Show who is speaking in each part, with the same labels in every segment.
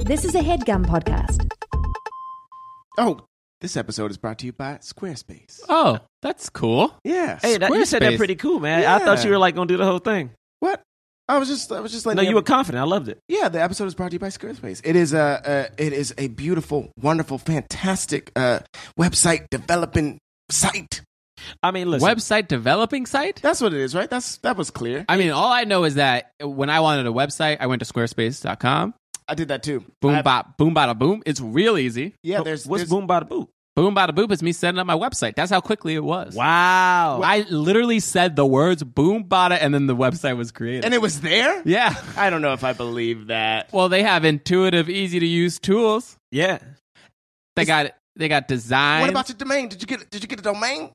Speaker 1: This is a headgum podcast.
Speaker 2: Oh, this episode is brought to you by Squarespace.
Speaker 3: Oh, that's cool.
Speaker 2: Yeah.
Speaker 4: Hey, that, you said that
Speaker 3: Squarespace.
Speaker 4: pretty cool, man. I thought you
Speaker 2: Yeah.
Speaker 4: were like gonna do the whole thing.
Speaker 2: What? I was just I was just like
Speaker 4: No, you were confident. I loved it.
Speaker 2: Yeah, the episode is brought to you by Squarespace. It is a, a it is a beautiful, wonderful, fantastic uh, website developing site.
Speaker 4: I mean, listen.
Speaker 3: Website developing site?
Speaker 2: That's what it is, right? That's that was clear. I,
Speaker 3: I mean, all I know is that when I wanted a website, I went to squarespace.com.
Speaker 2: did that too.
Speaker 3: Boom
Speaker 2: I-
Speaker 3: bop, boom bada boom. It's real easy.
Speaker 2: Yeah, there's
Speaker 4: what's
Speaker 2: there's,
Speaker 4: boom by the boot?
Speaker 3: Boom bada boop is me setting up my website. That's how quickly it was.
Speaker 4: Wow.
Speaker 3: I literally said the words boom bada and then the website was created.
Speaker 2: and it was there.
Speaker 3: yeah.
Speaker 2: I don't know if I believe that.
Speaker 3: Well, they have intuitive, easy to use tools.
Speaker 4: yeah.
Speaker 3: They got they got design.
Speaker 2: What about your domain? Did you get did you get a domain?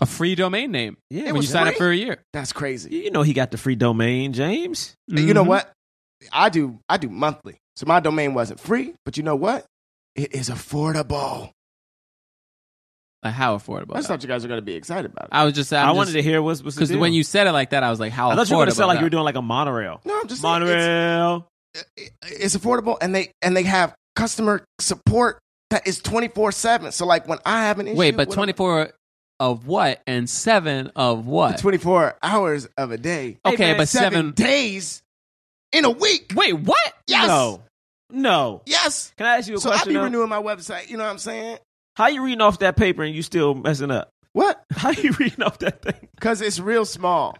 Speaker 3: a free domain name?
Speaker 4: Yeah.
Speaker 2: It
Speaker 3: when
Speaker 2: was
Speaker 3: you sign up
Speaker 2: free?
Speaker 3: for a year.
Speaker 2: That's crazy.
Speaker 4: You know he got the free domain, James.
Speaker 2: You know
Speaker 3: Mhm.
Speaker 2: what? I do I do monthly. So my domain wasn't free, but you know what? It is affordable.
Speaker 3: Uh, how affordable?
Speaker 2: I just thought you guys were going to be excited about it.
Speaker 3: I was just i
Speaker 4: I wanted to hear what's what's the
Speaker 3: because
Speaker 4: deal.
Speaker 3: when you said it like that, I was like, how
Speaker 4: I thought
Speaker 3: affordable?
Speaker 4: you were gonna sound like
Speaker 3: that?
Speaker 4: you were doing like a monorail.
Speaker 2: no, I'm just saying, it's-
Speaker 4: Monorail.
Speaker 2: it- it's affordable and they and they have customer support that is 24/7. So like when I have an issue
Speaker 3: Wait, but
Speaker 2: with a-
Speaker 3: 24 of what and 7 of what?
Speaker 2: 24 hours of a day.
Speaker 3: okay,
Speaker 4: man,
Speaker 3: but 7
Speaker 2: 7 days in a week.
Speaker 3: Wait, what?
Speaker 2: Yes.
Speaker 4: No. No.
Speaker 2: Yes.
Speaker 4: Can I ask you a
Speaker 2: So I
Speaker 4: question?
Speaker 2: be
Speaker 4: though?
Speaker 2: renewing my website, you know what I'm saying?
Speaker 4: How you reading off that paper and you still messing up?
Speaker 2: What?
Speaker 4: How you reading off that thing?
Speaker 2: Cuz it's real small.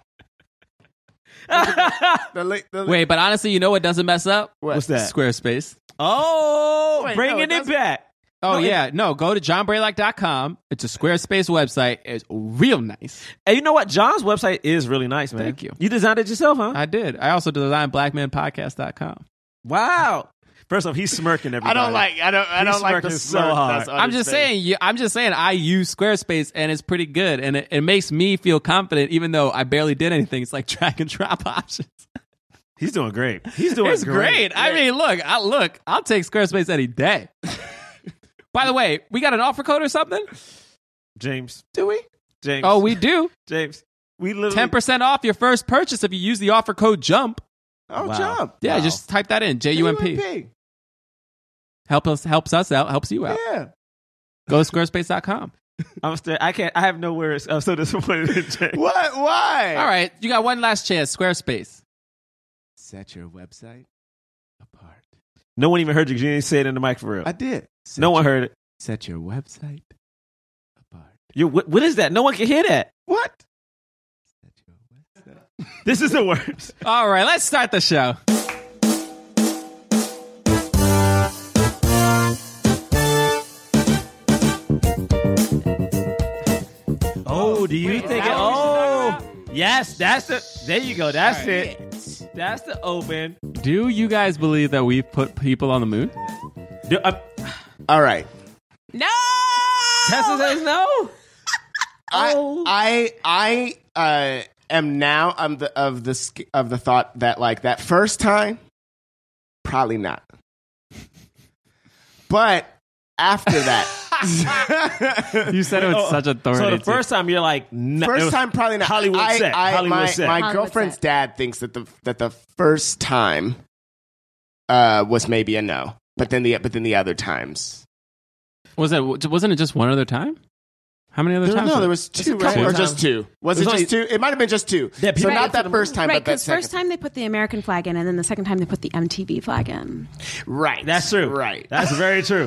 Speaker 2: The, li- the li-
Speaker 3: Wait, but honestly, you know what doesn't mess up?
Speaker 2: What?
Speaker 4: What's that?
Speaker 3: Squarespace.
Speaker 4: Oh,
Speaker 2: Wait, no, it
Speaker 4: bringing it
Speaker 2: doesn't-
Speaker 4: back.
Speaker 3: Oh,
Speaker 4: No, it-
Speaker 3: yeah. no, go to johnbraylock.com. It's a Squarespace website. It's real nice.
Speaker 4: And you know what? John's website is really nice, man.
Speaker 3: Thank you.
Speaker 4: You designed it yourself, huh?
Speaker 3: I did. I also designed blackmanpodcast.com.
Speaker 4: wow. First off, he's smirking
Speaker 2: I
Speaker 4: everybody.
Speaker 2: don't like I don't I
Speaker 4: He's
Speaker 2: don't like the
Speaker 4: smirking so
Speaker 2: smirk
Speaker 4: hard.
Speaker 2: that's on
Speaker 3: I'm
Speaker 2: his
Speaker 3: just
Speaker 2: face.
Speaker 3: saying, you, I'm just saying, I use Squarespace and it's pretty good. And it, it makes me feel confident, even though I barely did anything. It's like drag and drop options.
Speaker 4: He's doing great. He's doing
Speaker 3: It's great. I mean, look, I look, I'll take Squarespace any day. By the way, we got an offer code or something?
Speaker 4: James.
Speaker 2: Do we?
Speaker 4: James.
Speaker 3: Oh, we do.
Speaker 4: James. We literally
Speaker 3: Ten percent off your first purchase if you use the offer code JUMP.
Speaker 2: Oh,
Speaker 4: Wow.
Speaker 2: jump.
Speaker 3: Yeah,
Speaker 4: Wow.
Speaker 3: just type that in. J U M P.
Speaker 2: UMP.
Speaker 3: Help us helps us out, helps you out.
Speaker 2: Yeah.
Speaker 3: Go to squarespace.com.
Speaker 4: I'm still I can't I have no words. I'm so disappointed in James.
Speaker 2: What? Why?
Speaker 3: All right, you got one last chance, Squarespace.
Speaker 2: Set your website apart.
Speaker 4: No one even heard you 'cause you didn't say it in the mic for real.
Speaker 2: I did. Set
Speaker 4: no one
Speaker 2: your-
Speaker 4: heard it.
Speaker 2: Set your website apart.
Speaker 4: You what, what is that? No one can hear that.
Speaker 2: What?
Speaker 4: This is the worst.
Speaker 3: All right, let's start the show.
Speaker 4: Oh, do you think it? Oh, yes, that's the. There you go. That's it. That's the open.
Speaker 3: Do you guys believe that we've put people on the moon?
Speaker 4: Do, uh,
Speaker 2: All right.
Speaker 4: Tessa says no. Oh.
Speaker 2: I I I uh, am now I'm the of the sk- of the thought that like that first time probably not. But after that
Speaker 3: You said it with
Speaker 4: Oh,
Speaker 3: such authority.
Speaker 4: So the
Speaker 3: too.
Speaker 4: first time you're like, no, it
Speaker 2: First
Speaker 4: was-
Speaker 2: time, probably not.
Speaker 4: Hollywood
Speaker 2: I,
Speaker 4: set.
Speaker 2: I-
Speaker 4: Hollywood
Speaker 2: my,
Speaker 4: set.
Speaker 2: my
Speaker 1: Hollywood
Speaker 2: girlfriend's
Speaker 1: set.
Speaker 2: dad thinks that the that the first time uh, was maybe a no, but then the but then the other times.
Speaker 3: was it wasn't it just one other time? How many other
Speaker 2: There-
Speaker 3: times?
Speaker 2: no, there was two, right?
Speaker 3: couple
Speaker 2: Or
Speaker 3: times.
Speaker 2: just two? Was it,
Speaker 4: It was
Speaker 2: just two? It might have been just two.
Speaker 4: Yeah,
Speaker 2: so
Speaker 4: people
Speaker 2: not
Speaker 4: get to
Speaker 2: that
Speaker 4: the
Speaker 2: first time,
Speaker 5: Right,
Speaker 2: but that
Speaker 5: because
Speaker 2: second.
Speaker 5: first time they put the American flag in, and then the second time they put the MTV flag in.
Speaker 2: right.
Speaker 4: That's true.
Speaker 2: Right.
Speaker 4: That's very true.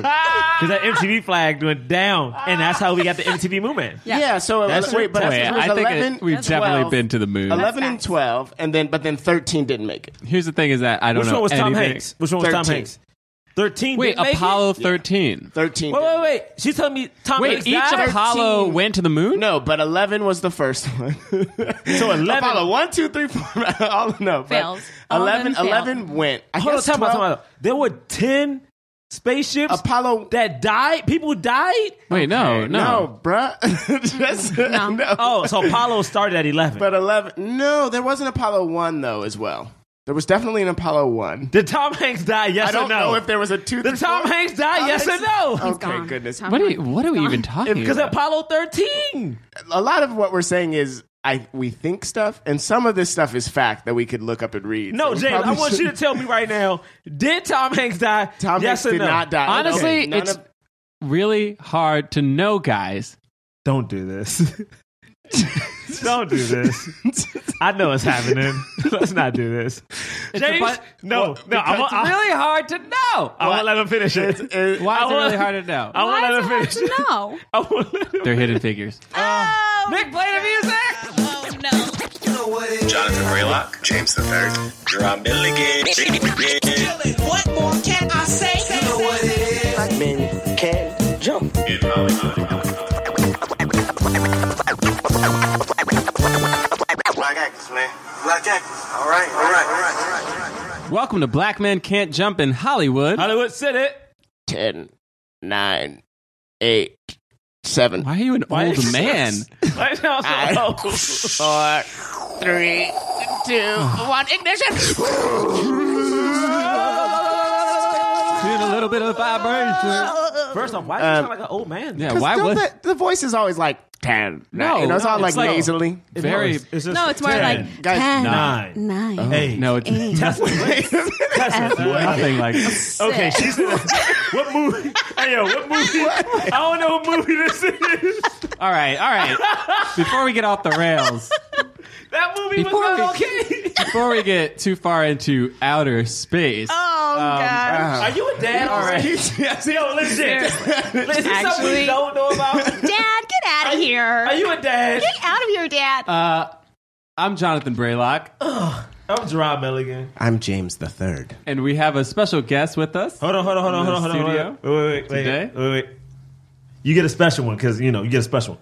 Speaker 4: Because that MTV flag went down, and that's how we got the MTV movement.
Speaker 2: yeah. so uh,
Speaker 4: That's
Speaker 2: wait,
Speaker 4: true.
Speaker 2: but
Speaker 4: Oh,
Speaker 2: it
Speaker 3: Wait,
Speaker 2: was
Speaker 3: I think
Speaker 2: 11,
Speaker 3: it, we've
Speaker 2: 12,
Speaker 3: definitely been to the moon.
Speaker 2: eleven and twelve, and then but then thirteen didn't make it.
Speaker 3: Here's the thing: is that I don't
Speaker 4: Which
Speaker 3: know
Speaker 4: one was Tom
Speaker 3: anything.
Speaker 4: Hanks? Which one was Tom
Speaker 2: 13.
Speaker 4: Hanks? Thirteen.
Speaker 3: Wait,
Speaker 4: didn't make it?
Speaker 3: Apollo 13.
Speaker 2: Thirteen.
Speaker 4: Wait,
Speaker 2: didn't
Speaker 4: wait,
Speaker 2: make
Speaker 4: wait. She's telling me Tom
Speaker 3: Wait,
Speaker 4: Hanks
Speaker 3: each
Speaker 4: died?
Speaker 3: Apollo went to the
Speaker 2: it.
Speaker 3: moon.
Speaker 2: No, but eleven was the first one.
Speaker 4: So 11
Speaker 2: Apollo one, two, three, four. All no but
Speaker 5: Fails. All of
Speaker 2: 11,
Speaker 5: them failed.
Speaker 2: 11 went. I
Speaker 4: Hold on,
Speaker 2: guess
Speaker 4: time
Speaker 2: 12
Speaker 4: out, time out. There were ten spaceships
Speaker 2: Apollo.
Speaker 4: that died. People died.
Speaker 3: Wait, no, no,
Speaker 2: No, bruh. That's, no.
Speaker 4: Oh, so Apollo started at eleven.
Speaker 2: But 11. No, there was an Apollo 1, though, as well. There was definitely an Apollo 1.
Speaker 4: Did Tom Hanks die? Yes
Speaker 2: I don't
Speaker 4: or no?
Speaker 2: know if there was a 2
Speaker 4: Did
Speaker 2: through
Speaker 4: Tom
Speaker 2: four.
Speaker 4: Hanks die?
Speaker 2: Tom
Speaker 4: yes
Speaker 2: Hanks-
Speaker 4: or no?
Speaker 2: Okay,
Speaker 5: gone.
Speaker 2: goodness.
Speaker 5: Tom
Speaker 3: What are
Speaker 5: Hanks
Speaker 3: you, what are we even talking
Speaker 4: Because
Speaker 3: about?
Speaker 4: Apollo 13.
Speaker 2: A lot of what we're saying is I we think stuff, and some of this stuff is fact that we could look up and read.
Speaker 4: No,
Speaker 2: So we
Speaker 4: James, I
Speaker 2: probably
Speaker 4: want you to
Speaker 2: should-
Speaker 4: tell me right now: Did Tom Hanks die?
Speaker 2: Tom
Speaker 4: yes
Speaker 2: Hanks
Speaker 4: or
Speaker 2: did
Speaker 4: no?
Speaker 2: not die.
Speaker 3: Honestly,
Speaker 2: Okay, none
Speaker 3: it's
Speaker 2: of-
Speaker 3: really hard to know, guys.
Speaker 4: Don't do this. Don't do this. I know it's happening. Let's not do this. James,
Speaker 3: about-
Speaker 4: no, no. I
Speaker 3: It's
Speaker 4: won't, I,
Speaker 3: really hard to know.
Speaker 4: I won't let him finish it.
Speaker 2: it-
Speaker 3: Why
Speaker 4: I
Speaker 3: is it really
Speaker 4: want-
Speaker 3: hard to know?
Speaker 4: I won't let
Speaker 5: Why does
Speaker 4: him
Speaker 5: it have
Speaker 4: finish it.
Speaker 5: to know?
Speaker 4: I won't let him.
Speaker 3: They're hidden figures.
Speaker 5: Nick, play the music. Oh no.
Speaker 6: Jonathan Raylock, James the Third, Drum Milligan.
Speaker 7: What more can I say?
Speaker 8: black men can jump.
Speaker 6: Black actors, man. Black actors. All right, all right, all right, all right.
Speaker 3: Welcome to Black Men Can't Jump in Hollywood.
Speaker 4: Hollywood said it.
Speaker 2: 10, 9, 8, 7,
Speaker 3: Why are you an
Speaker 4: Why
Speaker 3: old
Speaker 4: is-
Speaker 3: man?
Speaker 4: Why is that
Speaker 2: I-
Speaker 4: so-
Speaker 2: 4, 3, 2, 1, ignition!
Speaker 3: Feeling a little bit of vibration.
Speaker 4: First off,
Speaker 2: Um,
Speaker 4: why do you sound like an old man?
Speaker 3: Yeah,
Speaker 2: 'Cause
Speaker 3: why
Speaker 2: don't
Speaker 3: was
Speaker 2: the, the voice is always like 10.
Speaker 3: No,
Speaker 2: you know, it's
Speaker 3: no,
Speaker 2: all like,
Speaker 3: it's like-
Speaker 2: nasally.
Speaker 3: very?
Speaker 4: just
Speaker 5: No, it's more like
Speaker 2: Guys,
Speaker 5: ten,
Speaker 4: nine. Oh.
Speaker 5: nine,
Speaker 4: Hey,
Speaker 3: No, it's
Speaker 5: eight,
Speaker 3: nothing like.
Speaker 4: Okay,
Speaker 5: six.
Speaker 4: she's in a, what movie? Hey, yo, what movie? I don't know what movie this is.
Speaker 3: All right, all right. Before we get off the rails,
Speaker 4: That movie was
Speaker 3: Before
Speaker 4: not
Speaker 3: we-
Speaker 4: okay.
Speaker 3: before we get too far into outer space,
Speaker 4: um,
Speaker 5: Oh god.
Speaker 4: Are you a dad already? yo, listen. Listen, something we
Speaker 5: Actually-
Speaker 4: don't know about.
Speaker 5: Dad, get out of here.
Speaker 4: Are you Uh, a dad?
Speaker 5: Get out of here, Dad.
Speaker 3: I'm Jonathan Braylock,
Speaker 4: I'm Gerard Milligan.
Speaker 2: I'm James the Third.
Speaker 3: and we have a special guest with us.
Speaker 4: Hold on, hold on, hold on,
Speaker 3: In the
Speaker 4: hold on, hold on. Wait, wait, wait, wait,
Speaker 3: Today?
Speaker 4: wait, wait, wait. You get a special one because you know you get a special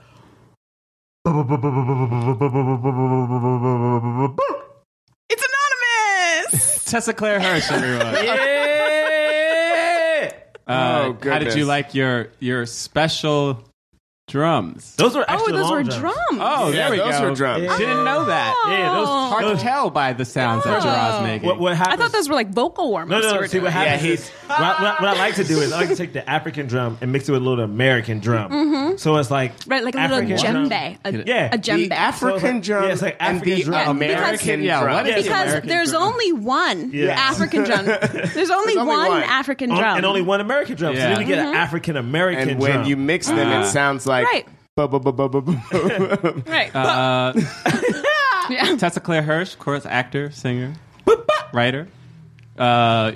Speaker 4: one.
Speaker 5: it's anonymous.
Speaker 3: Tessa Claire Hirsch, everyone.
Speaker 4: Yeah.
Speaker 3: Uh,
Speaker 2: Oh,
Speaker 3: how did you
Speaker 2: goodness.
Speaker 3: like your your special drums?
Speaker 4: Those were
Speaker 5: Oh,
Speaker 4: actually
Speaker 5: those
Speaker 4: long
Speaker 5: were
Speaker 4: drums.
Speaker 5: drums.
Speaker 3: Oh,
Speaker 2: Yeah,
Speaker 3: there we
Speaker 2: those
Speaker 3: go.
Speaker 2: were drums.
Speaker 4: Yeah.
Speaker 3: Didn't know that.
Speaker 4: Yeah, those-
Speaker 5: Oh.
Speaker 3: Hard to tell by the sounds that Gerard's making.
Speaker 4: What, what
Speaker 5: I
Speaker 4: happened?
Speaker 5: thought those were like vocal warm
Speaker 4: No,
Speaker 5: ups.
Speaker 4: no. no, See what happens
Speaker 2: Yeah,
Speaker 4: is what I, what I- what I like to do is I like to take the African drum and mix it with a little American drum. So it's like
Speaker 5: Mm-hmm. Right, like a
Speaker 4: African
Speaker 5: little
Speaker 4: drum.
Speaker 5: djembe. A,
Speaker 4: Yeah. The
Speaker 5: a djembe.
Speaker 2: African
Speaker 4: So it's like-
Speaker 2: drum
Speaker 4: yeah, it's like
Speaker 2: and the
Speaker 4: African drum.
Speaker 5: Yeah, because-
Speaker 2: American
Speaker 3: Yeah,
Speaker 2: drum.
Speaker 3: what is
Speaker 4: Yes,
Speaker 5: because
Speaker 3: American
Speaker 5: there's
Speaker 3: drum.
Speaker 5: only one
Speaker 4: Yeah.
Speaker 5: African drum. There's
Speaker 2: only
Speaker 5: only, one,
Speaker 2: one.
Speaker 5: African
Speaker 4: On-
Speaker 5: drum.
Speaker 4: Oh,
Speaker 5: Mm-hmm.
Speaker 4: and only one American drum. So
Speaker 3: Yeah.
Speaker 4: then we get an African American
Speaker 2: and
Speaker 4: drum.
Speaker 2: when you mix them,
Speaker 3: Ah.
Speaker 2: it sounds like.
Speaker 5: Right.
Speaker 2: bu- bu- bu- bu- bu- bu- bu-
Speaker 5: right.
Speaker 3: Uh,
Speaker 5: Yeah.
Speaker 3: Tessa Claire Hirsch, of course, actor, singer, writer. Uh,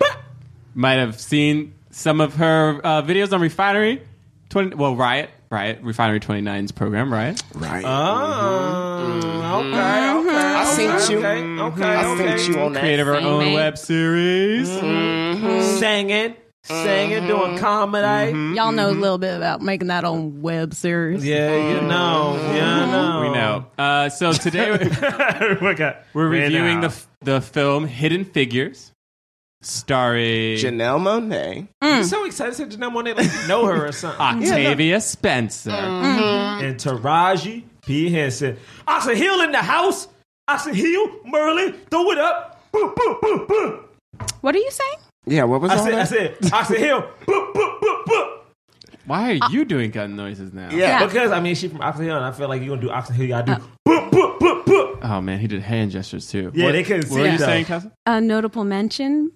Speaker 3: might have seen some of her uh, videos on Refinery 20, well, Riot, Riot, Refinery 29's program, Riot.
Speaker 2: Right.
Speaker 4: Uh,
Speaker 2: Mm-hmm.
Speaker 5: Mm-hmm.
Speaker 4: okay, okay,
Speaker 2: I
Speaker 4: okay,
Speaker 2: seen you.
Speaker 4: okay, okay,
Speaker 2: Mm-hmm. I
Speaker 4: okay.
Speaker 2: think you on that.
Speaker 3: Creator of her own
Speaker 5: Singing.
Speaker 3: web series.
Speaker 4: singing, singing,
Speaker 2: Mm-hmm.
Speaker 4: doing comedy.
Speaker 5: Y'all know a little bit about making that on web series.
Speaker 4: Yeah,
Speaker 2: Mm-hmm.
Speaker 4: you know, yeah, know.
Speaker 3: We know. Uh, so today we're,
Speaker 2: Mm-hmm.
Speaker 4: we got,
Speaker 3: we're
Speaker 4: we
Speaker 3: reviewing
Speaker 4: know.
Speaker 3: the, f- the film Hidden Figures, starring
Speaker 2: Janelle Monet.
Speaker 5: Mm.
Speaker 4: I'm so excited to Janelle Monae, like you know her or something.
Speaker 3: Octavia Spencer.
Speaker 4: and Taraji P Henson. Oxen Hill in the house. Oxen Hill, Merlin, throw it up. Boop, boop, boop, boop.
Speaker 5: What are you saying?
Speaker 2: Yeah, what was
Speaker 4: I
Speaker 2: all
Speaker 4: said, I
Speaker 2: that?
Speaker 4: said, Oxen Hill, boop, boop, boop, boop.
Speaker 3: Why are you doing gun noises now?
Speaker 2: yeah.
Speaker 4: Because I mean, she from Oxen Hill, and I feel like you're gonna do Oxen Hill. You gotta do boop, boop, boop, boop.
Speaker 3: Oh man, he did hand gestures too.
Speaker 4: Yeah,
Speaker 3: What-
Speaker 4: they couldn't
Speaker 3: What
Speaker 4: see
Speaker 3: were you
Speaker 4: though.
Speaker 3: saying, Tessa?
Speaker 5: A notable mention,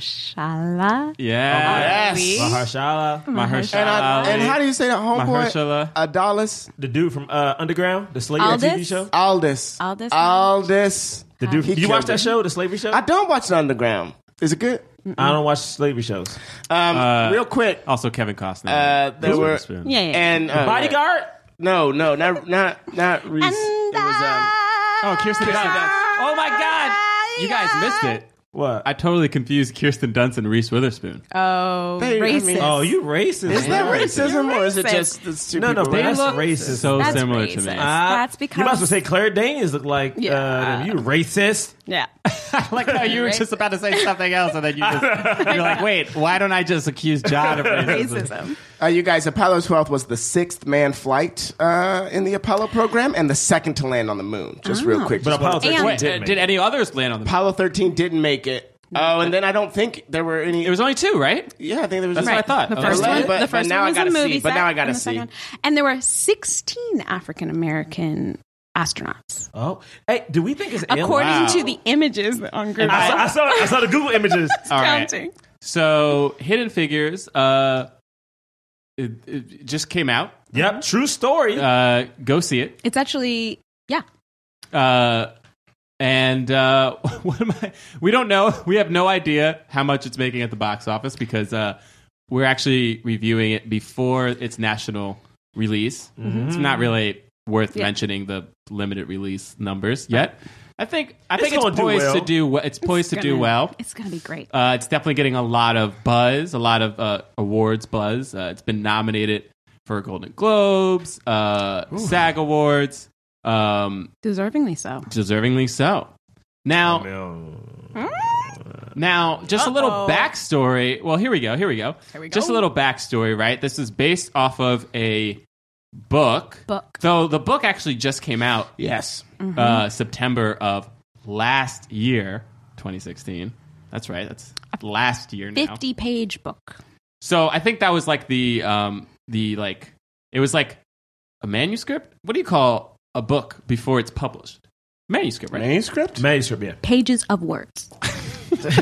Speaker 5: Mahershala.
Speaker 3: Yeah.
Speaker 4: Uh-huh.
Speaker 2: Yes.
Speaker 4: Mahershala,
Speaker 3: Mahershala.
Speaker 2: And, I,
Speaker 4: Uh,
Speaker 2: and
Speaker 3: Ali.
Speaker 2: how do you say that, homeboy?
Speaker 3: Mahershala.
Speaker 2: Adalis.
Speaker 4: the dude from uh, Underground, the slavery
Speaker 5: Aldous?
Speaker 4: TV show.
Speaker 2: Aldous.
Speaker 5: Aldous.
Speaker 2: Aldous.
Speaker 4: The dude,
Speaker 2: He
Speaker 4: did you watch
Speaker 2: killed
Speaker 4: that
Speaker 2: it.
Speaker 4: show, the slavery show?
Speaker 2: I don't watch the Underground. Is it good?
Speaker 4: I don't watch slavery shows.
Speaker 2: Um,
Speaker 3: Uh,
Speaker 2: real quick.
Speaker 3: Also, Kevin Costner.
Speaker 2: Uh, there
Speaker 3: Reese
Speaker 2: were-
Speaker 3: Witherspoon.
Speaker 5: Yeah, yeah.
Speaker 2: And uh,
Speaker 4: Bodyguard.
Speaker 2: No, no, not not not Reese.
Speaker 5: And
Speaker 2: It was, um,
Speaker 3: Oh, Kirsten Dunst. Oh my God! You guys missed it.
Speaker 4: What?
Speaker 3: I totally confused Kirsten Dunst and Reese Witherspoon.
Speaker 5: Oh,
Speaker 2: They- I mean-
Speaker 5: racist.
Speaker 4: oh, you racist?
Speaker 2: is that racism
Speaker 5: You're
Speaker 2: or is it
Speaker 5: racist.
Speaker 2: just it's two
Speaker 4: No, no,
Speaker 2: people?
Speaker 4: but that's
Speaker 5: look
Speaker 4: racist.
Speaker 3: So
Speaker 5: That's
Speaker 3: similar to
Speaker 5: racist.
Speaker 3: me.
Speaker 5: Uh, That's because-
Speaker 4: you must have said Claire Danes look like uh,
Speaker 5: Yeah.
Speaker 4: you racist.
Speaker 5: yeah.
Speaker 3: I like how you were just about to say something else, and then you just you're like, wait, why don't I just accuse John of racism?
Speaker 5: Racism.
Speaker 2: Uh, you guys, Apollo 12 was the sixth man flight uh, in the Apollo program and the second to land on the moon. Just real
Speaker 5: Ah.
Speaker 2: quick.
Speaker 4: But
Speaker 2: Just wanna-
Speaker 4: Apollo 13
Speaker 5: And-
Speaker 4: did
Speaker 3: Did,
Speaker 4: make
Speaker 3: did
Speaker 4: it.
Speaker 3: any others land on the?
Speaker 2: Apollo 13 didn't make it.
Speaker 5: Mm.
Speaker 2: Oh, and then I don't think there were any.
Speaker 3: It was only two, right?
Speaker 2: yeah, I think there was
Speaker 3: That's
Speaker 2: just-
Speaker 3: what I thought.
Speaker 5: The
Speaker 3: Oh,
Speaker 5: first
Speaker 3: okay.
Speaker 2: But-
Speaker 5: one,
Speaker 2: but
Speaker 5: the first
Speaker 2: now
Speaker 5: one
Speaker 2: I
Speaker 5: was
Speaker 2: gotta
Speaker 5: a movie
Speaker 2: see, but
Speaker 5: set,
Speaker 2: now I gotta
Speaker 5: and the
Speaker 2: see.
Speaker 5: second- And there were 16 African American astronauts,
Speaker 4: Oh, hey, do we think it's
Speaker 5: according
Speaker 4: alien?
Speaker 5: to the images that on Google.
Speaker 4: I saw, I saw I saw the Google images.
Speaker 3: All right.
Speaker 5: counting.
Speaker 3: So, Hidden Figures uh, it, it just came out.
Speaker 4: yep, true story.
Speaker 3: Uh, go see it.
Speaker 5: It's actually yeah.
Speaker 3: Uh, and uh, what am I? We don't know. We have no idea how much it's making at the box office because uh, we're actually reviewing it before its national release.
Speaker 4: Mm-hmm.
Speaker 3: It's not really worth
Speaker 5: Yeah.
Speaker 3: mentioning the limited release numbers yet. I think I think
Speaker 4: gonna
Speaker 3: it's
Speaker 4: do
Speaker 3: poised
Speaker 4: well.
Speaker 3: to do. we- It's poised to do
Speaker 5: Gonna-
Speaker 3: well.
Speaker 5: It's gonna be great.
Speaker 3: Uh, it's definitely getting a lot of buzz, a lot of uh, awards buzz. Uh, it's been nominated for Golden Globes, uh, SAG Awards. Um,
Speaker 5: Deservingly so.
Speaker 3: deservingly so.
Speaker 4: Oh,
Speaker 3: Now,
Speaker 5: Mm,
Speaker 3: now, just a little
Speaker 5: Uh-oh.
Speaker 3: backstory. Well, here we go. Here we go.
Speaker 5: Here we
Speaker 3: Just a
Speaker 5: go.
Speaker 3: little backstory, right? This is based off of a book.
Speaker 5: Book.
Speaker 3: Though the book actually just came out
Speaker 2: Yes.
Speaker 5: Mm-hmm.
Speaker 3: uh, September of last year, 2016. That's right. That's last year now.
Speaker 5: Fifty page book.
Speaker 3: So I think that was like the um the like it was like a manuscript. What do you call a book before it's published? Manuscript, right?
Speaker 2: Manuscript?
Speaker 4: Manuscript, yeah.
Speaker 5: Pages of words.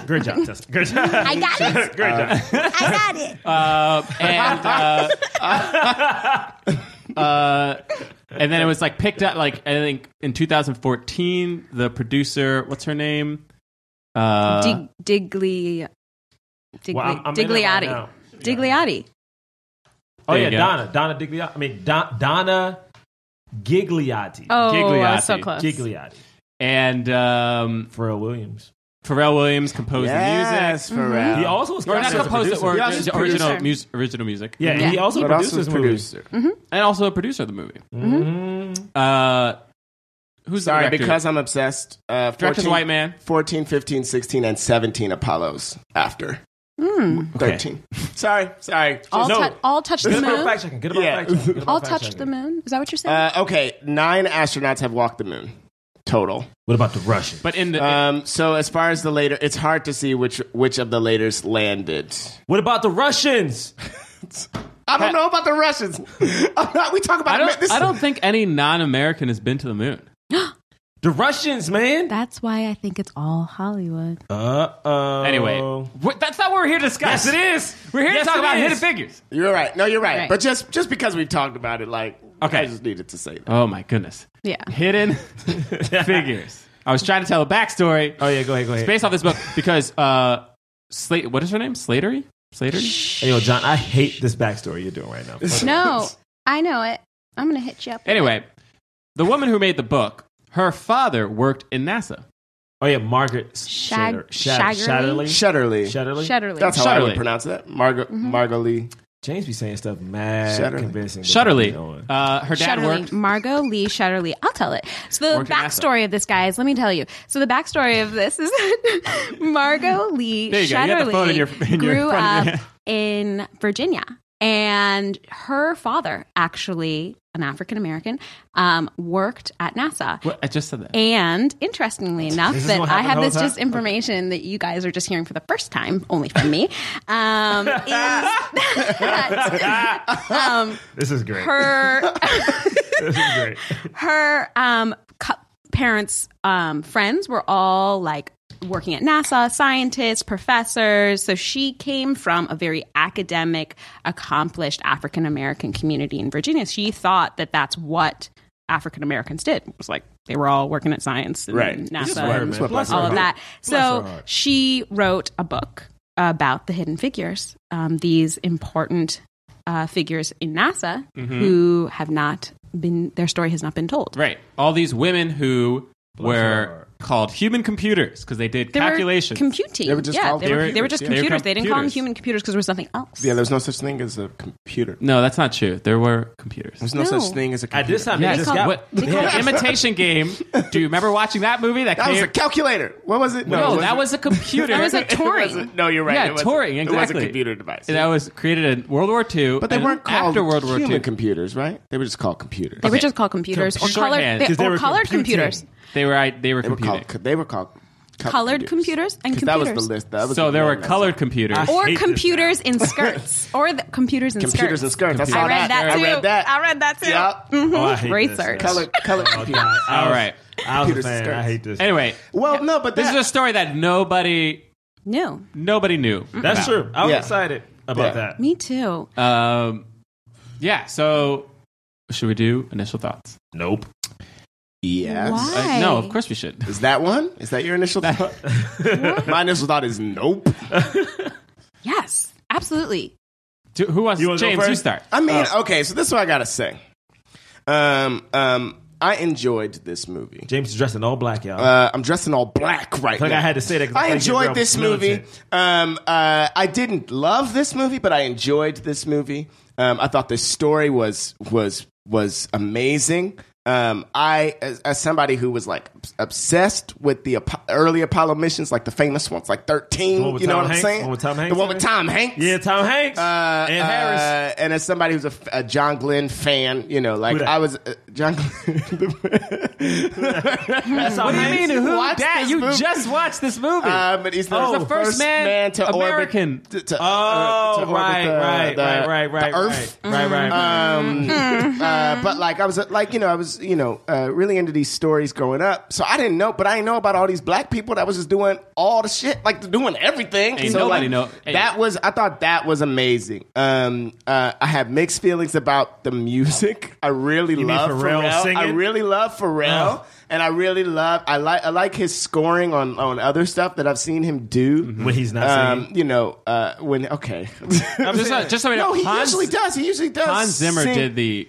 Speaker 4: Great job, Tessa. Great job.
Speaker 5: I got it.
Speaker 4: Great job.
Speaker 5: I got
Speaker 3: Uh,
Speaker 5: it.
Speaker 3: and uh, uh, and then it was like picked up like I think in 2014 the producer what's her name uh,
Speaker 5: Dig, Digli, Digli,
Speaker 4: Well, I'm- I'm in it right
Speaker 5: Digliotti.
Speaker 4: now.
Speaker 5: Digliotti.
Speaker 4: Oh
Speaker 3: There
Speaker 4: yeah,
Speaker 3: you go.
Speaker 4: Donna. Donna Digliotti. I mean Don, Donna Gigliotti.
Speaker 5: Oh,
Speaker 3: Digliotti.
Speaker 5: so close.
Speaker 4: Gigliotti.
Speaker 3: and um,
Speaker 4: Pharrell Williams.
Speaker 3: Pharrell Williams composed
Speaker 2: Yes,
Speaker 3: the music. Mm-hmm.
Speaker 2: Pharrell.
Speaker 4: He also was
Speaker 3: Or not
Speaker 4: credited as a
Speaker 3: composed,
Speaker 4: producer.
Speaker 3: or
Speaker 2: Yeah, he's a
Speaker 3: original,
Speaker 2: producer.
Speaker 3: mus- original music.
Speaker 4: yeah, he
Speaker 5: Yeah.
Speaker 4: also
Speaker 2: But
Speaker 4: produced
Speaker 2: also
Speaker 4: this
Speaker 2: a
Speaker 4: movie.
Speaker 2: producer.
Speaker 3: And also a producer of the movie.
Speaker 4: Mhm.
Speaker 3: Uh, who's
Speaker 2: Mm-hmm. Sorry,
Speaker 3: the director?
Speaker 2: because I'm obsessed. Uh, 14,
Speaker 3: Director's a white man.
Speaker 2: 14, 15, 16, and 17 Apollos after. 13. Sorry, sorry.
Speaker 5: Hmm. All,
Speaker 4: No.
Speaker 5: tou- all touch
Speaker 4: Good
Speaker 5: the
Speaker 4: about
Speaker 5: moon.
Speaker 4: fact checking. Good about
Speaker 2: Yeah.
Speaker 4: fact checking. Good about
Speaker 5: All
Speaker 4: fact
Speaker 5: touch
Speaker 4: checking.
Speaker 5: the moon. Is that what you're saying?
Speaker 2: Uh, okay, nine astronauts have walked the moon total.
Speaker 4: What about the Russian?
Speaker 3: But in the
Speaker 2: Um, so as far as the later, it's hard to see which which of the laters landed.
Speaker 4: What about the Russians?
Speaker 2: I don't know about the Russians. I'm not, we talk about
Speaker 3: I
Speaker 2: Amer-
Speaker 3: don't,
Speaker 2: this-
Speaker 3: I don't think any non-American has been to the moon.
Speaker 4: The Russians, man.
Speaker 5: That's why I think it's all Hollywood.
Speaker 4: Uh oh.
Speaker 3: Anyway, wh- that's not what we're here to discuss.
Speaker 4: yes, it is.
Speaker 3: We're here
Speaker 4: Yes,
Speaker 3: to talk
Speaker 4: it
Speaker 3: about
Speaker 4: is.
Speaker 3: hidden figures.
Speaker 2: You're right. No, you're right.
Speaker 5: Right.
Speaker 2: But just just because we've talked about it, like
Speaker 3: Okay.
Speaker 2: I just needed to say that.
Speaker 3: Oh my goodness,
Speaker 5: Yeah.
Speaker 3: hidden figures. I was trying to tell a backstory
Speaker 4: Oh yeah, go ahead, go ahead.
Speaker 3: based off this book because uh, Slate. What is her name? Slatery. Slatery.
Speaker 4: Hey, yo, John, I hate this backstory you're doing right now.
Speaker 5: No, I know it. I'm gonna hit you up.
Speaker 3: Anyway, the woman who made the book, her father worked in NASA.
Speaker 4: Oh yeah, Margaret
Speaker 5: Shag-
Speaker 4: Shatter- Shad-
Speaker 5: Shaggerly?
Speaker 2: Shutterly.
Speaker 4: Shatterly. Shatterly.
Speaker 5: Shutterly.
Speaker 2: That's how I
Speaker 3: Shutterly. Mm-hmm.
Speaker 2: would pronounce that. Margo Margolie.
Speaker 4: James be saying stuff mad
Speaker 2: Shatterly.
Speaker 4: convincing.
Speaker 3: Shutterly.
Speaker 4: On.
Speaker 3: Uh, her dad
Speaker 5: Shutterly.
Speaker 3: worked.
Speaker 5: Margot Lee Shutterly. I'll tell it. So the
Speaker 3: Worked at NASA.
Speaker 5: backstory of this, guys, let me tell you. So the backstory of this is that Margot Lee
Speaker 3: There you go. You got the
Speaker 5: Shutterly
Speaker 3: phone in your- in your
Speaker 5: grew
Speaker 3: front of
Speaker 5: up
Speaker 3: your
Speaker 5: in Virginia, and her father, actually an African American, um, worked at NASA.
Speaker 3: What? I just said that.
Speaker 5: And interestingly enough,
Speaker 4: Is this
Speaker 5: that
Speaker 4: what
Speaker 5: I
Speaker 4: happened
Speaker 5: have
Speaker 4: the
Speaker 5: this
Speaker 4: whole
Speaker 5: just
Speaker 4: time?
Speaker 5: information that you guys are just hearing for the first time, only from me, um, is that um,
Speaker 4: This is great.
Speaker 5: her
Speaker 4: this is great.
Speaker 5: her um, cu- parents' um, friends were all like working at NASA, scientists, professors. So she came from a very academic, accomplished African American community in Virginia. She thought that that's what African Americans did. It was like they were all working at science and
Speaker 2: Right.
Speaker 5: NASA.
Speaker 2: Whatever,
Speaker 5: and
Speaker 2: man. Bless
Speaker 4: Bless
Speaker 2: her
Speaker 5: all
Speaker 2: heart.
Speaker 5: of that.
Speaker 4: her
Speaker 5: So
Speaker 4: heart.
Speaker 5: she wrote a book about the hidden figures, um, these important uh, figures in NASA
Speaker 4: Mm-hmm.
Speaker 5: who have not been, their story has not been told.
Speaker 3: Right. All these women who
Speaker 4: her
Speaker 3: were
Speaker 4: heart.
Speaker 3: called human computers because they did
Speaker 5: They were
Speaker 3: calculations.
Speaker 5: Computing.
Speaker 2: They were just
Speaker 5: yeah,
Speaker 2: called
Speaker 5: they were,
Speaker 2: computers,
Speaker 5: they were just
Speaker 2: yeah.
Speaker 3: They were
Speaker 5: computers. They, didn't call them
Speaker 3: computers.
Speaker 5: human computers because there was something else.
Speaker 2: Yeah, there's no such thing as a computer.
Speaker 3: no, that's not true. There were computers.
Speaker 2: There's no,
Speaker 5: No.
Speaker 2: such thing as a computer.
Speaker 4: At this time,
Speaker 3: Yeah,
Speaker 4: they just
Speaker 5: call-
Speaker 4: got
Speaker 3: what?
Speaker 5: they call-
Speaker 3: The imitation game. Do you remember watching that movie? That,
Speaker 2: that was
Speaker 3: came.
Speaker 2: a calculator. What was it?
Speaker 3: no,
Speaker 2: it wasn't.
Speaker 3: that was a computer.
Speaker 5: That was a
Speaker 2: It
Speaker 5: Turing.
Speaker 2: wasn't. No, you're right.
Speaker 3: Yeah,
Speaker 2: it wasn't.
Speaker 3: Turing,
Speaker 2: It was a
Speaker 3: exactly.
Speaker 2: computer device.
Speaker 3: that was created in World War II.
Speaker 2: but they
Speaker 3: and
Speaker 2: weren't called
Speaker 3: after World War
Speaker 2: human
Speaker 3: II.
Speaker 2: computers, right? They were just called computers.
Speaker 5: They were just called computers or
Speaker 3: Shorthand,
Speaker 5: colored,
Speaker 3: 'cause
Speaker 5: they,
Speaker 4: they
Speaker 5: or
Speaker 4: were
Speaker 5: colored
Speaker 4: computing.
Speaker 5: computers.
Speaker 3: they were. I- They were
Speaker 2: They were
Speaker 3: computing.
Speaker 2: called. They were called
Speaker 5: colored computers and
Speaker 2: 'Cause
Speaker 5: computers.
Speaker 2: that was the list. That was
Speaker 3: So
Speaker 2: the
Speaker 3: there were
Speaker 2: one I saw.
Speaker 3: colored computers.
Speaker 2: Ah.
Speaker 4: I
Speaker 5: Or
Speaker 4: hate this
Speaker 5: computers in skirts. Or the computers in
Speaker 2: computers and
Speaker 5: skirts.
Speaker 2: skirts. I saw
Speaker 5: I read that,
Speaker 2: I
Speaker 5: too.
Speaker 2: read that.
Speaker 5: I read that too.
Speaker 2: Yeah.
Speaker 5: Mhm.
Speaker 4: Oh, I hate
Speaker 5: Great
Speaker 4: this.
Speaker 5: search.
Speaker 2: Colored, colored
Speaker 3: Oh,
Speaker 2: computers.
Speaker 4: I
Speaker 3: All
Speaker 4: was-
Speaker 3: right.
Speaker 4: I was a
Speaker 2: Computers
Speaker 4: fan.
Speaker 2: skirts.
Speaker 4: I hate this.
Speaker 3: Anyway,
Speaker 2: Uh, Well, no, but
Speaker 3: this
Speaker 2: that,
Speaker 3: is a story that nobody
Speaker 5: No.
Speaker 3: nobody knew.
Speaker 4: That's
Speaker 3: about.
Speaker 4: true. I was
Speaker 2: Yeah.
Speaker 4: excited about
Speaker 2: Yeah.
Speaker 4: that.
Speaker 5: Me too.
Speaker 3: Um, yeah. So should we do initial thoughts?
Speaker 4: Nope.
Speaker 2: yes.
Speaker 5: Why?
Speaker 3: Uh, no, of course we should.
Speaker 2: Is that one? Is that your initial thought? My initial thought is nope.
Speaker 5: Yes. Absolutely.
Speaker 3: Do, who wants?
Speaker 4: You wanna go
Speaker 3: James, you
Speaker 4: first?
Speaker 3: start.
Speaker 2: I mean, okay, so this is what I gotta say. Um, um, I enjoyed this movie.
Speaker 4: James is dressed in all black, y'all.
Speaker 2: Uh, I'm dressed in all black right
Speaker 4: like
Speaker 2: now.
Speaker 4: I had to say that 'cause I
Speaker 2: I
Speaker 4: think your
Speaker 2: enjoyed
Speaker 4: girl
Speaker 2: this
Speaker 4: was
Speaker 2: movie.
Speaker 4: militant.
Speaker 2: Um, uh, I didn't love this movie, but I enjoyed this movie. Um, I thought the story was was was amazing. Um, I, as, as somebody who was like obs- obsessed with the Apo- early Apollo missions, like the famous ones, like thirteen.
Speaker 4: one with
Speaker 2: you know
Speaker 4: Tom
Speaker 2: what I'm
Speaker 4: Hanks?
Speaker 2: saying?
Speaker 4: The one with Tom Hanks
Speaker 2: The one
Speaker 4: in
Speaker 2: with
Speaker 4: it?
Speaker 2: Tom Hanks.
Speaker 4: yeah, Tom Hanks
Speaker 2: Uh,
Speaker 4: and Harris.
Speaker 2: uh, and as somebody who's a, f- a John Glenn fan, you know, like
Speaker 4: Who dat?
Speaker 2: I was uh, John. Glenn.
Speaker 4: That's Tom
Speaker 3: What do you mean?
Speaker 4: Hanks.
Speaker 3: Who
Speaker 2: Watch
Speaker 3: that?
Speaker 2: this
Speaker 3: You
Speaker 2: movie.
Speaker 3: just watched this movie.
Speaker 2: Uh, but he's the,
Speaker 3: Oh,
Speaker 2: the first, man, to orbit-
Speaker 3: American.
Speaker 2: to- to-
Speaker 4: Oh,
Speaker 2: uh, to orbit
Speaker 4: right,
Speaker 2: the-
Speaker 4: right,
Speaker 2: the-
Speaker 4: right, right, right,
Speaker 2: the Earth.
Speaker 4: right, right, right.
Speaker 2: Um, uh, but like I was uh, like you know I was you know uh, really into these stories growing up, so I didn't know. But I didn't know about all these black people that was just doing all the shit, like doing everything.
Speaker 3: Ain't
Speaker 2: so
Speaker 3: nobody
Speaker 2: like,
Speaker 3: know- ain't-
Speaker 2: That was I thought that was amazing. Um, uh, I have mixed feelings about the music. I really
Speaker 4: mean
Speaker 2: love
Speaker 4: Pharrell
Speaker 2: Pharrell. I
Speaker 4: singing?
Speaker 2: really love Pharrell,
Speaker 4: Oh.
Speaker 2: and I really love I like I like his scoring on on other stuff that I've seen him do
Speaker 4: when he's not
Speaker 2: um,
Speaker 4: singing.
Speaker 2: you know, uh, when okay,
Speaker 3: just, so- just so we know,
Speaker 2: no, he
Speaker 3: Hans,
Speaker 2: usually does. He usually does.
Speaker 3: Hans Zimmer
Speaker 2: sing-
Speaker 3: did the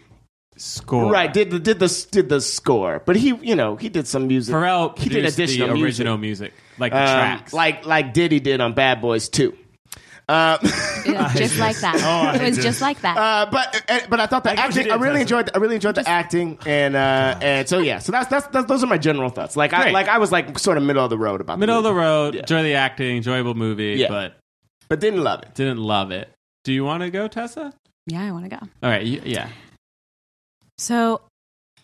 Speaker 3: score.
Speaker 2: right. Did the did the did the score, but he you know he did some music.
Speaker 3: Pharrell
Speaker 2: he did
Speaker 3: produced
Speaker 2: additional
Speaker 3: the
Speaker 2: music.
Speaker 3: original music, like the
Speaker 2: Um,
Speaker 3: tracks.
Speaker 2: like like Diddy did on Bad Boys too. Um,
Speaker 5: It was just like that.
Speaker 4: I
Speaker 5: it
Speaker 4: hate
Speaker 5: was
Speaker 4: this.
Speaker 5: just like that.
Speaker 2: uh, but uh, but I thought the
Speaker 4: I get what you
Speaker 2: acting.
Speaker 4: did,
Speaker 2: I really
Speaker 4: Tyson.
Speaker 2: enjoyed. I really enjoyed the acting, and uh, and so yeah. So that's, that's that's those are my general thoughts. Like I
Speaker 3: Great.
Speaker 2: like I was like sort of middle of the road about
Speaker 3: middle of the
Speaker 2: movie,
Speaker 3: road,
Speaker 2: Yeah.
Speaker 3: enjoy the acting, enjoyable movie,
Speaker 2: Yeah.
Speaker 3: but
Speaker 2: but didn't love it.
Speaker 3: didn't love it. Do you want to go, Tessa?
Speaker 5: yeah, I want to go.
Speaker 3: All right, y- yeah.
Speaker 5: So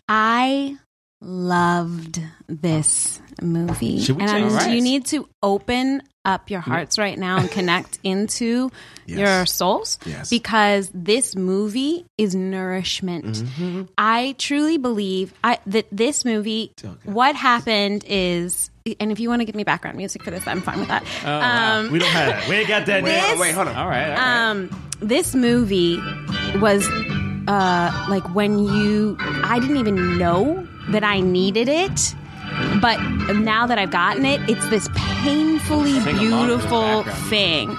Speaker 5: I loved this movie.
Speaker 4: Should we
Speaker 5: and I'm-
Speaker 4: change
Speaker 5: do you
Speaker 3: this?
Speaker 5: need to open up your hearts right now and connect into your souls
Speaker 2: Yes.
Speaker 5: because this movie is nourishment. I truly believe I, that this movie, what happened is, and if you want to give me background music for this, I'm fine with that.
Speaker 3: wow.
Speaker 5: um,
Speaker 4: we don't have that. We ain't got that. now.
Speaker 5: This-
Speaker 2: Wait, hold on.
Speaker 3: All right. All right.
Speaker 5: um, this movie was uh, like when you I didn't even know that I needed it. But now that I've gotten it, it's this painfully
Speaker 3: Sing along in the
Speaker 5: beautiful
Speaker 3: background.
Speaker 5: thing.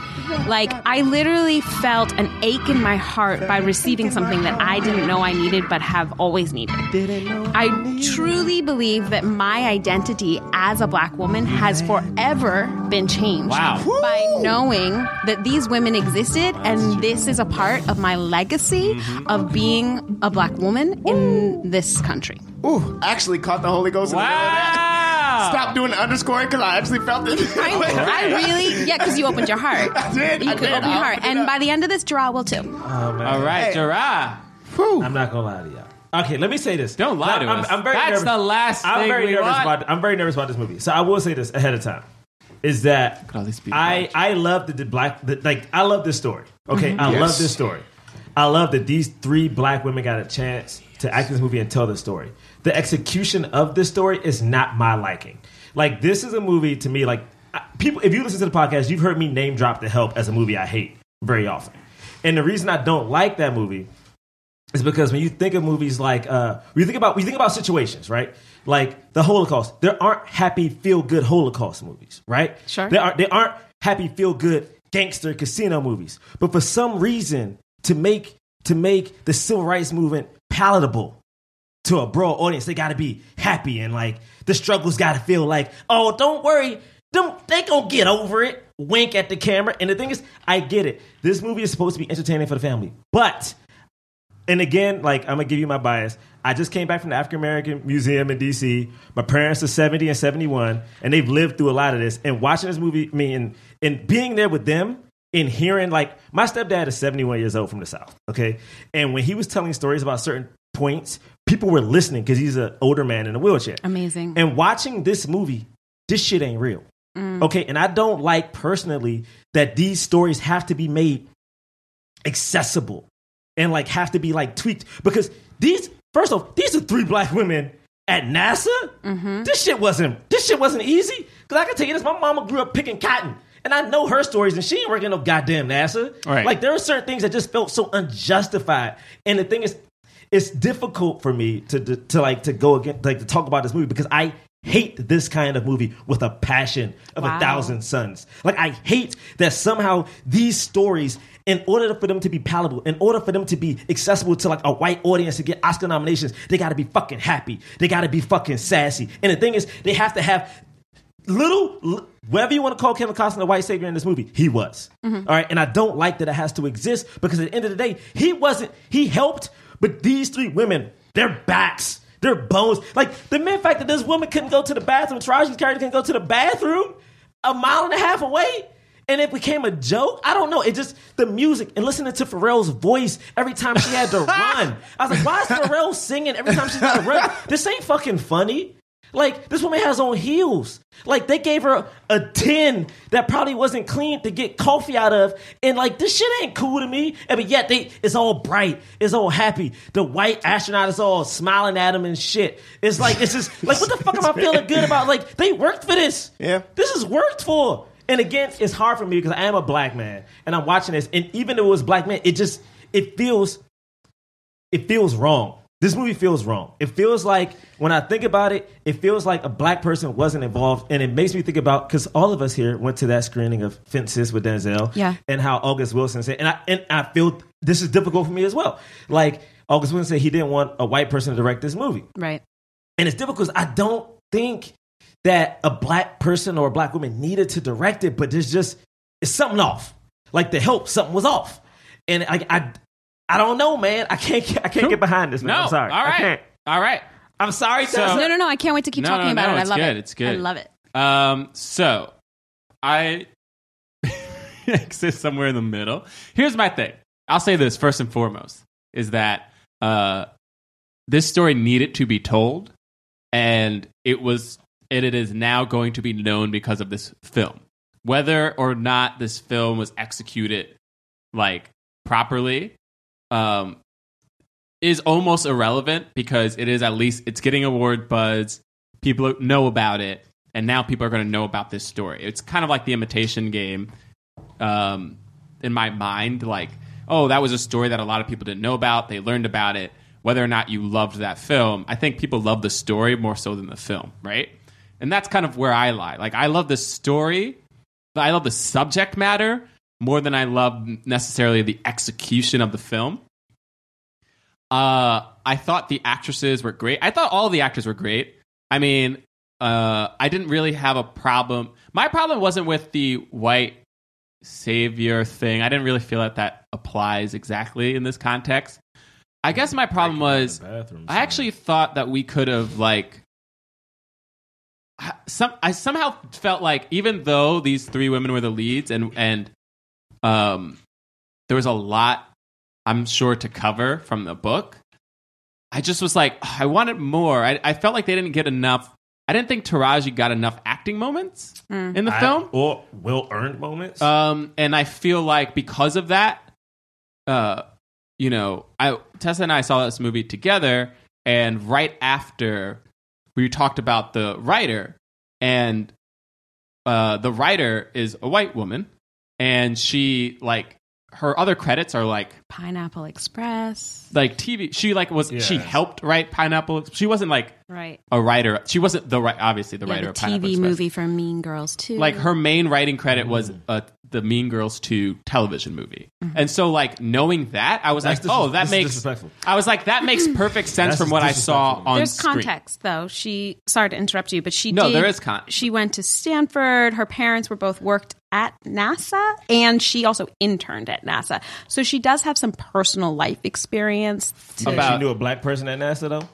Speaker 5: Like, I literally felt an ache in my heart by receiving something that I didn't know I needed but have always needed. I truly believe that my identity as a black woman has forever been changed
Speaker 3: Wow.
Speaker 5: by knowing that these women existed and this is a part of my legacy
Speaker 3: Mm-hmm.
Speaker 5: of being a black woman in this country.
Speaker 2: Ooh, actually caught the Holy Ghost. in the middle of that.
Speaker 3: wow.
Speaker 2: Stop doing the underscoring because I actually felt it.
Speaker 5: I, I really, yeah, because you opened your heart.
Speaker 2: I did.
Speaker 5: You
Speaker 2: I
Speaker 5: could
Speaker 2: did.
Speaker 5: open
Speaker 2: I
Speaker 5: your heart.
Speaker 2: opened it
Speaker 5: And
Speaker 2: up.
Speaker 5: by the end of this, Jarrah will too.
Speaker 4: Oh, man.
Speaker 3: All right,
Speaker 2: Hey.
Speaker 3: Gerard.
Speaker 2: Whew.
Speaker 4: I'm not gonna lie to y'all. Okay, let me say this.
Speaker 3: Don't lie to
Speaker 4: I'm,
Speaker 3: us.
Speaker 4: I'm very
Speaker 3: That's
Speaker 4: nervous.
Speaker 3: the last
Speaker 4: I'm
Speaker 3: thing
Speaker 4: very
Speaker 3: we
Speaker 4: nervous
Speaker 3: want.
Speaker 4: about. I'm very nervous about this movie. So I will say this ahead of time: is that
Speaker 3: at all these beautiful
Speaker 4: I
Speaker 3: actors.
Speaker 4: I love that the black the, like I love this story. Okay,
Speaker 3: Mm-hmm.
Speaker 4: I
Speaker 2: Yes.
Speaker 4: love this story. I love that these three black women got a chance to act in this movie and tell the story. The execution of this story is not my liking. Like this is a movie to me. Like I- people, if you listen to the podcast, you've heard me name drop the help as a movie I hate very often. And the reason I don't like that movie is because when you think of movies like uh, we think about we think about situations, right? Like the Holocaust, there aren't happy, feel good Holocaust movies, right?
Speaker 5: Sure.
Speaker 4: There aren't there aren't happy, feel good gangster casino movies. But for some reason, to make to make the civil rights movement palatable to a broad audience, they got to be happy and like the struggles got to feel like, oh, don't worry, them they gonna get over it. Wink at the camera, and the thing is, I get it. This movie is supposed to be entertaining for the family, but and again, like I'm gonna give you my bias. I just came back from the African American Museum in DC. My parents are 70 and 71, and they've lived through a lot of this. And watching this movie, I mean, and, and being there with them and hearing, like, my stepdad is 71 years old from the South, okay? And when he was telling stories about certain points, people were listening because he's an older man in a wheelchair.
Speaker 5: Amazing.
Speaker 4: And watching this movie, this shit ain't real. Okay, and I don't like personally that these stories have to be made accessible and like have to be like tweaked because these first off these are three black women at NASA. This shit wasn't this shit wasn't easy because I can tell you this. My mama grew up picking cotton. And I know her stories, and she ain't working no goddamn NASA.
Speaker 3: Right.
Speaker 4: Like there are certain things that just felt so unjustified. And the thing is, it's difficult for me to to, to, like to go again like to talk about this movie because I hate this kind of movie with a passion of
Speaker 5: Wow.
Speaker 4: a thousand suns. Like I hate that somehow these stories in order for them to be palatable, in order for them to be accessible to like a white audience to get Oscar nominations, they got to be fucking happy. They got to be fucking sassy. And the thing is, they have to have little l- whatever you want to call Kevin Costner the white savior in this movie, he was. All right, and I don't like that it has to exist because at the end of the day, he wasn't. He helped, but these three women, their backs, their bones, like the mere fact that this woman couldn't go to the bathroom, Taraji's character couldn't go to the bathroom a mile and a half away. And it became a joke. I don't know. It just the music and listening to Pharrell's voice every time she had to run. I was like, why is Pharrell singing every time she's got to run? This ain't fucking funny. Like this woman has on heels. Like they gave her a tin that probably wasn't clean to get coffee out of, and like this shit ain't cool to me. And but yet they, it's all bright, it's all happy. The white astronaut is all smiling at him and shit. It's like it's just like what the fuck am I feeling good about? Like they worked for this.
Speaker 2: Yeah.
Speaker 4: this is worked for. And again, it's hard for me because I am a black man and I'm watching this. And even though it was black men, it just it feels it feels wrong. This movie feels wrong. It feels like when I think about it, it feels like a black person wasn't involved, and it makes me think about because all of us here went to that screening of Fences with Denzel,
Speaker 5: Yeah.
Speaker 4: and how August Wilson said, and I and I feel this is difficult for me as well. Like August Wilson said, he didn't want a white person to direct this movie,
Speaker 5: Right.
Speaker 4: and it's difficult. 'cause I don't think that a black person or a black woman needed to direct it, but there's just it's something off. Like the help, something was off, and I, I, I don't know, man. I can't, I can't get behind this, man.
Speaker 3: No.
Speaker 4: I'm sorry.
Speaker 3: All
Speaker 4: I
Speaker 3: right.
Speaker 4: can't.
Speaker 3: All right.
Speaker 4: I'm sorry.
Speaker 3: So-
Speaker 4: Tessa.
Speaker 5: No, no, no. I can't wait to keep
Speaker 3: Uh, No,
Speaker 5: talking
Speaker 3: no,
Speaker 5: about
Speaker 3: no,
Speaker 5: it. I
Speaker 3: it's
Speaker 5: love
Speaker 3: good,
Speaker 5: it.
Speaker 3: it's good.
Speaker 5: I love it.
Speaker 3: Um, so I exist somewhere in the middle. Here's my thing. I'll say this first and foremost is that uh, this story needed to be told, and it was, and it is now going to be known because of this film. Whether or not this film was executed like properly, um, is almost irrelevant because it is at least it's getting award buzz. People know about it, and now people are going to know about this story. It's kind of like the Imitation Game, um, in my mind. Like, oh, that was a story that a lot of people didn't know about. They learned about it. Whether or not you loved that film, I think people love the story more so than the film, right? And that's kind of where I lie. Like, I love the story, I love the subject matter more than I love necessarily the execution of the film. Uh, I thought the actresses were great. I thought all the actors were great. I mean, uh, I didn't really have a problem. My problem wasn't with the white savior thing. I didn't really feel that that applies exactly in this context. I guess my problem was I actually thought that we could have like I- some I somehow felt like even though these three women were the leads and and um there was a lot I'm sure to cover from the book. I just was like "Ugh, I wanted more. I, I felt like they didn't get enough. I didn't think Taraji got enough acting moments in the
Speaker 4: I-
Speaker 3: film.
Speaker 4: or well earned moments.
Speaker 3: Um, and I feel like because of that, uh, you know, I Tessa and I saw this movie together, and right after we talked about the writer, and uh, the writer is a white woman, and she like her other credits are like
Speaker 5: Pineapple Express.
Speaker 3: like TV. She like was she
Speaker 4: Yes.
Speaker 3: helped write Pineapple. She wasn't like
Speaker 5: Right.
Speaker 3: a writer. She wasn't the right obviously the
Speaker 5: Yeah,
Speaker 3: writer
Speaker 5: the
Speaker 3: of Pineapple
Speaker 5: TV
Speaker 3: Express.
Speaker 5: movie for Mean Girls too.
Speaker 3: like her main writing credit was
Speaker 4: Mm.
Speaker 3: uh, the Mean Girls 2 television movie.
Speaker 5: Mm-hmm.
Speaker 3: And so like knowing that, I was
Speaker 4: That's
Speaker 3: like, "Oh,
Speaker 4: disres-
Speaker 3: that
Speaker 4: this is
Speaker 3: makes
Speaker 4: disrespectful.
Speaker 3: I was like that makes perfect sense
Speaker 4: That's
Speaker 3: from what I saw
Speaker 4: disrespectful.
Speaker 3: on
Speaker 5: There's
Speaker 3: screen."
Speaker 5: context though. She sorry to interrupt you, but she
Speaker 3: No,
Speaker 5: did-
Speaker 3: there is con-
Speaker 5: She went to Stanford. Her parents were both worked at NASA, and she also interned at NASA. So she does have some personal life experience.
Speaker 4: Do you think
Speaker 3: about-
Speaker 4: she knew a black person at NASA though?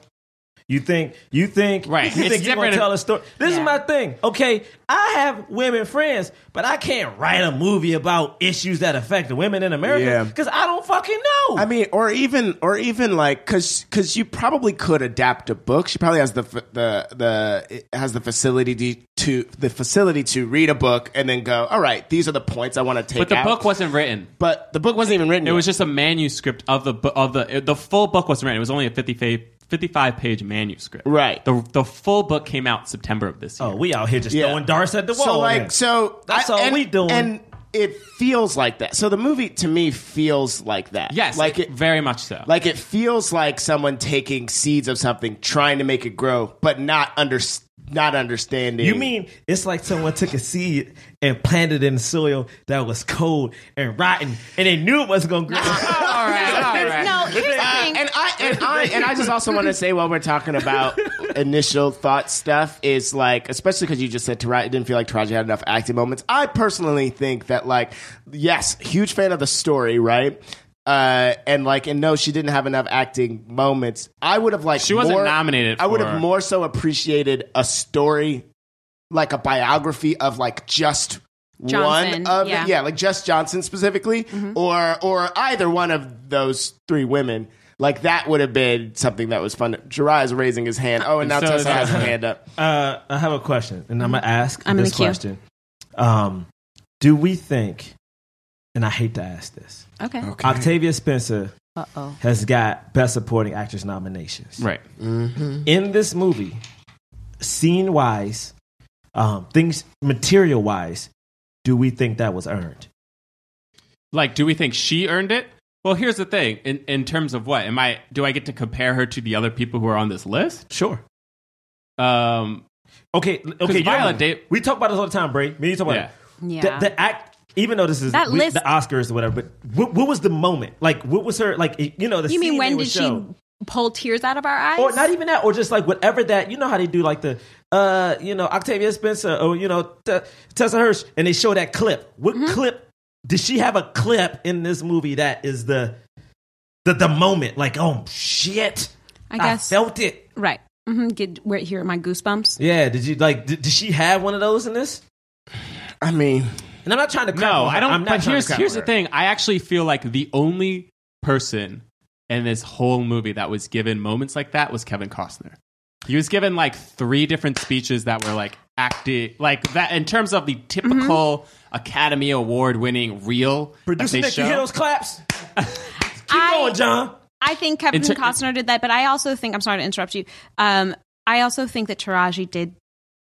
Speaker 4: You think you think
Speaker 3: Right.
Speaker 4: You
Speaker 3: It's
Speaker 4: think you're gonna
Speaker 3: different.
Speaker 4: tell a story? This is
Speaker 5: Yeah.
Speaker 4: my thing. Okay, I have women friends, but I can't write a movie about issues that affect the women in
Speaker 2: Yeah.
Speaker 4: America because I don't fucking know.
Speaker 2: I mean, or even, or even like, cause, 'cause you probably could adapt a book. She probably has the fa- the the it has the facility to the facility to read a book and then go. All right, these are the points I want to take.
Speaker 3: But the
Speaker 2: out."
Speaker 3: book wasn't written.
Speaker 2: But the book wasn't even written.
Speaker 3: It was
Speaker 2: yet.
Speaker 3: just a manuscript of the bu- of the the full book wasn't written. It was only a 50 fa- 55 page manuscript.
Speaker 2: Right.
Speaker 3: The the full book came out September of this year.
Speaker 4: oh, we out here just
Speaker 2: Yeah.
Speaker 4: throwing darts at the wall.
Speaker 2: so like
Speaker 4: man.
Speaker 2: so.
Speaker 4: That's all
Speaker 2: and,
Speaker 4: we doing.
Speaker 2: and it feels like that. So the movie to me feels like that.
Speaker 3: yes,
Speaker 2: like it.
Speaker 3: very much so.
Speaker 2: Like it feels like someone taking seeds of something, trying to make it grow, but not under, not understanding.
Speaker 4: You mean it's like someone took a seed and planted it in soil that was cold and rotten, and they knew it wasn't gonna grow.
Speaker 3: all right, all right.
Speaker 5: No, here's the thing.
Speaker 2: Uh, and I and I and I just also want to say while we're talking about initial thought stuff is like, especially because you just said Taraji it didn't feel like Taraji had enough acting moments. I personally think that like, yes, huge fan of the story, right? Uh, and like, and no, she didn't have enough acting moments. I would have like
Speaker 3: She wasn't
Speaker 2: more-
Speaker 3: nominated
Speaker 2: I would
Speaker 3: for-
Speaker 2: have more so appreciated a story, like a biography of like just.
Speaker 5: Johnson,
Speaker 2: one of
Speaker 5: yeah.
Speaker 2: yeah, like Jess Johnson specifically, or or either one of those three women. Like that would have been something that was fun. Jiraiya is raising his hand. Oh, and now
Speaker 3: So is-
Speaker 2: Tessa has her hand up.
Speaker 4: Uh, I have a question, and I'm gonna ask
Speaker 5: Mm-hmm. I'm in
Speaker 4: this
Speaker 5: the queue.
Speaker 4: question. Um, do we think? And I hate to ask this.
Speaker 5: okay.
Speaker 4: Octavia Spencer
Speaker 5: Uh oh.
Speaker 4: has got Best Supporting Actress nominations.
Speaker 3: right.
Speaker 4: In this movie, scene wise, um, things material wise, do we think that was earned?
Speaker 3: Like, do we think she earned it? Well, here's the thing. In in terms of what am I? Do I get to compare her to the other people who are on this list?
Speaker 4: Sure.
Speaker 3: Um,
Speaker 4: Okay. Okay.
Speaker 3: Viola
Speaker 4: you know,
Speaker 3: Dav-
Speaker 4: we talk about this all the time, Bray. Me, and you talk about
Speaker 3: Yeah.
Speaker 4: it.
Speaker 5: Yeah.
Speaker 4: The, the act. Even though this is
Speaker 5: That
Speaker 4: we-
Speaker 5: list-
Speaker 4: the Oscars or whatever, but what, what was the moment? Like, what was her like? You know, the
Speaker 5: you mean
Speaker 4: scene they
Speaker 5: when
Speaker 4: would
Speaker 5: did she
Speaker 4: show.
Speaker 5: pull tears out of our eyes?
Speaker 4: or Oh, not even that, or just like whatever that you know how they do like the uh you know Octavia Spencer or you know T- Tessa Hirsch, and they show that clip. What
Speaker 5: Mm-hmm.
Speaker 4: clip? Did she have a clip in this movie that is the the the moment? Like oh shit,
Speaker 5: I guess.
Speaker 4: felt it.
Speaker 5: right. hmm Get where here are my goosebumps.
Speaker 4: Yeah, did you like? Did, did she have one of those in this?
Speaker 2: I mean,
Speaker 4: And I'm not trying to. crap
Speaker 3: no,
Speaker 4: on her.
Speaker 3: I don't.
Speaker 4: I'm not
Speaker 3: but
Speaker 4: trying to
Speaker 3: here's
Speaker 4: crap
Speaker 3: here's
Speaker 4: on
Speaker 3: the
Speaker 4: her.
Speaker 3: thing. I actually feel like the only person in this whole movie that was given moments like that was Kevin Costner. He was given like three different speeches that were like acting like that in terms of the
Speaker 4: Mm-hmm.
Speaker 3: typical Academy Award winning reel
Speaker 4: Producer
Speaker 3: that they
Speaker 4: Nick, you
Speaker 3: show.
Speaker 4: hear those claps? Keep
Speaker 5: I-
Speaker 4: going, John.
Speaker 5: I think Kevin
Speaker 3: Inter-
Speaker 5: Costner did that, but I also think I'm sorry to interrupt you. Um, I also think that Taraji did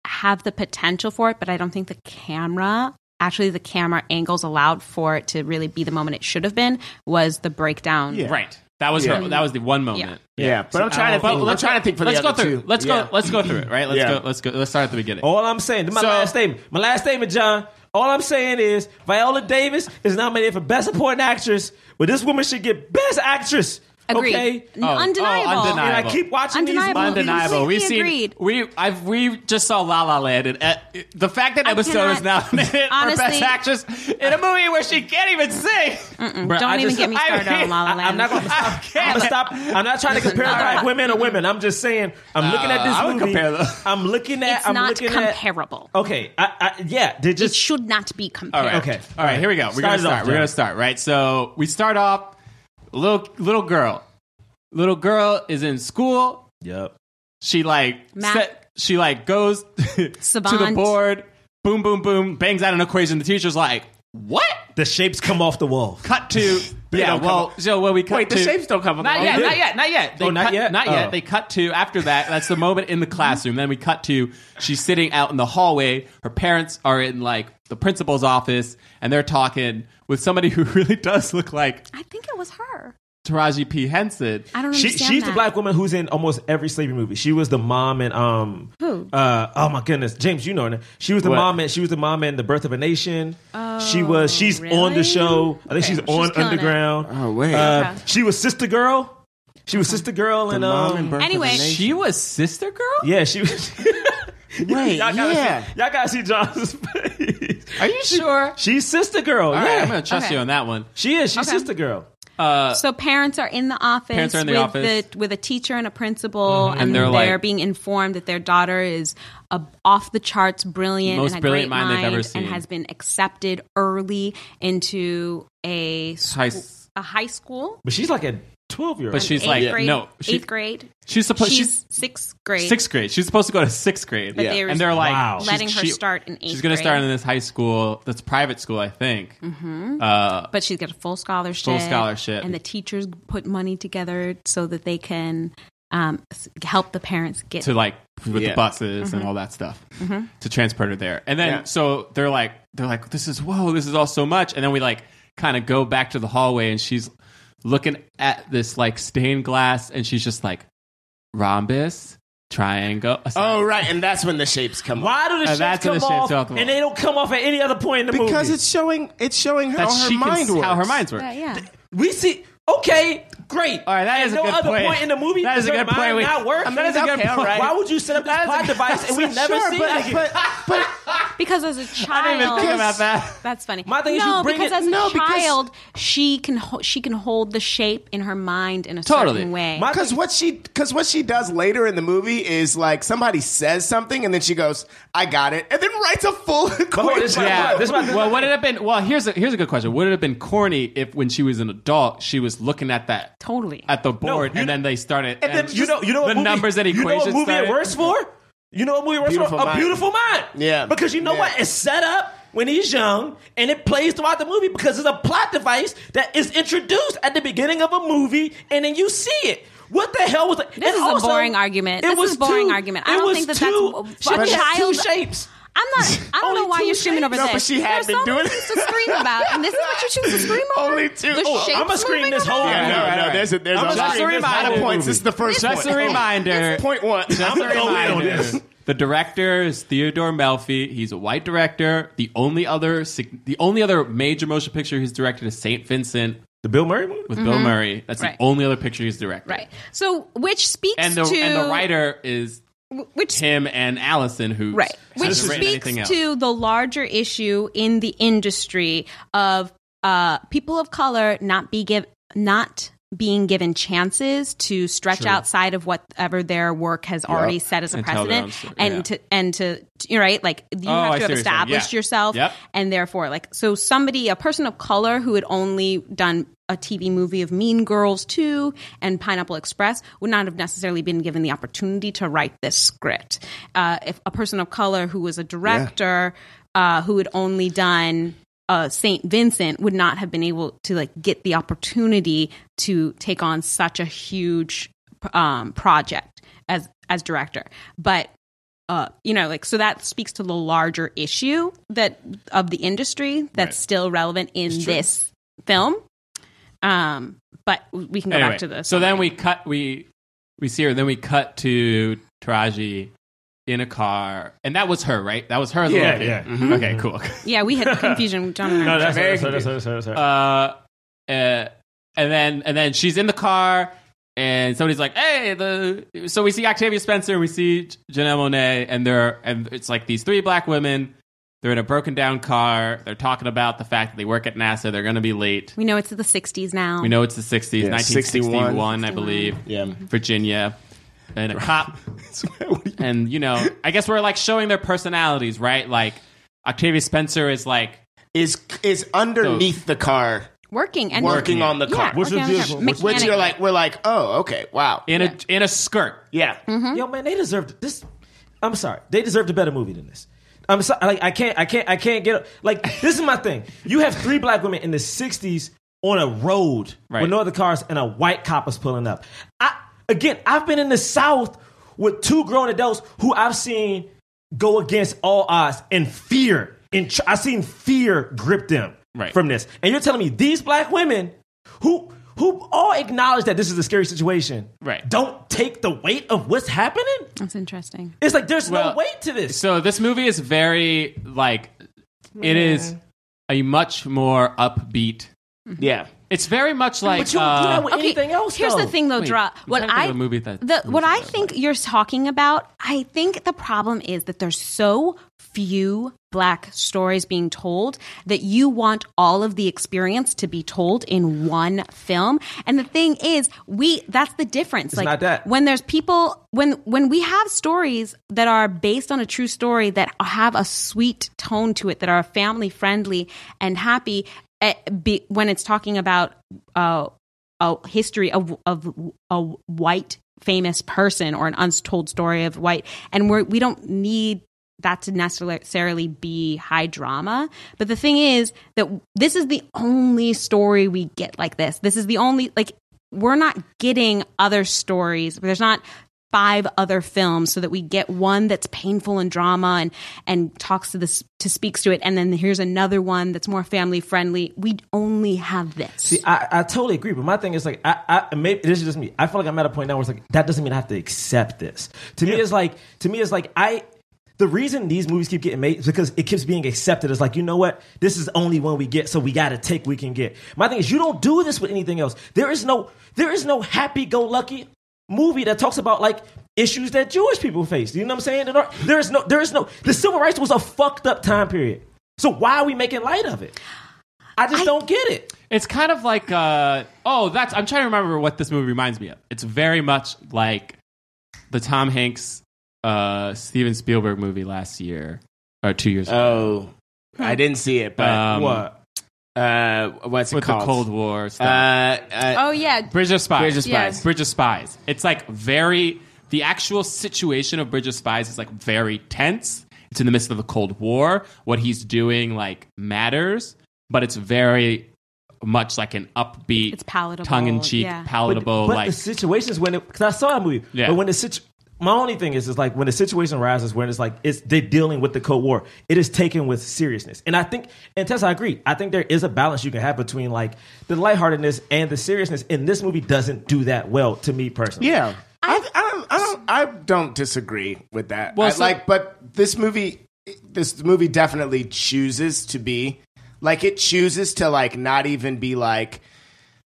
Speaker 5: have the potential for it, but I don't think the camera actually the camera angles allowed for it to really be the moment it should have been was the breakdown.
Speaker 2: Yeah.
Speaker 3: Right. That was
Speaker 2: Yeah.
Speaker 3: her, that was the one moment.
Speaker 2: yeah, but I'm trying to.
Speaker 3: But
Speaker 2: Think, I'm
Speaker 3: let's
Speaker 2: trying to think for
Speaker 3: let's
Speaker 2: the
Speaker 3: go
Speaker 2: other
Speaker 3: through.
Speaker 2: two.
Speaker 3: Let's
Speaker 2: Yeah.
Speaker 3: go. Let's go through it. Right. Let's
Speaker 2: Yeah.
Speaker 3: go. Let's go. Let's start at the beginning.
Speaker 4: All I'm saying, my
Speaker 3: So-
Speaker 4: last statement. My last statement, John. All I'm saying is Viola Davis is nominated for Best Supporting Actress, but this woman should get Best Actress.
Speaker 5: Agreed.
Speaker 4: Okay.
Speaker 5: N-
Speaker 3: Oh, oh,
Speaker 5: undeniable.
Speaker 3: undeniable.
Speaker 4: And I keep watching
Speaker 5: Undeniable.
Speaker 4: these movies.
Speaker 3: Undeniable. We've seen.
Speaker 5: Completely agreed.
Speaker 3: We I've we just saw La La Land, and uh, the fact that
Speaker 5: I
Speaker 3: episode is now
Speaker 5: cannot-
Speaker 3: for
Speaker 5: Honestly-
Speaker 3: best actress in a movie where she can't even sing.
Speaker 4: Bruh,
Speaker 5: don't
Speaker 4: I
Speaker 5: even
Speaker 4: just-
Speaker 5: get me
Speaker 3: I
Speaker 5: started
Speaker 3: mean,
Speaker 5: on La La
Speaker 4: I,
Speaker 5: Land.
Speaker 4: am not gonna stop. I'm gonna stop. I'm not trying to compare black
Speaker 5: uh,
Speaker 4: women or women. I'm just saying I'm looking at this
Speaker 3: I would
Speaker 4: movie.
Speaker 3: compare them.
Speaker 4: I'm looking at.
Speaker 5: it's
Speaker 4: I'm
Speaker 5: not
Speaker 4: looking
Speaker 5: comparable.
Speaker 4: at. Okay. I, I, yeah. They
Speaker 5: It
Speaker 4: just.
Speaker 5: should not be
Speaker 3: All
Speaker 5: comparable.
Speaker 3: right.
Speaker 4: Okay.
Speaker 3: All right. Here we go. We're gonna
Speaker 4: Start it off,
Speaker 3: start. We're gonna
Speaker 4: John.
Speaker 3: start. Right. So we start off. Little little girl. Little girl is in school.
Speaker 4: Yep.
Speaker 3: She like
Speaker 5: Math.
Speaker 3: set, she like goes to the
Speaker 5: Savant.
Speaker 3: board, boom, boom, boom, bangs out an equation. The teacher's like, "What?"
Speaker 4: The shapes come off the wall.
Speaker 3: Cut to yeah.
Speaker 4: don't come
Speaker 3: Well, so well, we cut
Speaker 2: Wait,
Speaker 3: to
Speaker 2: the shapes don't come. up.
Speaker 3: not yet, not yet, not yet. They
Speaker 4: Oh, not
Speaker 3: cut-
Speaker 4: yet?
Speaker 3: not yet.
Speaker 4: Oh.
Speaker 3: They cut to after that. That's the moment in the classroom. then we cut to she's sitting out in the hallway. Her parents are in like the principal's office, and they're talking with somebody who really does look like
Speaker 5: I think it was her.
Speaker 3: Taraji P Henson.
Speaker 5: I don't
Speaker 4: She,
Speaker 5: understand.
Speaker 4: she's
Speaker 5: that.
Speaker 4: the black woman who's in almost every slavery movie. She was the mom in um
Speaker 5: Who?
Speaker 4: uh oh my goodness James you know her. She was the
Speaker 2: What?
Speaker 4: mom in she was the mom in the Birth of a Nation. she was she's on
Speaker 5: Oh, really?
Speaker 4: the show. I think
Speaker 5: Okay,
Speaker 4: she's
Speaker 5: she's
Speaker 4: on
Speaker 5: killing it.
Speaker 4: Underground.
Speaker 2: Oh wait,
Speaker 4: Uh,
Speaker 5: Okay.
Speaker 4: She was Sister Girl. She was Sister Girl and um
Speaker 5: Anyway,
Speaker 3: She was sister girl.
Speaker 4: yeah she was.
Speaker 2: Wait,
Speaker 4: y'all gotta
Speaker 2: yeah.
Speaker 4: see, y'all gotta see John's face.
Speaker 3: Are you sure?
Speaker 4: She's Sister Girl.
Speaker 3: All
Speaker 4: yeah,
Speaker 3: right, I'm gonna trust
Speaker 5: Okay.
Speaker 3: you on that one.
Speaker 4: she is. She's
Speaker 5: Okay.
Speaker 4: Sister Girl.
Speaker 3: Uh,
Speaker 5: So parents are in the office,
Speaker 3: Parents are in the
Speaker 5: with,
Speaker 3: office. Mm-hmm.
Speaker 5: The, with a teacher and a principal, and,
Speaker 3: And
Speaker 5: they're,
Speaker 3: they're like-
Speaker 5: being informed that their daughter is a, off the charts brilliant,
Speaker 3: Most
Speaker 5: and a
Speaker 3: brilliant
Speaker 5: great
Speaker 3: mind they've ever seen.
Speaker 5: and has been accepted early into a scho-
Speaker 3: high s-
Speaker 5: a high school.
Speaker 4: But she's like a 12 year old.
Speaker 3: But she's
Speaker 5: eighth
Speaker 3: like,
Speaker 5: grade,
Speaker 3: no, she-
Speaker 5: eighth grade.
Speaker 3: she's supposed
Speaker 5: she's,
Speaker 3: she's
Speaker 5: sixth grade.
Speaker 3: sixth grade. She's supposed to go to sixth grade.
Speaker 5: But Yeah. they were
Speaker 3: and they're like
Speaker 4: Wow.
Speaker 3: she's-
Speaker 5: letting her
Speaker 3: she-
Speaker 5: start in eighth.
Speaker 3: She's going to
Speaker 5: grade,
Speaker 3: start in this high school that's private school, I think. Mm-hmm. Uh,
Speaker 5: but she gets a full scholarship.
Speaker 3: Full scholarship.
Speaker 5: and the teachers put money together so that they can um, s- help the parents get
Speaker 3: to like with
Speaker 2: Yeah.
Speaker 3: the buses
Speaker 5: Mm-hmm.
Speaker 3: and all that stuff to transport her there. And then
Speaker 2: Yeah.
Speaker 3: so they're like they're like this is whoa this is all so much. And then we like kind of go back to the hallway and she's looking at this like stained glass and she's just like rhombus triangle.
Speaker 2: Oh, right. And that's when the shapes come up.
Speaker 4: Why do the
Speaker 3: Uh,
Speaker 4: shapes
Speaker 3: that's
Speaker 4: come
Speaker 3: when the shapes
Speaker 4: off
Speaker 3: all come
Speaker 4: and
Speaker 3: off.
Speaker 4: they don't come off at any other point in the movie?
Speaker 2: Because it's showing it's showing how
Speaker 3: That
Speaker 2: her
Speaker 3: she
Speaker 2: mind
Speaker 3: can,
Speaker 2: works.
Speaker 3: how her minds work.
Speaker 5: yeah, yeah.
Speaker 4: we see. Okay, great.
Speaker 3: All right, that
Speaker 4: At
Speaker 3: is a
Speaker 4: no
Speaker 3: good
Speaker 4: other
Speaker 3: point.
Speaker 4: point in the movie.
Speaker 3: That is
Speaker 4: does
Speaker 3: a
Speaker 4: her
Speaker 3: good
Speaker 4: mind
Speaker 3: point. We-
Speaker 4: Not work.
Speaker 3: I mean, that is a good
Speaker 2: Okay, all
Speaker 3: point.
Speaker 2: right.
Speaker 4: Why would you set up this
Speaker 3: That is a
Speaker 4: plot
Speaker 3: good-
Speaker 4: device and we never
Speaker 2: sure,
Speaker 4: see
Speaker 2: but,
Speaker 4: it again?
Speaker 2: but, but
Speaker 5: because as a child,
Speaker 3: I didn't even think about that.
Speaker 5: That's funny.
Speaker 4: My thing is
Speaker 5: no,
Speaker 4: you bring
Speaker 5: because
Speaker 4: it-
Speaker 5: as a
Speaker 4: no, because-
Speaker 5: child, she can ho- she can hold the shape in her mind in a
Speaker 3: Totally.
Speaker 5: certain way.
Speaker 4: My-
Speaker 2: Because what she because what she does later in the movie is like somebody says something and then she goes, "I got it," and then writes a full
Speaker 4: this-
Speaker 2: quotation.
Speaker 3: Yeah.
Speaker 4: Right, this might-
Speaker 3: well, would it have been? Well, here's a here's a good question. Would it have been corny if, when she was an adult, she was looking at that
Speaker 5: totally.
Speaker 3: at the board,
Speaker 4: you
Speaker 3: and
Speaker 4: know-
Speaker 3: then they started.
Speaker 4: And then you know, you know what
Speaker 3: the
Speaker 4: movie,
Speaker 3: numbers and equations.
Speaker 4: You know what movie
Speaker 3: started?
Speaker 4: it works for? You know what movie it works
Speaker 2: Beautiful
Speaker 4: for?
Speaker 2: Mind.
Speaker 4: A beautiful mind.
Speaker 2: Yeah.
Speaker 4: Because you know
Speaker 2: Yeah.
Speaker 4: what? It's set up when he's young, and it plays throughout the movie because it's a plot device that is introduced at the beginning of a movie, and then you see it. What the hell was it?
Speaker 5: This is a boring argument.
Speaker 4: It
Speaker 5: This
Speaker 4: was
Speaker 5: is a boring
Speaker 4: two-
Speaker 5: argument. I
Speaker 4: it
Speaker 5: don't
Speaker 4: was
Speaker 5: think that
Speaker 4: two,
Speaker 5: that's-
Speaker 4: she
Speaker 5: a
Speaker 4: only had
Speaker 5: child-
Speaker 4: two shapes.
Speaker 5: I'm not. I don't
Speaker 4: Only
Speaker 5: know why
Speaker 4: two
Speaker 5: you're screaming over
Speaker 2: No,
Speaker 5: this.
Speaker 2: but she had
Speaker 5: There's
Speaker 2: been
Speaker 5: so
Speaker 2: doing
Speaker 5: many
Speaker 2: it.
Speaker 5: things to scream about, and this is what you choose to scream about.
Speaker 2: Only two.
Speaker 5: The
Speaker 2: Oh,
Speaker 5: shapes
Speaker 4: I'ma scream
Speaker 5: moving
Speaker 4: this whole-
Speaker 5: around.
Speaker 2: Yeah, no,
Speaker 4: Right,
Speaker 2: no,
Speaker 4: right.
Speaker 2: there's a, there's
Speaker 4: I'm
Speaker 2: a,
Speaker 4: just
Speaker 2: there's a
Speaker 4: a
Speaker 2: lot of
Speaker 4: reminder.
Speaker 2: points. This is the first
Speaker 3: Just
Speaker 2: point.
Speaker 3: a reminder.
Speaker 2: Point one.
Speaker 3: Just a
Speaker 4: I'm going in on
Speaker 3: reminder.
Speaker 4: this.
Speaker 3: The director is Theodore Melfi. He's a white director. The only other sig- the only other major motion picture he's directed is Saint Vincent
Speaker 4: The Bill Murray movie?
Speaker 3: with Bill Murray. That's
Speaker 5: Mm-hmm. Right.
Speaker 3: the only other picture he's directed.
Speaker 5: Right. So, which speaks
Speaker 3: And the
Speaker 5: to
Speaker 3: and the writer is
Speaker 5: which
Speaker 3: Tim and Allison who
Speaker 5: right which
Speaker 3: hasn't written anything
Speaker 5: speaks
Speaker 3: else.
Speaker 5: to the larger issue in the industry of uh, people of color not be give not being given chances to stretch outside of whatever their work has already set as a
Speaker 3: And tell their own
Speaker 5: precedent
Speaker 3: story,
Speaker 5: and
Speaker 3: yeah.
Speaker 5: to and to you know, right like you
Speaker 3: Oh,
Speaker 5: have
Speaker 3: I see what
Speaker 5: to have
Speaker 3: you're saying.
Speaker 5: established
Speaker 3: Yeah.
Speaker 5: yourself
Speaker 3: Yep.
Speaker 5: and therefore like so somebody a person of color who had only done a TV movie of Mean Girls 2 and Pineapple Express would not have necessarily been given the opportunity to write this script. Uh, if a person of color who was a director uh, who had only done uh, St. Vincent would not have been able to like get the opportunity to take on such a huge um, project as as director. But uh, you know, like so that speaks to the larger issue that of the industry that's still relevant in this film. Um, but we can go
Speaker 3: anyway,
Speaker 5: back to this.
Speaker 3: So then we cut we we see her. Then we cut to Taraji in a car, and that was her, right? That was her. as a
Speaker 4: Yeah,
Speaker 3: little kid. Mm-hmm.
Speaker 4: yeah. Mm-hmm.
Speaker 3: Okay, cool.
Speaker 5: yeah, we had confusion. John and I.
Speaker 3: Very
Speaker 4: her,
Speaker 3: confused.
Speaker 4: her, that's her, that's her.
Speaker 3: uh, uh, and then and then she's in the car, and somebody's like, "Hey!" The so we see Octavia Spencer and we see J- Janelle Monet, and they're and it's like these three black women. They're in a broken down car. They're talking about the fact that they work at NASA. They're going to be late.
Speaker 5: we know it's the '60s now.
Speaker 3: We know it's the 60s,
Speaker 2: Yeah,
Speaker 3: 1961,
Speaker 2: 61.
Speaker 3: I believe.
Speaker 2: Yeah.
Speaker 3: Virginia. And a cop.
Speaker 2: What do you-
Speaker 3: And, you know, I guess we're like showing their personalities, right? Like, Octavia Spencer is like,
Speaker 2: is is underneath the car,
Speaker 5: working and
Speaker 2: working on the car,
Speaker 5: Yeah, working on the car.
Speaker 2: which you're
Speaker 5: Mechanic.
Speaker 2: like, we're like, oh, okay, wow,
Speaker 3: in a in a skirt.
Speaker 2: yeah.
Speaker 3: Mm-hmm.
Speaker 4: Yo, man, they deserved this. I'm sorry, they deserved a better movie than this. I'm sorry, like I can't, I can't, I can't get like this is my thing. You have three black women in the '60s on a road
Speaker 3: Right.
Speaker 4: with no other cars, and a white cop is pulling up. I again, I've been in the South with two grown adults who I've seen go against all odds and fear. And tr- I've seen fear grip them
Speaker 3: Right.
Speaker 4: from this. And you're telling me these black women who who all acknowledge that this is a scary situation,
Speaker 3: Right.
Speaker 4: Don't take the weight of what's happening.
Speaker 5: That's interesting.
Speaker 4: It's like there's
Speaker 3: Well,
Speaker 4: no weight to this.
Speaker 3: So this movie is very, like, it is a much more upbeat.
Speaker 2: Yeah.
Speaker 3: It's very much like.
Speaker 4: but you don't do
Speaker 3: uh,
Speaker 4: that with anything else.
Speaker 5: Here's
Speaker 4: though.
Speaker 5: the thing, though,
Speaker 3: Wait,
Speaker 5: Dra.
Speaker 3: I'm
Speaker 5: What
Speaker 3: trying to think
Speaker 5: I
Speaker 3: of a movie that-
Speaker 5: the
Speaker 3: movie
Speaker 5: what I
Speaker 3: that I
Speaker 5: think you're talking about. I think the problem is that there's so few black stories being told that you want all of the experience to be told in one film. And the thing is, we that's the difference. like
Speaker 4: not that.
Speaker 5: when there's people when when we have stories that are based on a true story that have a sweet tone to it that are family friendly and happy. eh, be, when it's talking about uh, a history of of a white famous person or an untold story of white, and we're, we don't need that to necessarily be high drama. But the thing is that this is the only story we get like this. This is the only like we're not getting other stories. There's not five other films so that we get one that's painful and drama and and talks to this to speaks to it and then here's another one that's more family friendly we only have this
Speaker 4: See, I, I totally agree, but my thing is like, I, I and maybe this is just me. I feel like I'm at a point now where it's like that doesn't mean I have to accept this. To me, it's like to me, it's like I. The reason these movies keep getting made is because it keeps being accepted as like, you know what? This is the only one we get, so we gotta take what we can get. My thing is you don't do this with anything else. There is no there is no happy go lucky movie that talks about like issues that Jewish people face. You know what I'm saying? There are- There is no there is no the civil rights was a fucked up time period. So why are we making light of it? I just
Speaker 5: I-
Speaker 4: don't get it.
Speaker 3: It's kind of like, uh, oh, that's. I'm trying to remember what this movie reminds me of. It's very much like the Tom Hanks, uh, Steven Spielberg movie last year or two years ago.
Speaker 2: Oh, I didn't see it, but
Speaker 3: Um,
Speaker 2: what? Uh, what's it
Speaker 3: with
Speaker 2: called?
Speaker 3: the Cold War
Speaker 2: Uh,
Speaker 3: stuff.
Speaker 2: uh,
Speaker 5: Oh yeah,
Speaker 3: Bridge of Spies.
Speaker 2: Bridge of Spies.
Speaker 5: Yeah.
Speaker 3: Bridge of Spies. It's like very. The actual situation of Bridge of Spies is like very tense. It's in the midst of the Cold War. What he's doing like matters, but it's very much like an upbeat,
Speaker 5: It's palatable,
Speaker 3: tongue in cheek,
Speaker 5: yeah.
Speaker 3: palatable.
Speaker 4: But, but
Speaker 3: like
Speaker 4: the situations when it because I saw that movie.
Speaker 3: Yeah.
Speaker 4: But when the situ- my only thing is is like when the situation arises when it's like it's they're dealing with the Cold War. It is taken with seriousness, and I think and Tessa, I agree. I think there is a balance you can have between like the lightheartedness and the seriousness. And this movie doesn't do that well to me personally.
Speaker 2: yeah. I, I, don't, I don't. I don't disagree with that.
Speaker 3: Well,
Speaker 2: I
Speaker 3: so-
Speaker 2: like, but this movie, this movie definitely chooses to be like it chooses to like not even be like,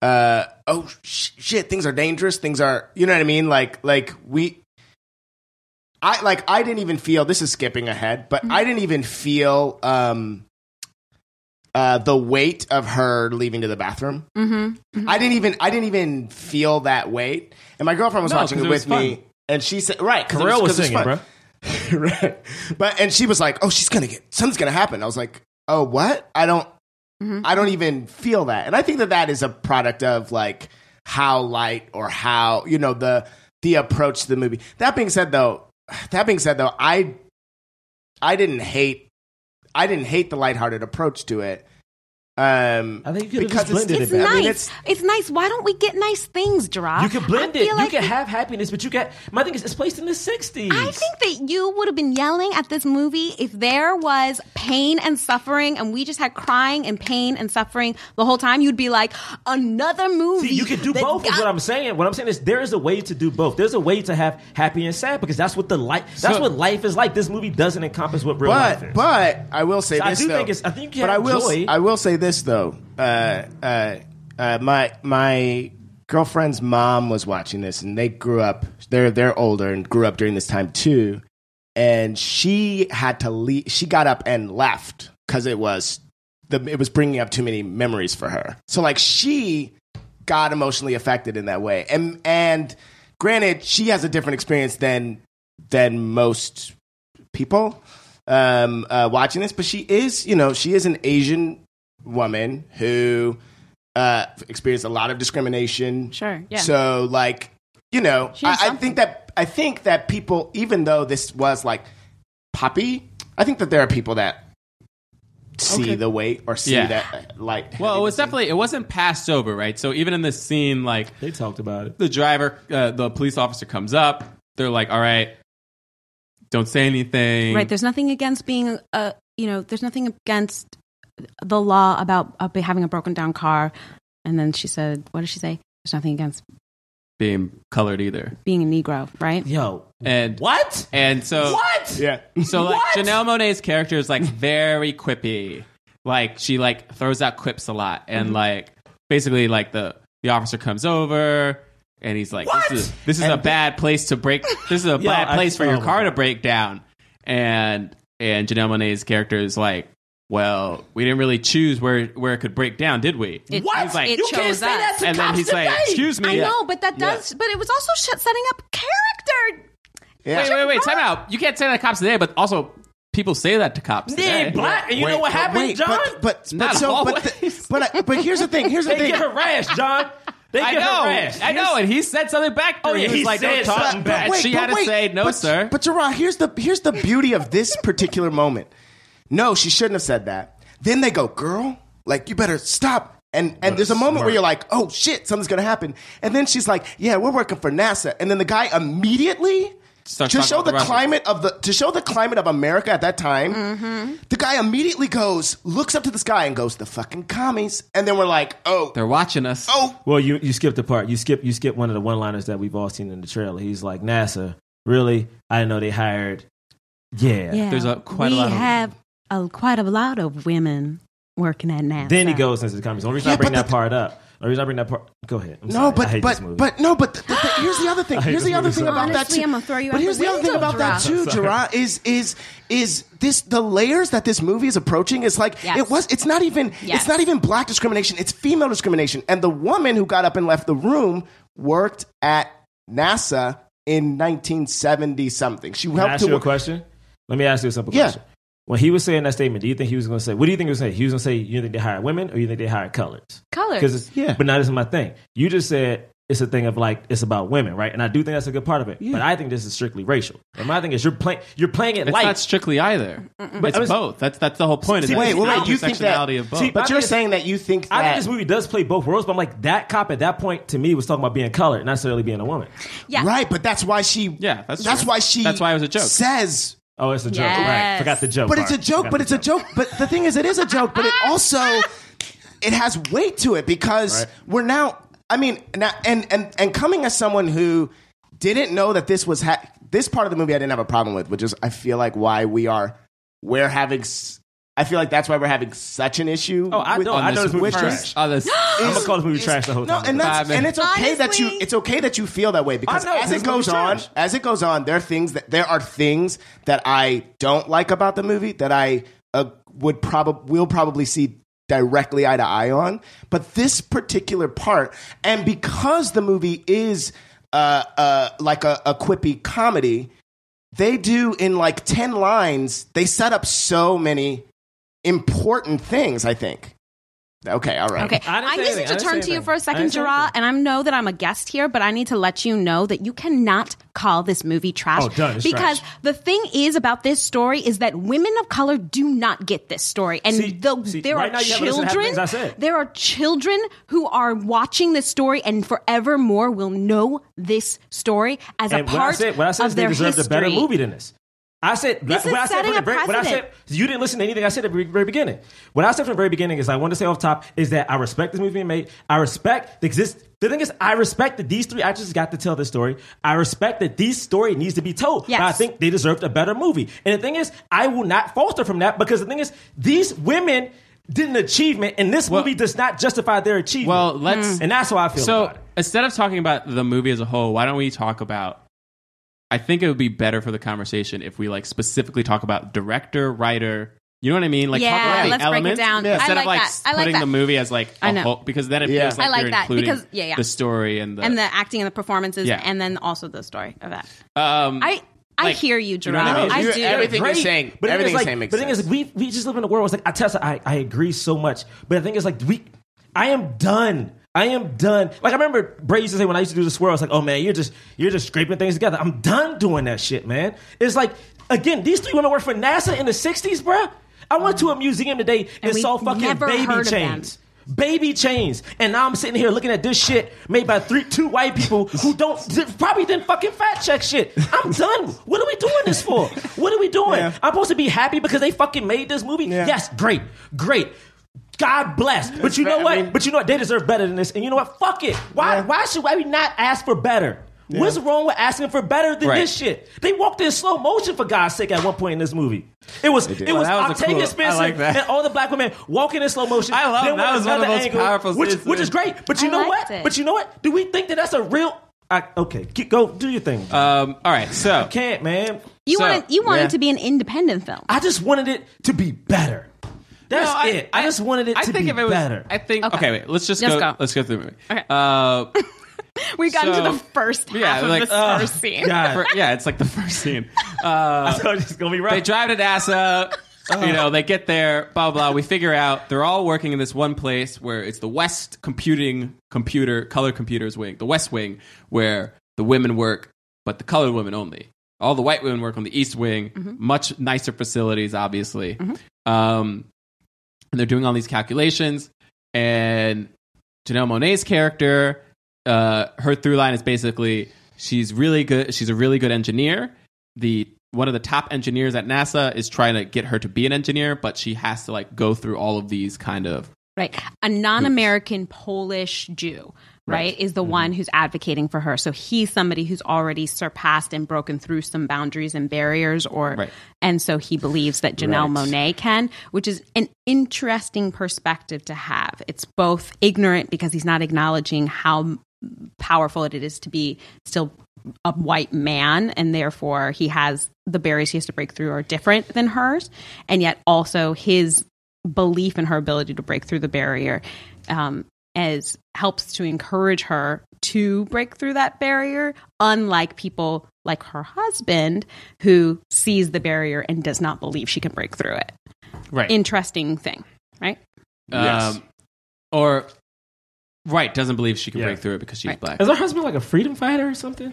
Speaker 2: uh, oh sh- shit, things are dangerous. Things are, you know what I mean? Like, like we, I like I didn't even feel this is skipping ahead, but I didn't even feel um uh the weight of her leaving to the bathroom. Mm-hmm. I didn't even I didn't even feel that weight. And my girlfriend was
Speaker 3: No,
Speaker 2: watching
Speaker 3: 'cause
Speaker 2: it
Speaker 3: it was
Speaker 2: with me, and she said, "Right, 'cause it
Speaker 4: Pharrell was
Speaker 2: 'cause it
Speaker 4: singing,
Speaker 2: fun. right?" But and she was like, "Oh, she's gonna get something's gonna happen." I was like, "Oh, what? I don't."
Speaker 5: Mm-hmm.
Speaker 2: I don't even feel that. And I think that that is a product of like how light or how, you know, the the approach to the movie. That being said though, that being said though, I I didn't hate I didn't hate the lighthearted approach to it. Um
Speaker 4: I think you could've
Speaker 2: because
Speaker 4: just blended
Speaker 2: it's-
Speaker 5: it's
Speaker 4: it
Speaker 5: nice.
Speaker 4: better.
Speaker 2: I mean,
Speaker 5: it's, nice. Why don't we get nice things, Dra?
Speaker 4: You can blend
Speaker 5: I
Speaker 4: it.
Speaker 5: feel
Speaker 4: You
Speaker 5: like
Speaker 4: can have happiness, but you got my thing is it's placed in the sixties.
Speaker 5: I think that you would have been yelling at this movie if there was pain and suffering, and we just had crying and pain and suffering the whole time. You'd be like, another movie.
Speaker 4: See, you can do
Speaker 5: that
Speaker 4: both. is
Speaker 5: got-
Speaker 4: what I'm saying. What I'm saying is there is a way to do both. There's a way to have happy and sad because that's what the life. That's
Speaker 3: So-
Speaker 4: what life is like. This movie doesn't encompass what real life is.
Speaker 2: but but I will say
Speaker 4: So I
Speaker 2: this
Speaker 4: do
Speaker 2: though.
Speaker 4: think it's- I think you
Speaker 2: but
Speaker 4: have
Speaker 2: I will
Speaker 4: joy.
Speaker 2: I will say this though. Uh, uh, uh, my my girlfriend's mom was watching this, and they grew up. They're they're older and grew up during this time too. And she had to leave. She got up and left because it was the it was bringing up too many memories for her. So like she got emotionally affected in that way. And and granted, she has a different experience than than most people um, uh, watching this, but she is, you know, she is an Asian woman who uh, experienced a lot of discrimination.
Speaker 5: Sure, yeah.
Speaker 2: So, like, you know,
Speaker 5: She has
Speaker 2: I, I
Speaker 5: something.
Speaker 2: think that I think that people, even though this was like poppy, I think that there are people that see the weight or see
Speaker 3: Yeah.
Speaker 2: that uh, light.
Speaker 3: well, it was definitely it wasn't passed over, right? So even in this scene, like
Speaker 4: they talked about it.
Speaker 3: the driver, uh, the police officer comes up. They're like, "All right, don't say anything."
Speaker 5: Right. There's nothing against being a, you know, there's nothing against the law about uh, having a broken down car. And then she said, what did she say? There's nothing against
Speaker 3: being colored either.
Speaker 5: being a Negro, right?
Speaker 4: Yo,
Speaker 3: And
Speaker 4: what?
Speaker 3: and so
Speaker 4: what?
Speaker 2: yeah.
Speaker 3: So like
Speaker 4: What?
Speaker 3: Janelle Monet's character
Speaker 5: Mm-hmm.
Speaker 3: is like very quippy. Like she like throws out quips a lot and like basically like the the officer comes over and he's like, "This is this is a bad place to break. This is a
Speaker 4: Yeah,
Speaker 3: bad
Speaker 4: I
Speaker 3: place for your
Speaker 4: saw
Speaker 3: car to
Speaker 4: that.
Speaker 3: break down." And and Janelle Monae's character is like, "Well, we didn't really choose where where it could break down, did we?"
Speaker 5: It-
Speaker 3: What?
Speaker 5: It,
Speaker 3: Like,
Speaker 5: it
Speaker 3: you
Speaker 5: chose
Speaker 3: can't
Speaker 5: us.
Speaker 3: say that to And then cops he's like, today. "Excuse me."
Speaker 5: I
Speaker 3: Yeah.
Speaker 5: know, but that does. But it was also sh- setting up character.
Speaker 2: Yeah.
Speaker 3: Wait, wait, wait! Time out. You can't say that to cops today, but also people say that to cops today.
Speaker 4: They black, and you know
Speaker 2: Wait, but
Speaker 4: what happened,
Speaker 2: wait,
Speaker 4: John?
Speaker 2: But but, but
Speaker 3: Not
Speaker 2: so but,
Speaker 3: always.
Speaker 2: the, but I- but here's the thing. Here's the thing.
Speaker 4: they get harassed, John. They
Speaker 3: I
Speaker 4: get
Speaker 3: know,
Speaker 4: harassed.
Speaker 3: I know, and he said something back. To
Speaker 4: Oh,
Speaker 3: her. he
Speaker 4: yeah,
Speaker 3: was
Speaker 4: he
Speaker 3: like, "Don't
Speaker 4: said
Speaker 3: talk."
Speaker 4: something back.
Speaker 3: And she had to say, "No,
Speaker 2: but,
Speaker 3: sir."
Speaker 2: But Gerard, here's the here's the beauty of this particular moment. No, she shouldn't have said that. Then they go, girl, like you better stop. And and there's a moment where you're like, oh shit, something's gonna happen. And then she's like, yeah, we're working for NASA. And then the guy immediately.
Speaker 3: Starts
Speaker 2: to
Speaker 3: talking
Speaker 2: show
Speaker 3: about the
Speaker 2: the
Speaker 3: Russians.
Speaker 2: climate of the to show the climate of America at that time, the guy immediately goes, looks up to the sky and goes, "The fucking commies!" And then we're like, "Oh,
Speaker 3: They're watching us.
Speaker 2: oh,
Speaker 4: Well, you you skipped a part. You skip you skip one of the one liners that we've all seen in the trailer. He's like, NASA, really? I didn't know they hired. Yeah.
Speaker 3: There's a- quite a lot
Speaker 5: We
Speaker 3: of-
Speaker 5: have a, quite a lot of women working at NASA.
Speaker 4: Then he goes into the comments. The only reason
Speaker 2: Yeah,
Speaker 4: I bring
Speaker 2: but
Speaker 4: that
Speaker 2: the-
Speaker 4: part up. The only reason I bring that part. Go ahead. I'm sorry.
Speaker 2: No,
Speaker 4: I hate
Speaker 2: but
Speaker 4: this
Speaker 2: but
Speaker 4: movie.
Speaker 2: but no, but the, the, the- here's the other thing.
Speaker 4: hate
Speaker 2: Here's
Speaker 4: this
Speaker 2: the other
Speaker 4: movie
Speaker 2: thing
Speaker 4: so
Speaker 2: about that
Speaker 5: Honestly,
Speaker 2: too.
Speaker 5: I'm gonna throw you
Speaker 2: but
Speaker 5: out
Speaker 2: here's
Speaker 5: the
Speaker 2: the other thing
Speaker 5: window,
Speaker 2: about that
Speaker 5: Gerard.
Speaker 2: too, Gerard, is is is this the layers that this movie is approaching is like
Speaker 5: Yes.
Speaker 2: it was it's not even
Speaker 5: Yes.
Speaker 2: it's not even black discrimination, it's female discrimination. And the woman who got up and left the room worked at NASA in 1970 something. She
Speaker 4: Can I
Speaker 2: helped
Speaker 4: ask
Speaker 2: to
Speaker 4: you a
Speaker 2: work.
Speaker 4: question? Let me ask you a simple
Speaker 2: Yeah.
Speaker 4: question. When he was saying that statement, do you think he was going to say? What do you think he was going to say? He was going to say, "You think they hired women, or you think they hired colors?"
Speaker 5: Colors.
Speaker 4: Because it's yeah. But now this is my thing. You just said it's a thing of like it's about women, right? And I do think that's a good part of it. But I think this is strictly racial. And my thing is you're playing you're playing it
Speaker 3: It's
Speaker 4: like
Speaker 3: not strictly either. It's
Speaker 4: I was-
Speaker 3: both. That's that's the whole point. of
Speaker 4: See,
Speaker 3: that.
Speaker 4: wait,
Speaker 3: It's
Speaker 4: wait,
Speaker 3: the
Speaker 4: wait,
Speaker 2: you think that-
Speaker 3: intersectionality of both.
Speaker 4: See,
Speaker 2: But
Speaker 4: I
Speaker 2: you're
Speaker 4: think it's-
Speaker 2: saying that you think
Speaker 4: I
Speaker 2: that
Speaker 4: think this movie does play both worlds, but I'm like that cop at that point to me was talking about being colored, not necessarily being a woman.
Speaker 5: yeah.
Speaker 2: right, but that's why she
Speaker 3: Yeah, that's true.
Speaker 2: why she
Speaker 3: That's why it was a joke.
Speaker 2: says
Speaker 4: Oh, it's a joke.
Speaker 5: Yes.
Speaker 4: Right. Forgot the joke.
Speaker 2: But
Speaker 4: part.
Speaker 2: it's a joke.
Speaker 4: Forgot
Speaker 2: But
Speaker 4: the
Speaker 2: it's a joke. But the thing is, it is a joke. But it also it has weight to it because
Speaker 4: Right.
Speaker 2: we're now. I mean, now and and and coming as someone who didn't know that this was ha- this part of the movie, I didn't have a problem with, which is I feel like why we are we're having. S- I feel like that's why we're having such an issue.
Speaker 4: Oh, I
Speaker 2: with
Speaker 4: don't. I
Speaker 2: this
Speaker 4: know this movie
Speaker 2: with
Speaker 4: trash.
Speaker 3: Oh, this-
Speaker 4: I'm gonna
Speaker 2: is-
Speaker 4: call this movie
Speaker 2: is-
Speaker 4: trash the whole
Speaker 2: No,
Speaker 4: time.
Speaker 2: and that's
Speaker 3: Five
Speaker 2: and it's okay that you
Speaker 5: Honestly.
Speaker 2: it's okay that you feel that way because
Speaker 4: know,
Speaker 2: as
Speaker 4: this
Speaker 2: it goes
Speaker 4: movie's
Speaker 2: on,
Speaker 4: trash.
Speaker 2: as it goes on, there are things that there are things that I don't like about the movie that I uh, would probably will probably see directly eye to eye on, but this particular part and because the movie is uh, uh, like a, a quippy comedy, they do in like 10 lines, they set up so many important things, I think. Okay, all right.
Speaker 5: Okay,
Speaker 4: I didn't
Speaker 5: I
Speaker 4: say
Speaker 5: need
Speaker 4: anything. I
Speaker 5: to
Speaker 4: didn't say
Speaker 5: turn to you
Speaker 4: anything.
Speaker 5: for a
Speaker 4: I
Speaker 5: second,
Speaker 4: didn't say
Speaker 5: Gerard,
Speaker 4: anything.
Speaker 5: and I know that I'm a guest here, but I need to let you know that you cannot call this movie trash.
Speaker 4: Oh, done. It's
Speaker 5: because
Speaker 4: trash.
Speaker 5: the thing is about this story is that women of color do not get this story, and
Speaker 4: See-
Speaker 5: though
Speaker 4: see,
Speaker 5: there
Speaker 4: right
Speaker 5: are
Speaker 4: now you haven't listened to half the
Speaker 5: children,
Speaker 4: things I said.
Speaker 5: there are children who are watching this story and forevermore will know this story as
Speaker 4: and
Speaker 5: a
Speaker 4: when I
Speaker 5: part
Speaker 4: said when I said
Speaker 5: of their
Speaker 4: they deserved
Speaker 5: history.
Speaker 4: a better movie than this. I said
Speaker 5: This
Speaker 4: when
Speaker 5: is
Speaker 4: I said
Speaker 5: setting
Speaker 4: from the
Speaker 5: a
Speaker 4: very, when I said
Speaker 5: precedent.
Speaker 4: you didn't listen to anything I said at the very beginning. What I said from the very beginning is I wanted to say off top is that I respect this movie being made. I respect the exist. The thing is, I respect that these three actors got to tell this story. I respect that this story needs to be told. But I
Speaker 5: Yes.
Speaker 4: think they deserved a better movie. And the thing is, I will not falter from that because the thing is, these women did an achievement, and this
Speaker 3: Well-
Speaker 4: movie does not justify their achievement.
Speaker 3: well, let's.
Speaker 4: and that's how I feel.
Speaker 3: So
Speaker 4: about it.
Speaker 3: instead of talking about the movie as a whole, why don't we talk about? I think it would be better for the conversation if we like specifically talk about director, writer. You know what I mean? Like talk
Speaker 5: Yeah,
Speaker 3: about the
Speaker 5: let's break it
Speaker 3: elements
Speaker 5: down. Yeah. I
Speaker 3: instead of
Speaker 5: like
Speaker 3: like
Speaker 5: that. I like
Speaker 3: putting the
Speaker 5: that.
Speaker 3: movie as like
Speaker 5: I
Speaker 3: a
Speaker 5: know.
Speaker 3: whole because then it
Speaker 2: Yeah.
Speaker 3: feels like
Speaker 5: I like
Speaker 3: you're
Speaker 5: that,
Speaker 3: including
Speaker 5: because- yeah, yeah.
Speaker 3: the story and the
Speaker 5: and the acting and the performances,
Speaker 3: Yeah.
Speaker 5: and then also the story of that.
Speaker 3: um,
Speaker 5: I I
Speaker 3: Like,
Speaker 5: hear you,
Speaker 3: know
Speaker 5: Gerard.
Speaker 3: what I mean?
Speaker 5: I,
Speaker 2: You're-
Speaker 5: do.
Speaker 2: everything- you're
Speaker 4: great.
Speaker 2: saying-
Speaker 4: But the thing
Speaker 2: everything
Speaker 4: is,
Speaker 2: you're
Speaker 4: like,
Speaker 2: saying makes
Speaker 4: but the thing is,
Speaker 2: sense.
Speaker 4: we we just live in a world. It's like I tell you, I I agree so much. But the thing is, like we, I am done. I am done. Like I remember Bray used to say when I used to do the swirl, it's like, oh man, you're just you're just scraping things together. I'm done doing that shit, man. It's like again, these three women work for NASA in the '60s, bruh. I went to a museum today and,
Speaker 5: And we
Speaker 4: saw fucking
Speaker 5: never heard
Speaker 4: baby
Speaker 5: of
Speaker 4: chains.
Speaker 5: them.
Speaker 4: Baby chains, and now I'm sitting here looking at this shit made by three, two white people who don't probably didn't fucking fact check shit. I'm done. What are we doing this for? What are we doing?
Speaker 2: Yeah.
Speaker 4: I'm supposed to be happy because they fucking made this movie.
Speaker 2: Yeah.
Speaker 4: Yes, great, great. God bless. But you know
Speaker 2: I
Speaker 4: what?
Speaker 2: mean-
Speaker 4: but you know what? They deserve better than this. And you know what? Fuck it. Why?
Speaker 2: Yeah.
Speaker 4: Why should why we not ask for better? What's wrong with asking for better than
Speaker 3: Right.
Speaker 4: this shit? They walked in slow motion for God's sake at one point in this movie. It was it
Speaker 2: did.
Speaker 4: was
Speaker 3: That was a
Speaker 4: Octavia
Speaker 3: cool- I
Speaker 4: Spencer
Speaker 3: like that.
Speaker 4: and all the black women walking in slow motion.
Speaker 3: I love-
Speaker 4: Then
Speaker 3: that
Speaker 4: went
Speaker 3: was one of the
Speaker 4: another
Speaker 3: most powerful
Speaker 4: which,
Speaker 3: scenes,
Speaker 4: which is
Speaker 3: man.
Speaker 4: great. But you
Speaker 5: I
Speaker 4: know
Speaker 5: liked
Speaker 4: what?
Speaker 5: it.
Speaker 4: But you know what? Do we think that that's a real? I, okay, get, go do your thing.
Speaker 3: Um, all right, so
Speaker 4: Can't man.
Speaker 5: You
Speaker 3: So,
Speaker 5: wanted you wanted
Speaker 3: yeah.
Speaker 5: to be an independent film.
Speaker 4: I just wanted it to be better. That's
Speaker 3: No, I-
Speaker 4: it. I, just wanted it
Speaker 3: I
Speaker 4: to
Speaker 3: think
Speaker 4: be
Speaker 3: if it was,
Speaker 4: better.
Speaker 3: I think okay.
Speaker 5: Okay.
Speaker 3: wait, let's just
Speaker 5: Let's
Speaker 3: go,
Speaker 5: go.
Speaker 3: Let's go through the movie.
Speaker 5: Okay.
Speaker 3: Uh,
Speaker 5: we got
Speaker 3: so-
Speaker 5: into the first half
Speaker 3: yeah,
Speaker 5: of
Speaker 3: like,
Speaker 5: this
Speaker 3: ugh,
Speaker 5: first scene.
Speaker 4: God.
Speaker 3: for- yeah, it's like the first scene.
Speaker 4: so it's gonna be
Speaker 3: They
Speaker 4: right.
Speaker 3: drive to NASA. You know, they get there, blah blah. We figure out they're all working in this one place where it's the West Computing Computer Color Computers Wing, the West Wing, where the women work, but the colored women only. All the white women work on the East Wing, much nicer facilities, obviously. Um, and they're doing all these calculations. And Janelle Monet's character, uh, her through line is basically she's really good. She's a really good engineer. The one of the top engineers at NASA is trying to get her to be an engineer, but she has to like go through all of these kind of
Speaker 5: Right. A non American Polish Jew, right, is
Speaker 3: Mm-hmm.
Speaker 5: the one who's advocating for her. So he's somebody who's already surpassed and broken through some boundaries and barriers or
Speaker 3: Right.
Speaker 5: and so he believes that Janelle
Speaker 4: Right.
Speaker 5: Monet can, which is an interesting perspective to have. It's both ignorant because he's not acknowledging how m- powerful it is to be still a white man and therefore he has the barriers he has to break through are different than hers and yet also his belief in her ability to break through the barrier um, as helps to encourage her to break through that barrier unlike people like her husband who sees the barrier and does not believe she can break through it
Speaker 3: right.
Speaker 5: interesting thing right
Speaker 3: um,
Speaker 2: Yes.
Speaker 3: or right doesn't believe she can
Speaker 4: Yeah.
Speaker 3: break through it because she's
Speaker 5: Right.
Speaker 3: black.
Speaker 4: Is her husband like a freedom fighter or something?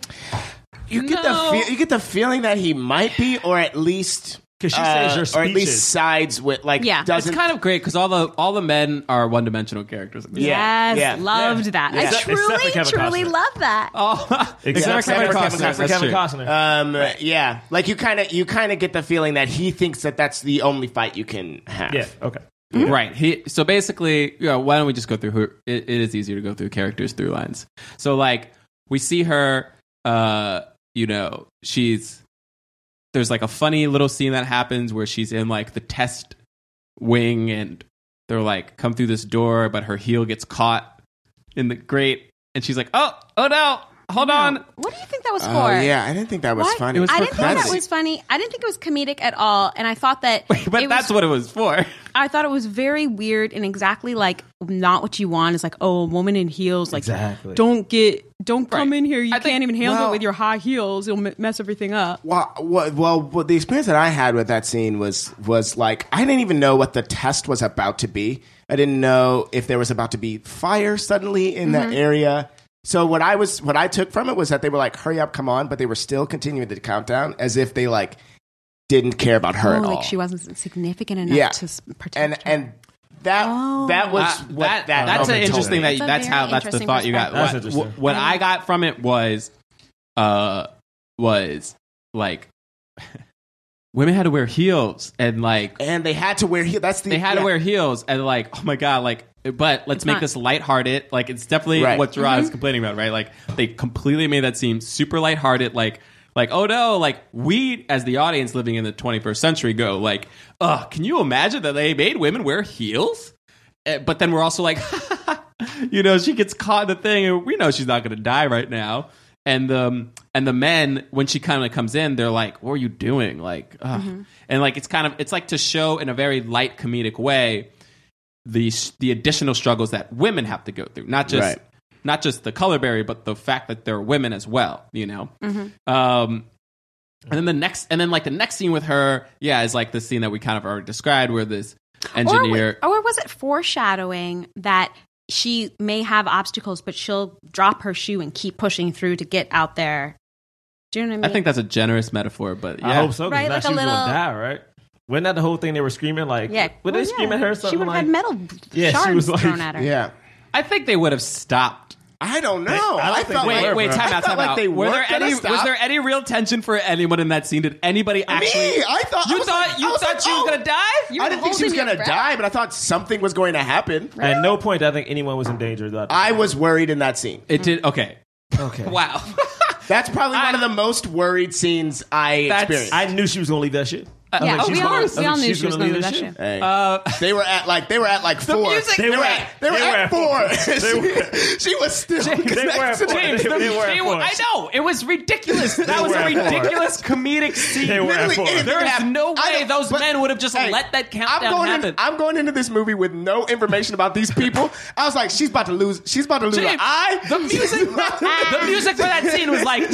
Speaker 2: You get the
Speaker 5: No.
Speaker 2: feel, you get the feeling that he might be, or at least uh,
Speaker 4: 'Cause she says your
Speaker 2: or at
Speaker 4: speeches.
Speaker 2: least sides with like
Speaker 5: Yeah. It's
Speaker 3: It's
Speaker 2: doesn't
Speaker 3: kind of great because all the all the men are one dimensional characters.
Speaker 2: Yeah,
Speaker 5: yes
Speaker 2: yeah.
Speaker 5: loved
Speaker 4: Yeah.
Speaker 5: that
Speaker 4: Yeah.
Speaker 5: i
Speaker 4: Except- except for
Speaker 5: truly
Speaker 4: Kevin
Speaker 5: truly
Speaker 4: Costner.
Speaker 5: love that
Speaker 3: Oh,
Speaker 4: Except for Kevin Costner.
Speaker 3: That's
Speaker 4: For Kevin
Speaker 3: true. Uh,
Speaker 4: Costner.
Speaker 2: Um, yeah, like you kind of you kind of get the feeling that he thinks that that's the only fight you can have.
Speaker 4: yeah. Okay.
Speaker 3: Right. He, so basically, you know, why don't we just go through her? It, it is easier to go through characters through lines. So like we see her, uh, you know, she's there's like a funny little scene that happens where she's in like the test wing and they're like come through this door, but her heel gets caught in the grate, and she's like, oh, oh no, hold on.
Speaker 5: what do you think that was for
Speaker 2: Oh yeah, I didn't think that was
Speaker 5: What?
Speaker 2: funny.
Speaker 3: It was
Speaker 5: I
Speaker 3: for
Speaker 5: didn't think that
Speaker 2: comedy.
Speaker 5: was funny. I didn't think it was comedic at all, and I thought that.
Speaker 3: But
Speaker 5: it
Speaker 3: that's
Speaker 5: was,
Speaker 3: what it was for.
Speaker 5: I thought it was very weird and exactly like not what you want. It's like, oh, a woman in heels, like
Speaker 4: Exactly.
Speaker 5: don't get, don't come
Speaker 3: Right.
Speaker 5: in here. You
Speaker 3: I
Speaker 5: can't
Speaker 3: think-
Speaker 5: even handle
Speaker 2: well-
Speaker 5: it with your high heels. You'll m- mess everything up.
Speaker 2: Well, well, well, well, the experience that I had with that scene was was like I didn't even know what the test was about to be. I didn't know if there was about to be fire suddenly in
Speaker 5: Mm-hmm.
Speaker 2: that area. So what I was what I took from it was that they were like, "Hurry up, come on!" But they were still continuing the countdown as if they like didn't care about her
Speaker 5: Oh,
Speaker 2: at all.
Speaker 5: like she wasn't significant enough
Speaker 2: Yeah.
Speaker 5: to s- protect
Speaker 2: and
Speaker 5: her.
Speaker 2: and that
Speaker 5: Oh.
Speaker 2: that was
Speaker 3: Uh,
Speaker 2: what that,
Speaker 3: that's an
Speaker 2: moment told me.
Speaker 3: interesting that
Speaker 5: That's a
Speaker 3: that's
Speaker 5: very
Speaker 3: how that's the
Speaker 5: interesting
Speaker 3: thought you got
Speaker 5: perspective.
Speaker 4: That's
Speaker 3: What-
Speaker 4: interesting.
Speaker 3: what i got from it was uh was like women had to wear heels and like
Speaker 2: and they had to wear heel. That's the
Speaker 3: they had
Speaker 2: Eh, yeah.
Speaker 3: to wear heels and like oh my god like but let's
Speaker 5: It's
Speaker 3: make
Speaker 5: not-
Speaker 3: this lighthearted like it's definitely
Speaker 2: Right.
Speaker 3: what Gerard is complaining about right like they completely made that seem super lighthearted like like oh no like we as the audience living in the 21st century go like uh can you imagine that they made women wear heels Eh, but then we're also like you know she gets caught in the thing and we know she's not going to die right now and um and the men when she kind of comes in they're like what are you doing like ugh. and like it's kind of it's like to show in a very light comedic way the the additional struggles that women have to go through not just
Speaker 2: Right.
Speaker 3: not just the color barrier but the fact that they're women as well you know um and then the next and then like the next scene with her yeah is like the scene that we kind of already described where this engineer
Speaker 5: Or, wa- or was it foreshadowing that she may have obstacles, but she'll drop her shoe and keep pushing through to get out there? Do you know what I mean?
Speaker 3: I think that's a generous metaphor, but yeah.
Speaker 4: I hope so. 'cause
Speaker 5: Right,
Speaker 4: now
Speaker 5: like a
Speaker 4: she's
Speaker 5: little-
Speaker 4: gonna die, right? Wasn't that the whole thing they were screaming like?
Speaker 5: yeah.
Speaker 4: Were
Speaker 5: Well,
Speaker 4: they
Speaker 5: yeah.
Speaker 4: screaming at her? or
Speaker 5: She
Speaker 4: Something
Speaker 5: would have
Speaker 4: like
Speaker 5: had metal
Speaker 4: Yeah, she
Speaker 5: shards
Speaker 4: was like-
Speaker 5: thrown at her.
Speaker 2: yeah.
Speaker 3: I think they would have stopped.
Speaker 2: I don't know.
Speaker 4: I don't
Speaker 2: I,
Speaker 4: think
Speaker 2: felt like,
Speaker 4: they
Speaker 3: Wait,
Speaker 4: were,
Speaker 3: wait,
Speaker 4: bro.
Speaker 3: time
Speaker 2: I
Speaker 3: out,
Speaker 2: felt
Speaker 3: time
Speaker 2: like
Speaker 3: out.
Speaker 2: they
Speaker 3: Were there
Speaker 2: weren't gonna
Speaker 3: any was
Speaker 2: stop.
Speaker 3: there any real tension for anyone in that scene? Did anybody actually?
Speaker 2: I thought- I
Speaker 3: you
Speaker 2: was
Speaker 3: thought
Speaker 2: like-
Speaker 3: you
Speaker 2: I was
Speaker 3: thought
Speaker 2: like,
Speaker 3: she was
Speaker 2: oh.
Speaker 3: gonna die. You
Speaker 2: I didn't think she was
Speaker 5: holding
Speaker 2: gonna
Speaker 5: your breath.
Speaker 2: die, but I thought something was going to happen.
Speaker 4: At no point did I think anyone was in danger.
Speaker 2: I was worried in that scene.
Speaker 3: it did. Okay.
Speaker 4: okay.
Speaker 3: Wow.
Speaker 2: That's probably one of the most worried scenes I experienced.
Speaker 4: I knew she was gonna leave that shit. I was
Speaker 5: yeah,
Speaker 4: like,
Speaker 5: oh,
Speaker 4: she's
Speaker 5: we all,
Speaker 4: gonna- I
Speaker 5: we all
Speaker 4: like,
Speaker 5: knew
Speaker 4: she's
Speaker 5: she was
Speaker 4: gonna
Speaker 5: going to do
Speaker 4: leave
Speaker 5: that
Speaker 4: this
Speaker 5: shit.
Speaker 2: Hey.
Speaker 3: Uh,
Speaker 2: they were at like they were at like four.
Speaker 5: music-
Speaker 2: They were at they were at four.
Speaker 4: They were at
Speaker 2: She- she was still connected.
Speaker 4: four.
Speaker 3: James,
Speaker 4: They-
Speaker 3: the-
Speaker 4: they were at
Speaker 3: they were- I
Speaker 4: first.
Speaker 3: know it was ridiculous. That was
Speaker 4: were
Speaker 3: a
Speaker 4: at first.
Speaker 3: ridiculous comedic scene.
Speaker 4: They were at
Speaker 2: Literally
Speaker 4: first.
Speaker 2: anything
Speaker 3: There
Speaker 2: could
Speaker 3: is
Speaker 2: happen.
Speaker 3: no
Speaker 2: I
Speaker 3: way
Speaker 2: don't-
Speaker 3: those men would have just let that countdown
Speaker 2: I'm going in-
Speaker 3: happen.
Speaker 2: I'm going into this movie with no information about these people. I was like, she's about to lose. She's about to lose.
Speaker 3: James,
Speaker 2: an eye.
Speaker 3: the music, the music for that scene was like.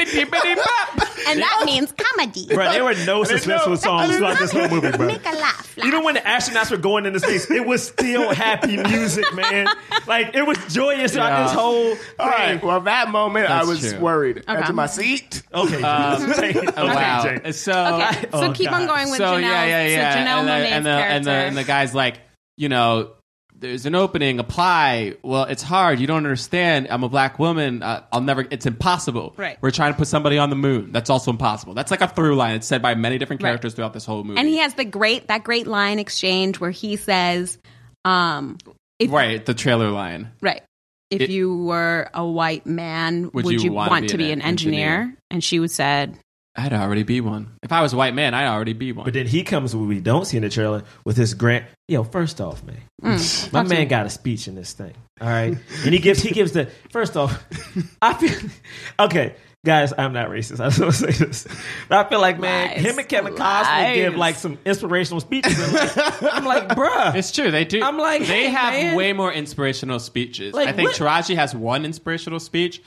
Speaker 5: And that means comedy.
Speaker 4: Bro, there were no suspenseful songs throughout this whole movie, bro.
Speaker 5: Make a laugh. laugh.
Speaker 4: Even when the astronauts were going into space, it was still happy music, man. Like it was joyous throughout
Speaker 3: Yeah.
Speaker 4: this whole.
Speaker 5: Uh,
Speaker 2: All right. Well, that moment I
Speaker 3: That's
Speaker 2: was
Speaker 3: true.
Speaker 2: worried.
Speaker 5: Okay.
Speaker 2: Into my seat.
Speaker 4: Okay, Jay. okay, Jay.
Speaker 3: Wow. So.
Speaker 5: Okay, so
Speaker 4: Oh,
Speaker 5: keep on
Speaker 4: God.
Speaker 5: going with
Speaker 3: so
Speaker 5: Janelle.
Speaker 3: yeah, yeah, yeah.
Speaker 5: So Janelle
Speaker 3: and, the,
Speaker 5: Monae's
Speaker 3: and, the,
Speaker 5: character.
Speaker 3: and the and the guy's like, you know, there's an opening. Apply. Well, it's hard. You don't understand. I'm a black woman. Uh, I'll never. It's impossible.
Speaker 5: Right.
Speaker 3: We're trying to put somebody on the moon. That's also impossible. That's like a through line. It's said by many different
Speaker 5: Right.
Speaker 3: characters throughout this whole movie.
Speaker 5: and he has the great that great line exchange where he says, um, if,
Speaker 3: right the trailer line.
Speaker 5: right. If
Speaker 3: It-
Speaker 5: you were a white man, would, you, want, to be an engineer? And she would said,
Speaker 3: I'd already be one. If I was a white man, I'd already be one.
Speaker 4: But then he comes, what we don't see in the trailer, with his grant. Yo, first off, man,
Speaker 5: Mm,
Speaker 4: my man got a speech in this thing. All right, and he gives he gives the first off. I feel okay, guys. I'm not racist. I just want to say this. But I feel like man,
Speaker 5: Lies.
Speaker 4: him and Kevin Costner give
Speaker 5: Lies.
Speaker 4: like some inspirational speeches. And, like, I'm like, bruh,
Speaker 3: It's true. They do.
Speaker 4: I'm like,
Speaker 3: they
Speaker 4: hey,
Speaker 3: have
Speaker 4: man.
Speaker 3: way more inspirational speeches.
Speaker 4: Like,
Speaker 3: I think
Speaker 4: what-
Speaker 3: Taraji has one inspirational speech.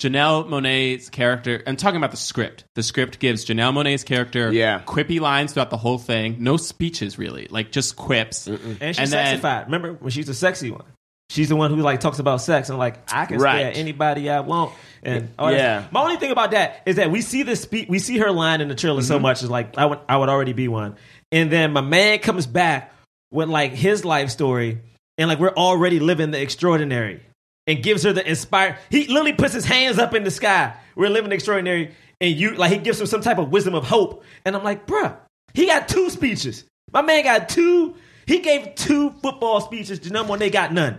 Speaker 3: Janelle Monet's character. I'm talking about the script. The script gives Janelle Monet's character
Speaker 2: Yeah.
Speaker 3: quippy lines throughout the whole thing. No speeches really, like just quips.
Speaker 4: and she's
Speaker 3: And then-
Speaker 4: sexified. Remember when she's the sexy one? She's the one who like talks about sex and like I can
Speaker 2: Right.
Speaker 4: stay at anybody I want. And all
Speaker 2: Yeah.
Speaker 4: that. my only thing about that is that we see this spe- we see her line in the trailer
Speaker 2: Mm-hmm.
Speaker 4: so much is like I would I would already be one. And then my man comes back with like his life story and like we're already living the extraordinary and gives her the inspire. He literally puts his hands up in the sky. We're living the extraordinary and you like he gives him some type of wisdom of hope. And I'm like, bruh, he got two speeches. My man got two. He gave two football speeches. Janelle Monae got none.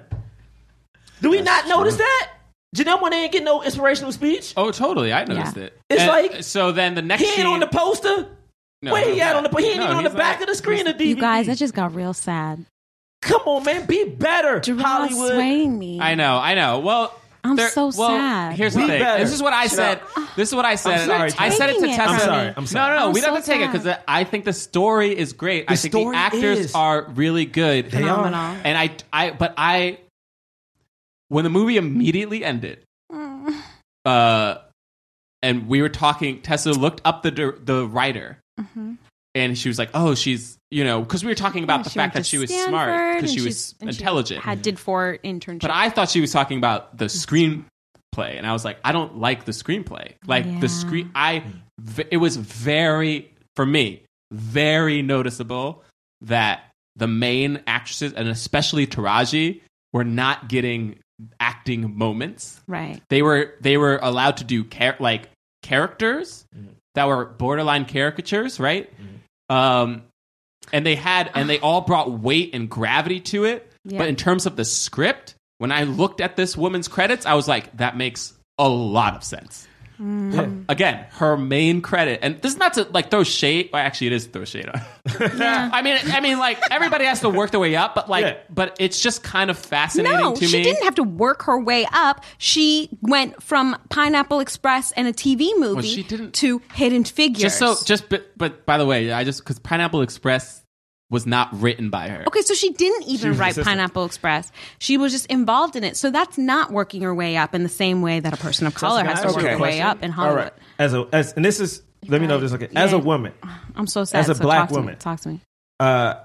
Speaker 4: Do we not notice that? Janelle Monae ain't get no inspirational speech.
Speaker 3: Oh, totally. I noticed
Speaker 5: Yeah.
Speaker 3: it.
Speaker 4: It's
Speaker 3: And
Speaker 4: like-
Speaker 3: so. Then the next
Speaker 4: He ain't
Speaker 3: scene,
Speaker 4: on the poster.
Speaker 3: No,
Speaker 4: Where he
Speaker 3: no,
Speaker 4: at on the? He ain't
Speaker 3: no,
Speaker 4: even on the
Speaker 3: he's
Speaker 4: back
Speaker 3: like-
Speaker 4: of the screen of DVD.
Speaker 5: "You guys, I just got real sad.
Speaker 4: come on, man, be better,
Speaker 5: Jerome
Speaker 4: Hollywood.
Speaker 5: swaying me.
Speaker 3: I know. I know. Well.
Speaker 5: I'm
Speaker 3: there-
Speaker 5: so
Speaker 3: well,
Speaker 5: sad.
Speaker 3: Here's
Speaker 4: Be
Speaker 3: the thing.
Speaker 4: better.
Speaker 3: This is what I said. This is what I said.
Speaker 4: sorry,
Speaker 3: I said it to
Speaker 5: Taking it
Speaker 3: Tessa.
Speaker 5: from
Speaker 4: I'm sorry.
Speaker 5: me.
Speaker 4: I'm sorry.
Speaker 3: No, no, no.
Speaker 5: I'm
Speaker 3: we don't
Speaker 5: so
Speaker 3: have to take it
Speaker 5: sad.
Speaker 3: because I think the story is great. I think the
Speaker 4: story
Speaker 3: actors
Speaker 4: is.
Speaker 3: are really good.
Speaker 4: They are.
Speaker 5: Phenomenal.
Speaker 3: And I, I, but I, when the movie immediately ended,
Speaker 5: Mm.
Speaker 3: uh, and we were talking, Tessa looked up the dir- the writer,
Speaker 5: Mm-hmm.
Speaker 3: and she was like, "Oh, she's you know," because we were talking about the
Speaker 5: She went
Speaker 3: fact
Speaker 5: to
Speaker 3: that she was
Speaker 5: Stanford,
Speaker 3: smart because
Speaker 5: and
Speaker 3: she
Speaker 5: she's-
Speaker 3: was
Speaker 5: and she
Speaker 3: intelligent.
Speaker 5: had did four internships.
Speaker 3: But I thought she was talking about the screenplay, and I was like, I don't like the screenplay. Like
Speaker 5: Yeah.
Speaker 3: the screen, I v- it was very for me very noticeable that the main actresses and especially Taraji were not getting acting moments.
Speaker 5: right.
Speaker 3: They were they were allowed to do char- like characters that were borderline caricatures, right? Um, and they had and they all brought weight and gravity to it.
Speaker 5: Yeah.
Speaker 3: But in terms of the script, when I looked at this woman's credits, I was like, that makes a lot of sense.
Speaker 5: Mm.
Speaker 3: Her- again, her main credit, and this is not to like throw shade. Well, actually, it is to throw shade on. I mean, I mean, like everybody has to work their way up, but like,
Speaker 4: Yeah.
Speaker 3: but it's just kind of fascinating
Speaker 5: No,
Speaker 3: to
Speaker 5: she
Speaker 3: me.
Speaker 5: didn't have to work her way up. She went from Pineapple Express and a TV movie
Speaker 3: she didn't-
Speaker 5: to Hidden Figures.
Speaker 3: just so just but, but by the way i just because pineapple express was not written by her
Speaker 5: okay, so she didn't even
Speaker 4: was
Speaker 5: write
Speaker 4: assistant.
Speaker 5: Pineapple Express. She was just involved in it. So that's not working her way up in the same way that a person of color
Speaker 4: can I
Speaker 5: has to
Speaker 4: ask
Speaker 5: work
Speaker 4: you a
Speaker 5: her way
Speaker 4: question?
Speaker 5: up in Hollywood.
Speaker 2: right.
Speaker 4: As a as and this is let me know if this is okay. As a
Speaker 5: Yeah.
Speaker 4: woman,
Speaker 5: I'm so sad.
Speaker 4: As a
Speaker 5: so
Speaker 4: black
Speaker 5: talk to me.
Speaker 4: woman.
Speaker 5: talk to me.
Speaker 4: uh,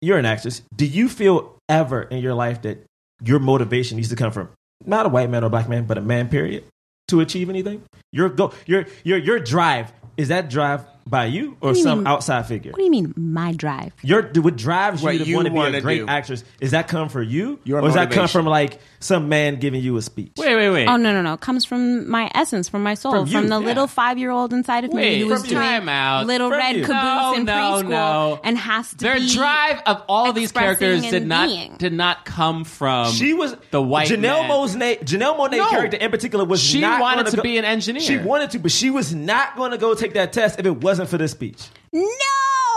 Speaker 4: you're an actress. Do you feel ever in your life that your motivation needs to come from not a white man or a black man, but a man? Period. To achieve anything, your go, your your your drive is that drive by you or
Speaker 5: do you
Speaker 4: some
Speaker 5: mean?
Speaker 4: outside figure?
Speaker 5: What do you mean, my drive?
Speaker 4: Your what drives
Speaker 2: What
Speaker 4: you to
Speaker 2: you
Speaker 4: want to be
Speaker 2: wanna
Speaker 4: a great
Speaker 2: do.
Speaker 4: actress? Is that come from you,
Speaker 2: Your
Speaker 4: or does that come
Speaker 2: motivation.
Speaker 4: from like some man giving you a speech?
Speaker 3: Wait, wait, wait.
Speaker 5: Oh no no no! It comes from my essence, from my soul,
Speaker 4: From
Speaker 5: from,
Speaker 4: you,
Speaker 5: the
Speaker 4: yeah.
Speaker 5: little five-year-old inside of
Speaker 3: Wait,
Speaker 5: me who was
Speaker 3: from you.
Speaker 5: doing
Speaker 3: Time out.
Speaker 5: little
Speaker 4: From
Speaker 5: red
Speaker 4: you.
Speaker 5: caboose
Speaker 3: No,
Speaker 5: in
Speaker 3: no,
Speaker 5: preschool
Speaker 3: no.
Speaker 5: and has to
Speaker 3: Their
Speaker 5: be
Speaker 3: drive of all of these
Speaker 5: expressing
Speaker 3: characters did
Speaker 5: and
Speaker 3: not
Speaker 5: being.
Speaker 3: did not come from
Speaker 4: She was
Speaker 3: um, the white
Speaker 4: Janelle
Speaker 3: man.
Speaker 4: Monae. Janelle Monae
Speaker 3: No.
Speaker 4: character in particular was
Speaker 3: She
Speaker 4: not
Speaker 3: wanted
Speaker 4: gonna
Speaker 3: to
Speaker 4: go-
Speaker 3: be an engineer.
Speaker 4: She wanted to, but she was not going to go take that test if it wasn't for this speech.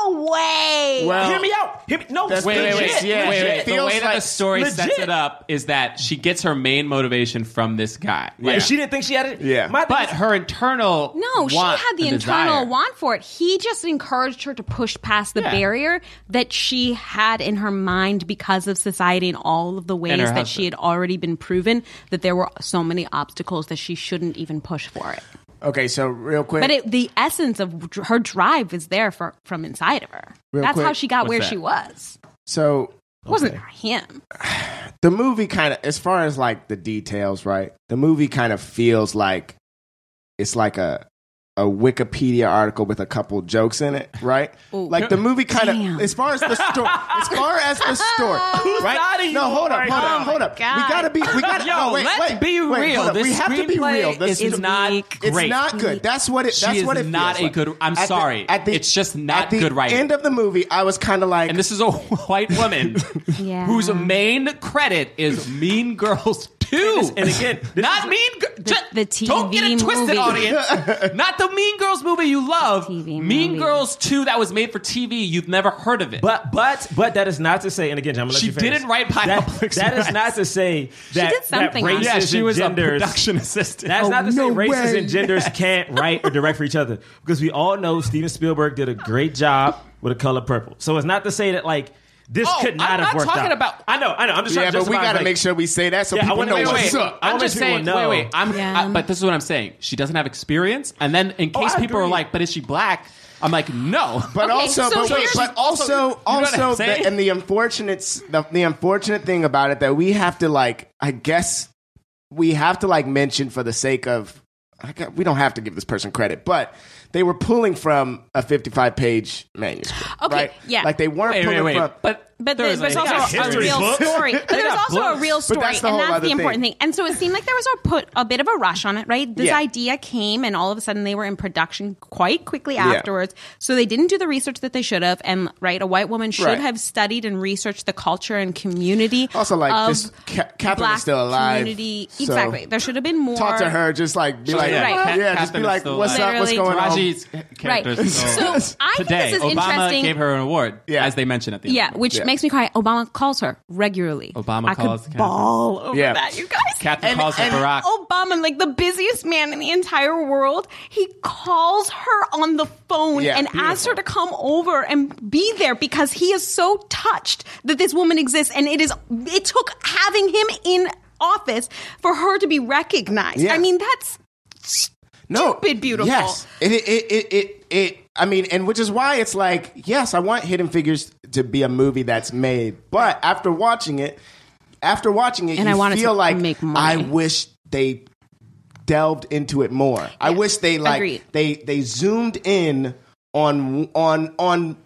Speaker 5: No way!
Speaker 2: Well,
Speaker 4: Hear me out. Hear me. No,
Speaker 2: That's
Speaker 3: Wait, wait,
Speaker 2: Legit,
Speaker 3: wait,
Speaker 2: yeah,
Speaker 3: wait,
Speaker 2: legit.
Speaker 3: wait. The
Speaker 2: Feels
Speaker 3: way that the
Speaker 2: like
Speaker 3: story sets
Speaker 4: legit.
Speaker 3: it up is that she gets her main motivation from this guy. Like,
Speaker 4: If she didn't think she had it.
Speaker 2: Yeah.
Speaker 4: my thing
Speaker 3: but
Speaker 4: is-
Speaker 3: her internal
Speaker 5: No, she
Speaker 3: want
Speaker 5: had the
Speaker 3: and
Speaker 5: internal
Speaker 3: desire.
Speaker 5: want for it. He just encouraged her to push past the
Speaker 3: Yeah.
Speaker 5: barrier that she had in her mind because of society and all of the ways that
Speaker 3: husband.
Speaker 5: she had already been proven that there were so many obstacles that she shouldn't even push for it.
Speaker 2: Okay, so real quick.
Speaker 5: But it, the essence of dr- her drive is there for, from inside of her.
Speaker 2: Real
Speaker 5: That's how
Speaker 2: quick.
Speaker 5: she got
Speaker 3: What's
Speaker 5: where
Speaker 3: that?
Speaker 5: she was.
Speaker 2: so
Speaker 5: It wasn't him.
Speaker 2: the movie kind of as far as like the details right the movie kind of feels like it's like a a wikipedia article with a couple jokes in it right like the movie kind
Speaker 5: Damn.
Speaker 2: of as far as the story as far as the story
Speaker 4: Whose side are
Speaker 2: right
Speaker 4: you
Speaker 2: no hold up
Speaker 4: on right
Speaker 2: hold up
Speaker 4: now?
Speaker 2: hold up
Speaker 5: God.
Speaker 2: we gotta be we gotta
Speaker 3: Yo,
Speaker 2: no, wait,
Speaker 3: let's
Speaker 2: wait,
Speaker 3: be
Speaker 2: wait,
Speaker 3: real.
Speaker 2: hold up.
Speaker 3: This
Speaker 2: we have to be
Speaker 3: screenplay
Speaker 2: real this
Speaker 3: is not
Speaker 5: weak.
Speaker 2: it's
Speaker 3: great.
Speaker 2: not good. That's what it.
Speaker 3: She
Speaker 2: That's
Speaker 3: is
Speaker 2: what it
Speaker 3: not
Speaker 2: feels
Speaker 3: a
Speaker 2: like.
Speaker 3: good- I'm sorry. It's just not
Speaker 2: at the
Speaker 3: good writing.
Speaker 2: End of the movie, I was kind of like,
Speaker 3: And this is a white woman
Speaker 5: Yeah.
Speaker 3: whose main credit is Mean Girls 2.
Speaker 4: And this- and again, this
Speaker 3: not
Speaker 4: is-
Speaker 3: Mean Girls.
Speaker 5: the
Speaker 3: Don't get it
Speaker 5: TV
Speaker 3: twisted,
Speaker 5: movie.
Speaker 3: audience. not the Mean Girls movie you love.
Speaker 5: TV
Speaker 3: mean
Speaker 5: movie.
Speaker 3: Girls 2 that was made for TV. You've never heard of it.
Speaker 4: But but but that is not to say, and again, I'm gonna let
Speaker 3: She
Speaker 4: you finish.
Speaker 3: didn't write
Speaker 4: That,
Speaker 3: Pineapple
Speaker 4: that is
Speaker 3: Express.
Speaker 4: not to say that
Speaker 5: did something
Speaker 4: That
Speaker 5: on it.
Speaker 4: races
Speaker 3: yeah, she
Speaker 4: and
Speaker 3: was a
Speaker 4: genders,
Speaker 3: production assistant.
Speaker 4: That's not to say
Speaker 5: Oh,
Speaker 2: no
Speaker 4: races
Speaker 2: way.
Speaker 4: and genders can't write or direct for each other because we all know Steven Spielberg did a great job with *A Color Purple*. So it's not to say that like this
Speaker 3: Oh,
Speaker 4: could not
Speaker 3: I'm
Speaker 4: have
Speaker 3: not
Speaker 4: worked
Speaker 3: talking
Speaker 4: out.
Speaker 3: about-
Speaker 4: I know, I know. I'm just
Speaker 2: yeah,
Speaker 4: trying to
Speaker 2: but we
Speaker 4: justify,
Speaker 2: gotta
Speaker 4: like,
Speaker 2: make sure we say that so
Speaker 4: Yeah, I
Speaker 2: people
Speaker 4: wanna
Speaker 2: know
Speaker 4: make
Speaker 3: Wait,
Speaker 4: sure-
Speaker 2: what's
Speaker 3: wait,
Speaker 4: I
Speaker 2: up.
Speaker 3: I'm
Speaker 4: wanna
Speaker 3: just
Speaker 4: let people
Speaker 3: saying.
Speaker 4: know.
Speaker 3: Wait, wait. I'm.
Speaker 5: Yeah.
Speaker 3: I- but this is what I'm saying. She doesn't have experience, and then in
Speaker 4: Oh,
Speaker 3: case
Speaker 4: I
Speaker 3: people are
Speaker 4: agree.
Speaker 3: like, "But is she black?" I'm like, "No."
Speaker 2: But
Speaker 5: Okay,
Speaker 2: also,
Speaker 5: so
Speaker 2: but, wait,
Speaker 5: here's-
Speaker 2: but also,
Speaker 3: You know what I'm
Speaker 2: also,
Speaker 3: saying?
Speaker 2: the, and the unfortunate, s- the, the unfortunate thing about it that we have to like, I guess, we have to like mention for the sake of, I got, we don't have to give this person credit, but they were pulling from a fifty-five page manuscript.
Speaker 5: Okay,
Speaker 2: right?
Speaker 5: yeah.
Speaker 2: Like they weren't
Speaker 3: wait, wait,
Speaker 2: pulling
Speaker 3: wait.
Speaker 2: from.
Speaker 3: But
Speaker 5: But
Speaker 3: there
Speaker 5: there,
Speaker 3: is
Speaker 5: there's
Speaker 3: a-
Speaker 5: also a
Speaker 4: history
Speaker 5: real
Speaker 4: books.
Speaker 5: story. But there's
Speaker 4: got
Speaker 5: also a
Speaker 4: books.
Speaker 5: real
Speaker 4: But
Speaker 5: story,
Speaker 2: that's the
Speaker 5: and
Speaker 2: whole
Speaker 5: that's
Speaker 2: other
Speaker 5: the important
Speaker 2: thing.
Speaker 5: thing. And so it seemed like there was a put a bit of a rush on it, right? This
Speaker 2: Yeah.
Speaker 5: idea came, and all of a sudden they were in production quite quickly
Speaker 2: Yeah.
Speaker 5: afterwards. So they didn't do the research that they should have, and right, a white woman should
Speaker 2: Right.
Speaker 5: have studied and researched the culture and community.
Speaker 2: Also, like,
Speaker 5: of
Speaker 2: this Ca- Catherine
Speaker 5: black
Speaker 2: is still alive,
Speaker 5: Community.
Speaker 2: so-
Speaker 5: exactly. There should have been more.
Speaker 2: Talk to her, just like be like,
Speaker 5: yeah, Right.
Speaker 2: yeah,
Speaker 5: Cat-
Speaker 2: just be
Speaker 3: Catherine is
Speaker 2: like,
Speaker 3: still
Speaker 2: what's
Speaker 5: alive.
Speaker 2: up, what's going on?
Speaker 5: Literally.
Speaker 3: Taraji's
Speaker 5: Right.
Speaker 3: character is
Speaker 5: So
Speaker 3: still-
Speaker 5: I think
Speaker 3: today,
Speaker 5: this is
Speaker 3: Obama
Speaker 5: interesting.
Speaker 3: gave her an award,
Speaker 2: Yeah.
Speaker 3: as they mentioned at the
Speaker 5: Yeah,
Speaker 3: end.
Speaker 5: which
Speaker 2: Yeah.
Speaker 5: makes me cry. Obama calls her regularly.
Speaker 3: Obama
Speaker 5: I
Speaker 3: calls
Speaker 5: could
Speaker 3: Catherine.
Speaker 5: ball over
Speaker 2: Yeah.
Speaker 5: that, you guys.
Speaker 3: Catherine calls her Barack.
Speaker 5: Obama, like the busiest man in the entire world, he calls her on the phone
Speaker 2: Yeah,
Speaker 5: and asks her to come over and be there because he is so touched that this woman exists, and it is it took having him in office for her to be recognized.
Speaker 2: Yeah.
Speaker 5: I mean, that's
Speaker 2: no,
Speaker 5: stupid beautiful.
Speaker 2: Yes, it it it it. it I mean, and which is why it's like, yes, I want Hidden Figures to be a movie that's made, but after watching it, after watching it,
Speaker 5: And
Speaker 2: you
Speaker 5: I want it
Speaker 2: feel
Speaker 5: to
Speaker 2: like
Speaker 5: make money.
Speaker 2: I wish they delved into it more. I wish they like
Speaker 5: agreed.
Speaker 2: they they zoomed in on on on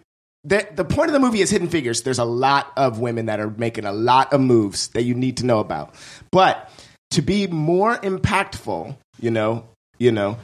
Speaker 2: the the point of the movie is Hidden Figures. There's a lot of women that are making a lot of moves that you need to know about, but to be more impactful, you know, you know,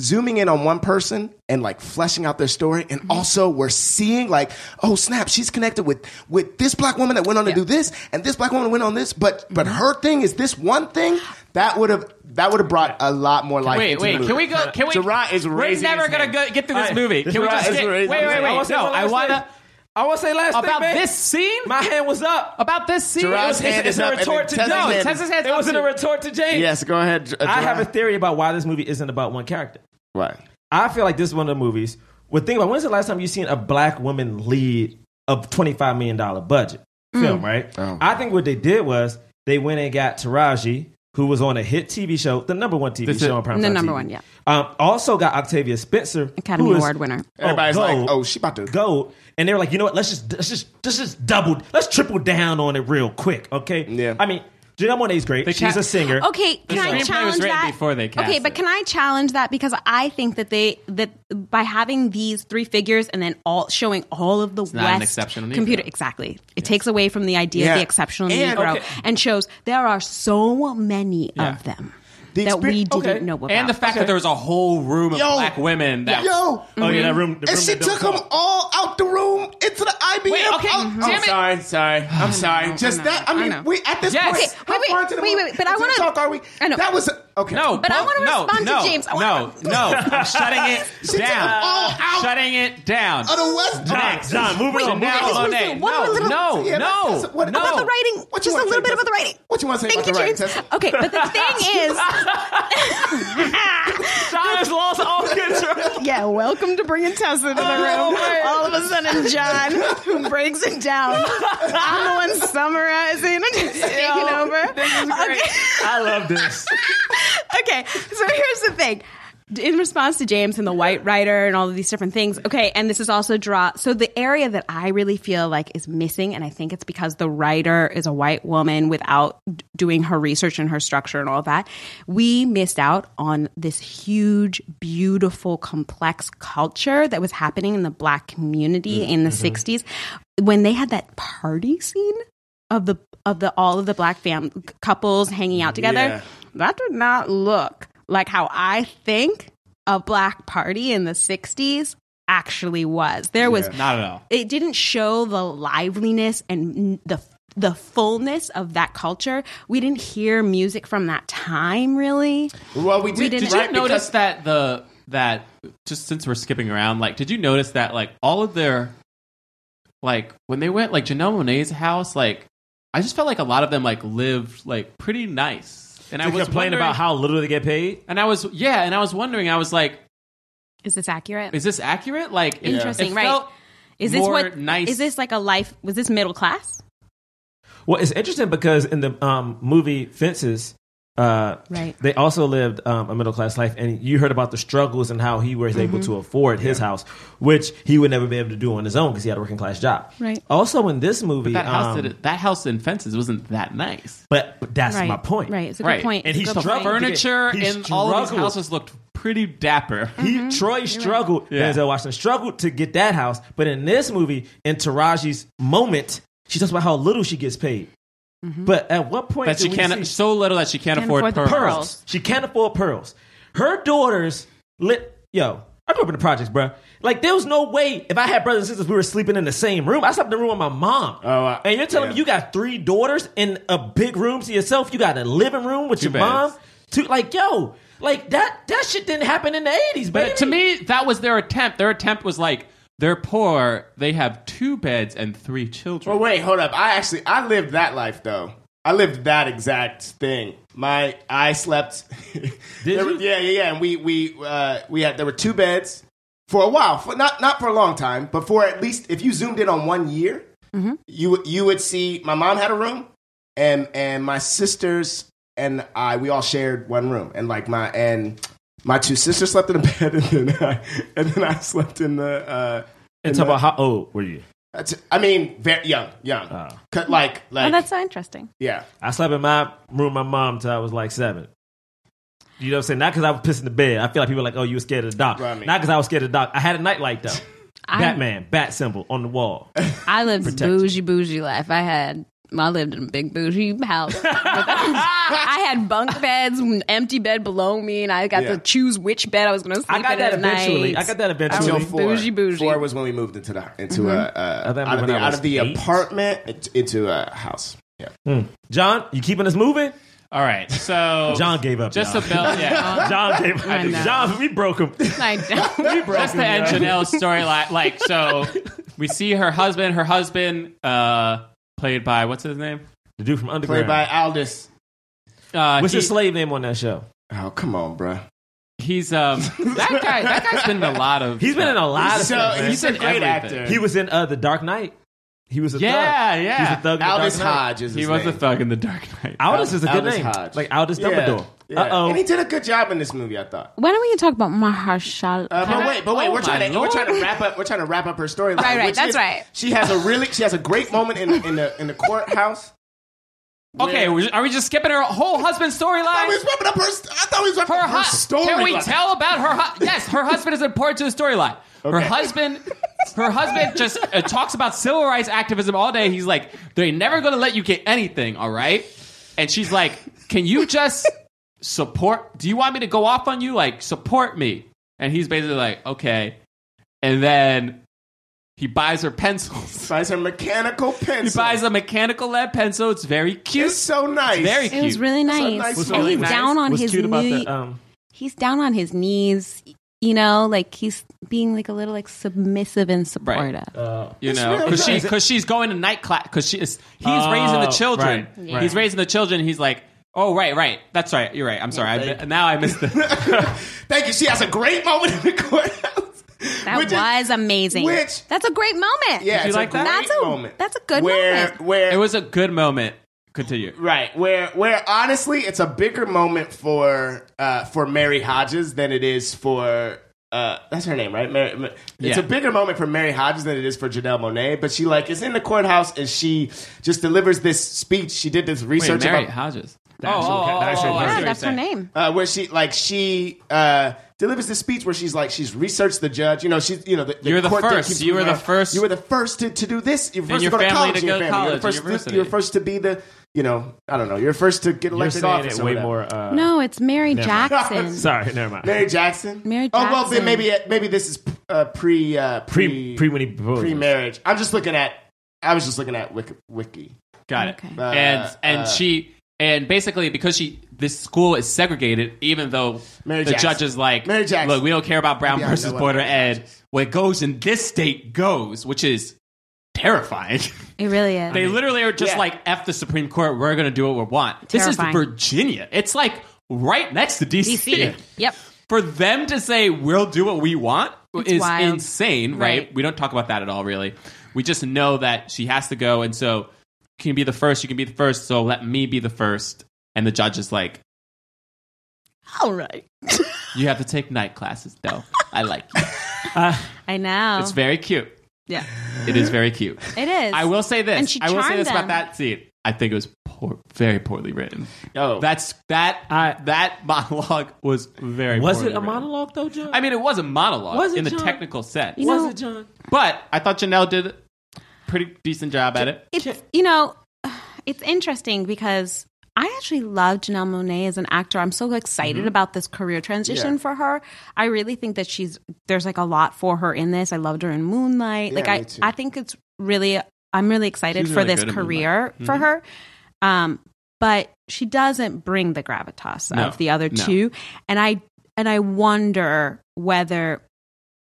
Speaker 2: zooming in on one person and like fleshing out their story
Speaker 3: Mm-hmm.
Speaker 2: and also we're seeing like oh snap she's connected with with this black woman that went on to do this and this black woman went on this but but
Speaker 3: Mm-hmm.
Speaker 2: her thing is this one thing that would have that would have brought a lot more life
Speaker 3: Wait,
Speaker 2: into
Speaker 3: wait.
Speaker 2: the
Speaker 3: Can we
Speaker 2: movie.
Speaker 3: go? Can we?
Speaker 2: Gerard is
Speaker 3: We're
Speaker 2: raising
Speaker 3: never
Speaker 2: his
Speaker 3: gonna
Speaker 2: hand.
Speaker 3: go, get through this
Speaker 4: Alright,
Speaker 3: movie. Can we
Speaker 4: Gerard
Speaker 3: just
Speaker 4: is
Speaker 3: get? Wait,
Speaker 2: raising
Speaker 3: wait,
Speaker 2: his
Speaker 3: wait.
Speaker 2: hand.
Speaker 4: I wanna say
Speaker 3: No,
Speaker 4: one
Speaker 3: I
Speaker 4: last thing.
Speaker 3: wanna
Speaker 4: I want to say last thing,
Speaker 3: about
Speaker 4: man.
Speaker 3: this scene.
Speaker 4: My hand was up.
Speaker 3: About this scene.
Speaker 2: Gerard's
Speaker 3: It was-
Speaker 2: hand
Speaker 4: it's
Speaker 2: is
Speaker 4: a
Speaker 2: up and
Speaker 4: retort
Speaker 2: then
Speaker 4: to
Speaker 2: Tessa's
Speaker 3: no,
Speaker 2: hand
Speaker 3: Tessa's
Speaker 2: is-
Speaker 3: hand's
Speaker 4: It
Speaker 3: up
Speaker 4: was in a
Speaker 3: too.
Speaker 4: retort to James.
Speaker 2: yes go ahead Ger-
Speaker 4: I have a
Speaker 2: Gerard.
Speaker 4: theory about why this movie isn't about one character.
Speaker 2: right
Speaker 4: I feel like this is one of the movies. Well, think about when's the last time you seen a black woman lead a $25 million budget film,
Speaker 5: Mm.
Speaker 4: right?
Speaker 2: Oh.
Speaker 4: I think what they did was they went and got Taraji, who was on a hit TV show, the number one TV
Speaker 3: This is-
Speaker 4: show on primetime
Speaker 5: The number
Speaker 4: TV.
Speaker 5: one, yeah.
Speaker 4: Um, also got Octavia Spencer,
Speaker 5: Academy
Speaker 4: who is-
Speaker 5: Award winner.
Speaker 4: Oh,
Speaker 2: everybody's
Speaker 4: gold
Speaker 2: like oh she about to go
Speaker 4: gold, and they were like, you know what? Let's just let's just let's just double, let's triple down on it real quick, okay?
Speaker 2: Yeah.
Speaker 4: I mean, Janelle Monae's great.
Speaker 3: They
Speaker 4: She's
Speaker 3: can't-
Speaker 4: a singer.
Speaker 5: Okay, can
Speaker 3: The
Speaker 5: I
Speaker 3: screenplay
Speaker 5: challenge
Speaker 3: was written
Speaker 5: that?
Speaker 3: before they cast
Speaker 5: okay, but
Speaker 3: it.
Speaker 5: can I challenge that because I think that they that by having these three figures and then all showing all of the
Speaker 3: not
Speaker 5: West
Speaker 3: an exceptional Negro.
Speaker 5: computer exactly, it takes away from the idea
Speaker 2: Yeah.
Speaker 5: of the exceptional
Speaker 2: And-
Speaker 5: Negro
Speaker 2: okay.
Speaker 5: and shows there are so many
Speaker 3: Yeah.
Speaker 5: of them
Speaker 2: The
Speaker 5: that
Speaker 2: exper-
Speaker 5: we didn't
Speaker 2: okay.
Speaker 5: know about.
Speaker 3: and the fact that there was a whole room of
Speaker 2: Yo.
Speaker 3: black women that
Speaker 2: Yo.
Speaker 4: Oh yeah, that room. The room
Speaker 2: And she
Speaker 4: that don't
Speaker 2: took them
Speaker 4: talk.
Speaker 2: all out the room into the IBM.
Speaker 3: Wait, okay,
Speaker 2: Oh,
Speaker 3: mhm.
Speaker 2: oh,
Speaker 3: damn it. Oh,
Speaker 2: sorry, sorry. I'm sorry. Just
Speaker 5: I know,
Speaker 2: that. I
Speaker 5: I
Speaker 2: mean,
Speaker 5: know.
Speaker 2: we at this
Speaker 3: Yes.
Speaker 2: point.
Speaker 3: Okay,
Speaker 2: how far
Speaker 5: wait, wait,
Speaker 2: into the-
Speaker 5: wait, wait, but
Speaker 2: into
Speaker 5: I
Speaker 2: the
Speaker 5: wanna-
Speaker 2: talk are we?
Speaker 5: I know.
Speaker 2: That was okay.
Speaker 3: No,
Speaker 5: But I
Speaker 3: both-
Speaker 5: wanna
Speaker 3: no,
Speaker 5: respond to
Speaker 3: no,
Speaker 5: James. I
Speaker 3: No,
Speaker 5: wanna-
Speaker 3: no, I'm shutting it
Speaker 2: took them all
Speaker 3: down.
Speaker 2: out.
Speaker 3: Shutting it down.
Speaker 2: Of the West
Speaker 4: John,
Speaker 2: Next.
Speaker 4: John, move it on. Move
Speaker 3: Janelle
Speaker 4: it on.
Speaker 5: wanna
Speaker 3: Monáe.
Speaker 5: say one more
Speaker 3: oh, No,
Speaker 5: little-
Speaker 3: no,
Speaker 2: Yeah, that's-
Speaker 3: no,
Speaker 2: that's- what-
Speaker 3: no.
Speaker 5: about the writing,
Speaker 2: What you
Speaker 5: just a
Speaker 2: wanna
Speaker 5: little
Speaker 2: say
Speaker 5: bit
Speaker 2: about
Speaker 5: about the writing.
Speaker 2: what you wanna say
Speaker 5: Thank
Speaker 2: about the
Speaker 5: you,
Speaker 2: writing,
Speaker 5: James.
Speaker 2: Tessa?
Speaker 5: Okay, but the thing is,
Speaker 3: John's lost all control.
Speaker 5: Yeah, welcome to bringing Tessa to the room. All of a sudden, John, who breaks it down, I'm the one summarizing and just taking over.
Speaker 4: I love this.
Speaker 5: Okay. okay, so here's the thing. In response to James and the white writer and all of these different things, okay, and this is also draw. So the area that I really feel like is missing, and I think it's because the writer is a white woman without d- doing her research and her structure and all that. We missed out on this huge, beautiful, complex culture that was happening in the black community in the '60s when they had that party scene of the of the all of the black fam couples hanging out together that did not look like how I think a black party in the 60s actually was. There was
Speaker 3: Not at all.
Speaker 5: it didn't show the liveliness and the the fullness of that culture. We didn't hear music from that time really.
Speaker 2: Well, we did.
Speaker 5: didn't-
Speaker 2: did
Speaker 3: Did
Speaker 2: right
Speaker 3: you notice
Speaker 2: because-
Speaker 3: that the that just since we're skipping around, like, did you notice that like all of their like when they went like Janelle Monae's house, like I just felt like a lot of them like lived like pretty nice, and I
Speaker 4: They
Speaker 3: was
Speaker 4: complain
Speaker 3: wondering-
Speaker 4: about how little they get paid.
Speaker 3: and I was yeah, and I was wondering, I was like,
Speaker 5: Is this accurate?
Speaker 3: is this accurate? Like, it-
Speaker 5: Interesting,
Speaker 3: it
Speaker 5: right.
Speaker 3: felt
Speaker 5: Is this
Speaker 3: more
Speaker 5: what
Speaker 3: nice?
Speaker 5: is this like a life was this middle class?
Speaker 4: Well, it's interesting because in the um, movie Fences, uh,
Speaker 5: Right.
Speaker 4: they also lived um, a middle class life, and you heard about the struggles and how he was
Speaker 5: Mm-hmm.
Speaker 4: able to afford his house, which he would never be able to do on his own because he had a working class job.
Speaker 5: Right.
Speaker 4: Also, in this movie,
Speaker 3: that house
Speaker 4: um,
Speaker 3: did- that house in fences wasn't that nice.
Speaker 4: but, but that's
Speaker 5: right.
Speaker 4: my point.
Speaker 5: Right. It's a
Speaker 3: Right.
Speaker 5: good point.
Speaker 4: And
Speaker 5: It's
Speaker 4: he's
Speaker 5: a good
Speaker 4: drunk
Speaker 5: point.
Speaker 4: burning-
Speaker 3: Furniture
Speaker 4: He
Speaker 3: in all of these
Speaker 4: struggled.
Speaker 3: houses looked pretty dapper.
Speaker 4: He
Speaker 5: Mm-hmm.
Speaker 4: Troy struggled.
Speaker 3: Yeah.
Speaker 4: Denzel Washington struggled to get that house, but in this movie, in Taraji's moment, she talks about how little she gets paid.
Speaker 5: Mm-hmm.
Speaker 4: But at what point
Speaker 3: That
Speaker 4: do
Speaker 3: she
Speaker 4: we
Speaker 3: can't
Speaker 4: see-
Speaker 3: so little that she can't, afford,
Speaker 5: afford the
Speaker 3: pearls.
Speaker 5: pearls.
Speaker 4: She can't afford pearls. Her daughters lit. Yo, I grew up in the projects, bruh. Like there was no way if I had brothers and sisters, we were sleeping in the same room. I slept in the room with my mom.
Speaker 2: Oh, I-
Speaker 4: and you're telling
Speaker 2: yeah.
Speaker 4: me you got three daughters in a big room to yourself. You got a living room with your
Speaker 3: beds.
Speaker 4: mom. Two, like yo, like that. That shit didn't happen in the eighties,
Speaker 3: But
Speaker 4: baby.
Speaker 3: Uh, to me, that was their attempt. Their attempt was like they're poor. They have two beds and three children.
Speaker 2: Well, wait, hold up. I actually I lived that life though. I lived that exact thing. My I slept. there were-
Speaker 4: you?
Speaker 2: yeah, yeah, yeah. And we we uh, we had there were two beds for a while, for not not for a long time, but for at least if you zoomed in on one year, you would- you would see my mom had a room, and and my sisters and I we all shared one room, and like my and my two sisters slept in a bed, and then I, and then I slept in the. Uh,
Speaker 4: and talk about how old were you?
Speaker 2: that's, I mean, very young, young.
Speaker 4: Oh.
Speaker 2: Cut like, like,
Speaker 5: Oh, that's so interesting.
Speaker 2: yeah.
Speaker 4: I slept in my room with my mom till I was like seven. You know what I'm saying? Not because I was pissing the bed. I feel like people are like, oh, you were scared of the doc.
Speaker 2: Right, I mean-
Speaker 4: Not because I was scared of the doc. I had a nightlight though. Batman, bat symbol on the wall.
Speaker 9: I lived bougie, bougie life. I had. I lived in a big bougie house. But I had bunk beds, an empty bed below me, and I got
Speaker 2: Yeah.
Speaker 9: to choose which bed I was going to sleep
Speaker 4: I got
Speaker 9: in
Speaker 4: that
Speaker 9: at night.
Speaker 4: eventually. I got that eventually.
Speaker 2: Until
Speaker 9: was
Speaker 2: four.
Speaker 9: bougie, bougie.
Speaker 2: Four was when we moved into the into
Speaker 3: Mm-hmm.
Speaker 2: a uh,
Speaker 4: think
Speaker 2: out of
Speaker 4: when
Speaker 2: the,
Speaker 4: I
Speaker 2: out
Speaker 4: was
Speaker 2: of the
Speaker 4: eight.
Speaker 2: apartment into a house. Yeah.
Speaker 4: John, you keeping us moving?
Speaker 3: All right,
Speaker 2: Oh,
Speaker 3: so
Speaker 4: John gave up,
Speaker 3: Just
Speaker 4: y'all.
Speaker 3: about yeah.
Speaker 4: John gave up. John, we broke him.
Speaker 9: I don't.
Speaker 3: just the end Janelle storyline. Like so, we see her husband. Her husband, uh, played by what's his name?
Speaker 4: The dude from Underground.
Speaker 2: Played by Aldous.
Speaker 3: Uh,
Speaker 4: What's
Speaker 3: he-
Speaker 4: his slave name on that show?
Speaker 2: Oh come on, bruh.
Speaker 3: He's um that guy. That guy's been in a lot of.
Speaker 4: He's been in a lot of
Speaker 2: So
Speaker 4: stuff. man.
Speaker 2: he's a
Speaker 3: He's in
Speaker 2: great
Speaker 3: everything.
Speaker 2: actor.
Speaker 4: He was in uh, The Dark Knight. He was a
Speaker 3: Yeah,
Speaker 4: thug.
Speaker 3: yeah.
Speaker 4: He's a thug in
Speaker 2: Aldous
Speaker 4: the Dark Knight.
Speaker 2: Hodge is
Speaker 3: He
Speaker 2: his
Speaker 3: was
Speaker 2: name.
Speaker 3: a thug in the Dark Knight.
Speaker 4: Aldous is a good
Speaker 2: Aldous
Speaker 4: name.
Speaker 2: Hodge.
Speaker 4: Like Aldous
Speaker 2: Yeah.
Speaker 4: Dumbledore.
Speaker 2: Yeah.
Speaker 4: Uh-oh.
Speaker 2: And he did a good job in this movie, I thought.
Speaker 9: Why don't we talk about Mahershala?
Speaker 2: Uh, but
Speaker 3: I-
Speaker 2: wait, but wait,
Speaker 3: oh
Speaker 2: we're
Speaker 3: my
Speaker 2: trying to
Speaker 3: Lord.
Speaker 2: we're trying to wrap up we're trying to wrap up her storyline.
Speaker 9: Right, right,
Speaker 2: which
Speaker 9: that's
Speaker 2: is-
Speaker 9: right.
Speaker 2: She has a really she has a great moment in in the in the courthouse
Speaker 3: Okay, we- are we just skipping her whole husband
Speaker 2: I thought we
Speaker 3: storyline?
Speaker 2: was wrapping up her. st- I thought we was wrapping
Speaker 3: Her
Speaker 2: up her
Speaker 3: hus-
Speaker 2: story.
Speaker 3: Can we
Speaker 2: line.
Speaker 3: tell about her? Hu- yes, her husband is important to the storyline. Her
Speaker 2: Okay.
Speaker 3: husband, her husband just uh, talks about civil rights activism all day. He's like, "They're never going to let you get anything." All right, and she's like, "Can you just support? Do you want me to go off on you? Like, support me?" And he's basically like, "Okay," and then he buys her pencils.
Speaker 2: Buys her mechanical pencil.
Speaker 3: He buys a mechanical lead pencil. It's very cute.
Speaker 2: It's so nice.
Speaker 3: very
Speaker 5: It
Speaker 3: cute.
Speaker 5: was really
Speaker 2: That's a
Speaker 5: nice.
Speaker 2: nice
Speaker 5: and
Speaker 2: moment.
Speaker 5: he's
Speaker 2: Nice.
Speaker 5: down on
Speaker 4: What's
Speaker 5: his
Speaker 4: cute about
Speaker 5: knee.
Speaker 4: the um,
Speaker 5: he's down on his knees. You know, like he's being like a little like submissive and supportive.
Speaker 2: Uh,
Speaker 3: you
Speaker 2: It's
Speaker 3: know,
Speaker 2: really
Speaker 3: because
Speaker 2: nice.
Speaker 3: she's going to night class because she is he's
Speaker 4: Oh,
Speaker 3: raising the children.
Speaker 4: right, Yeah.
Speaker 3: He's raising the children. He's like, oh right, right, that's right. You're right. I'm sorry. I, mi- now I missed the.
Speaker 2: Thank you. She has a great moment in the courthouse.
Speaker 5: That
Speaker 2: Which is-
Speaker 5: was amazing.
Speaker 2: which-
Speaker 5: that's a great moment.
Speaker 2: Yeah,
Speaker 3: you
Speaker 2: it's
Speaker 3: like
Speaker 2: a
Speaker 3: that?
Speaker 2: great
Speaker 5: That's a-
Speaker 2: moment.
Speaker 5: that's a good
Speaker 2: where,
Speaker 5: moment.
Speaker 2: Where
Speaker 3: it was a good moment. Continue.
Speaker 2: right where where honestly, it's a bigger moment for uh, for Mary Hodges than it is for. Uh, that's her name, right? Mary, Ma- It's
Speaker 3: Yeah.
Speaker 2: a bigger moment for Mary Hodges than it is for Janelle Monet, but she like is in the courthouse and she just delivers this speech. She did this
Speaker 3: Wait,
Speaker 2: research
Speaker 3: Mary Oh,
Speaker 2: about
Speaker 3: Hodges.
Speaker 4: actual- the actual
Speaker 3: I see
Speaker 4: person.
Speaker 5: Yeah,
Speaker 3: what you're
Speaker 5: that's
Speaker 3: saying.
Speaker 5: her name.
Speaker 2: uh, where she like she uh, delivers this speech where she's like she's researched the judge. You know she's you know the, the
Speaker 3: You're the
Speaker 2: court that
Speaker 3: first.
Speaker 2: keeps
Speaker 3: You were
Speaker 2: moving
Speaker 3: the
Speaker 2: around.
Speaker 3: first-
Speaker 2: You were the first to, to do this. You're first
Speaker 3: your
Speaker 2: to go to
Speaker 3: family
Speaker 2: college.
Speaker 3: to
Speaker 2: in your
Speaker 3: go to
Speaker 2: family.
Speaker 3: college,
Speaker 2: you're the first.
Speaker 3: university.
Speaker 2: You're first to be the you know I don't know. You're first to get
Speaker 4: you're
Speaker 2: elected
Speaker 4: saying
Speaker 2: office.
Speaker 4: it
Speaker 2: or
Speaker 4: way
Speaker 2: whatever.
Speaker 4: more. Uh,
Speaker 5: No, it's Mary Jackson.
Speaker 4: sorry, never mind.
Speaker 2: Mary Jackson.
Speaker 5: Mary
Speaker 2: Oh well, then
Speaker 5: Jackson.
Speaker 2: maybe maybe this is uh, pre uh,
Speaker 4: Pre
Speaker 2: pre
Speaker 4: pre when he proposed.
Speaker 2: marriage. I'm just looking at. I was just looking at Wiki. Wiki.
Speaker 3: Got it.
Speaker 5: Okay.
Speaker 2: Uh,
Speaker 3: and and
Speaker 2: uh,
Speaker 3: she and basically because she this school is segregated, even though
Speaker 2: Mary
Speaker 3: the
Speaker 2: Jackson.
Speaker 3: judge is like,
Speaker 2: Mary Jackson.
Speaker 3: look, we don't care about Brown
Speaker 2: Yeah, I
Speaker 3: versus
Speaker 2: know
Speaker 3: Board of
Speaker 2: about Mary
Speaker 3: Ed. What goes in this state goes, which is terrifying.
Speaker 5: It really is.
Speaker 3: They literally are just
Speaker 2: Yeah.
Speaker 3: like F the Supreme Court. We're going to do what we want.
Speaker 5: Terrifying.
Speaker 3: This is Virginia. It's like right next to DC.
Speaker 5: DC. Yep.
Speaker 3: For them to say we'll do what we want is
Speaker 5: wild.
Speaker 3: insane, right?
Speaker 5: Right.
Speaker 3: We don't talk about that at all, really. We just know that she has to go, and so you can be the first. You can be the first. So let me be the first. And the judge is like,
Speaker 5: All right.
Speaker 3: "You have to take night classes, though. I like you.
Speaker 5: I know.
Speaker 3: It's very cute.
Speaker 5: yeah.
Speaker 3: It is very cute.
Speaker 5: It is.
Speaker 3: I will say this.
Speaker 5: And she
Speaker 3: I will say
Speaker 5: charmed
Speaker 3: this
Speaker 5: them.
Speaker 3: about that scene. I think it was poor, very poorly written.
Speaker 2: Oh,
Speaker 3: That's that. that monologue was very.
Speaker 4: Was
Speaker 3: poorly
Speaker 4: it a
Speaker 3: written.
Speaker 4: monologue though, John?
Speaker 3: I mean, it was a monologue
Speaker 4: Was it,
Speaker 3: in the
Speaker 4: John?
Speaker 3: technical sense.
Speaker 5: You know,
Speaker 4: was it John?
Speaker 3: But I thought Janelle did a pretty decent job at it.
Speaker 5: it's you know, it's interesting because I actually love Janelle Monet as an actor. I'm so excited
Speaker 3: Mm-hmm.
Speaker 5: about this career transition
Speaker 2: Yeah.
Speaker 5: for her. I really think that she's there's like a lot for her in this. I loved her in Moonlight. like
Speaker 2: me
Speaker 5: I,
Speaker 2: too.
Speaker 5: I think it's really I'm really excited
Speaker 3: She's
Speaker 5: for
Speaker 3: really
Speaker 5: this
Speaker 3: good in Moonlight. Mm-hmm.
Speaker 5: career for her. Um, but she doesn't bring the gravitas
Speaker 3: No,
Speaker 5: of the other
Speaker 3: no.
Speaker 5: two, and I and I wonder whether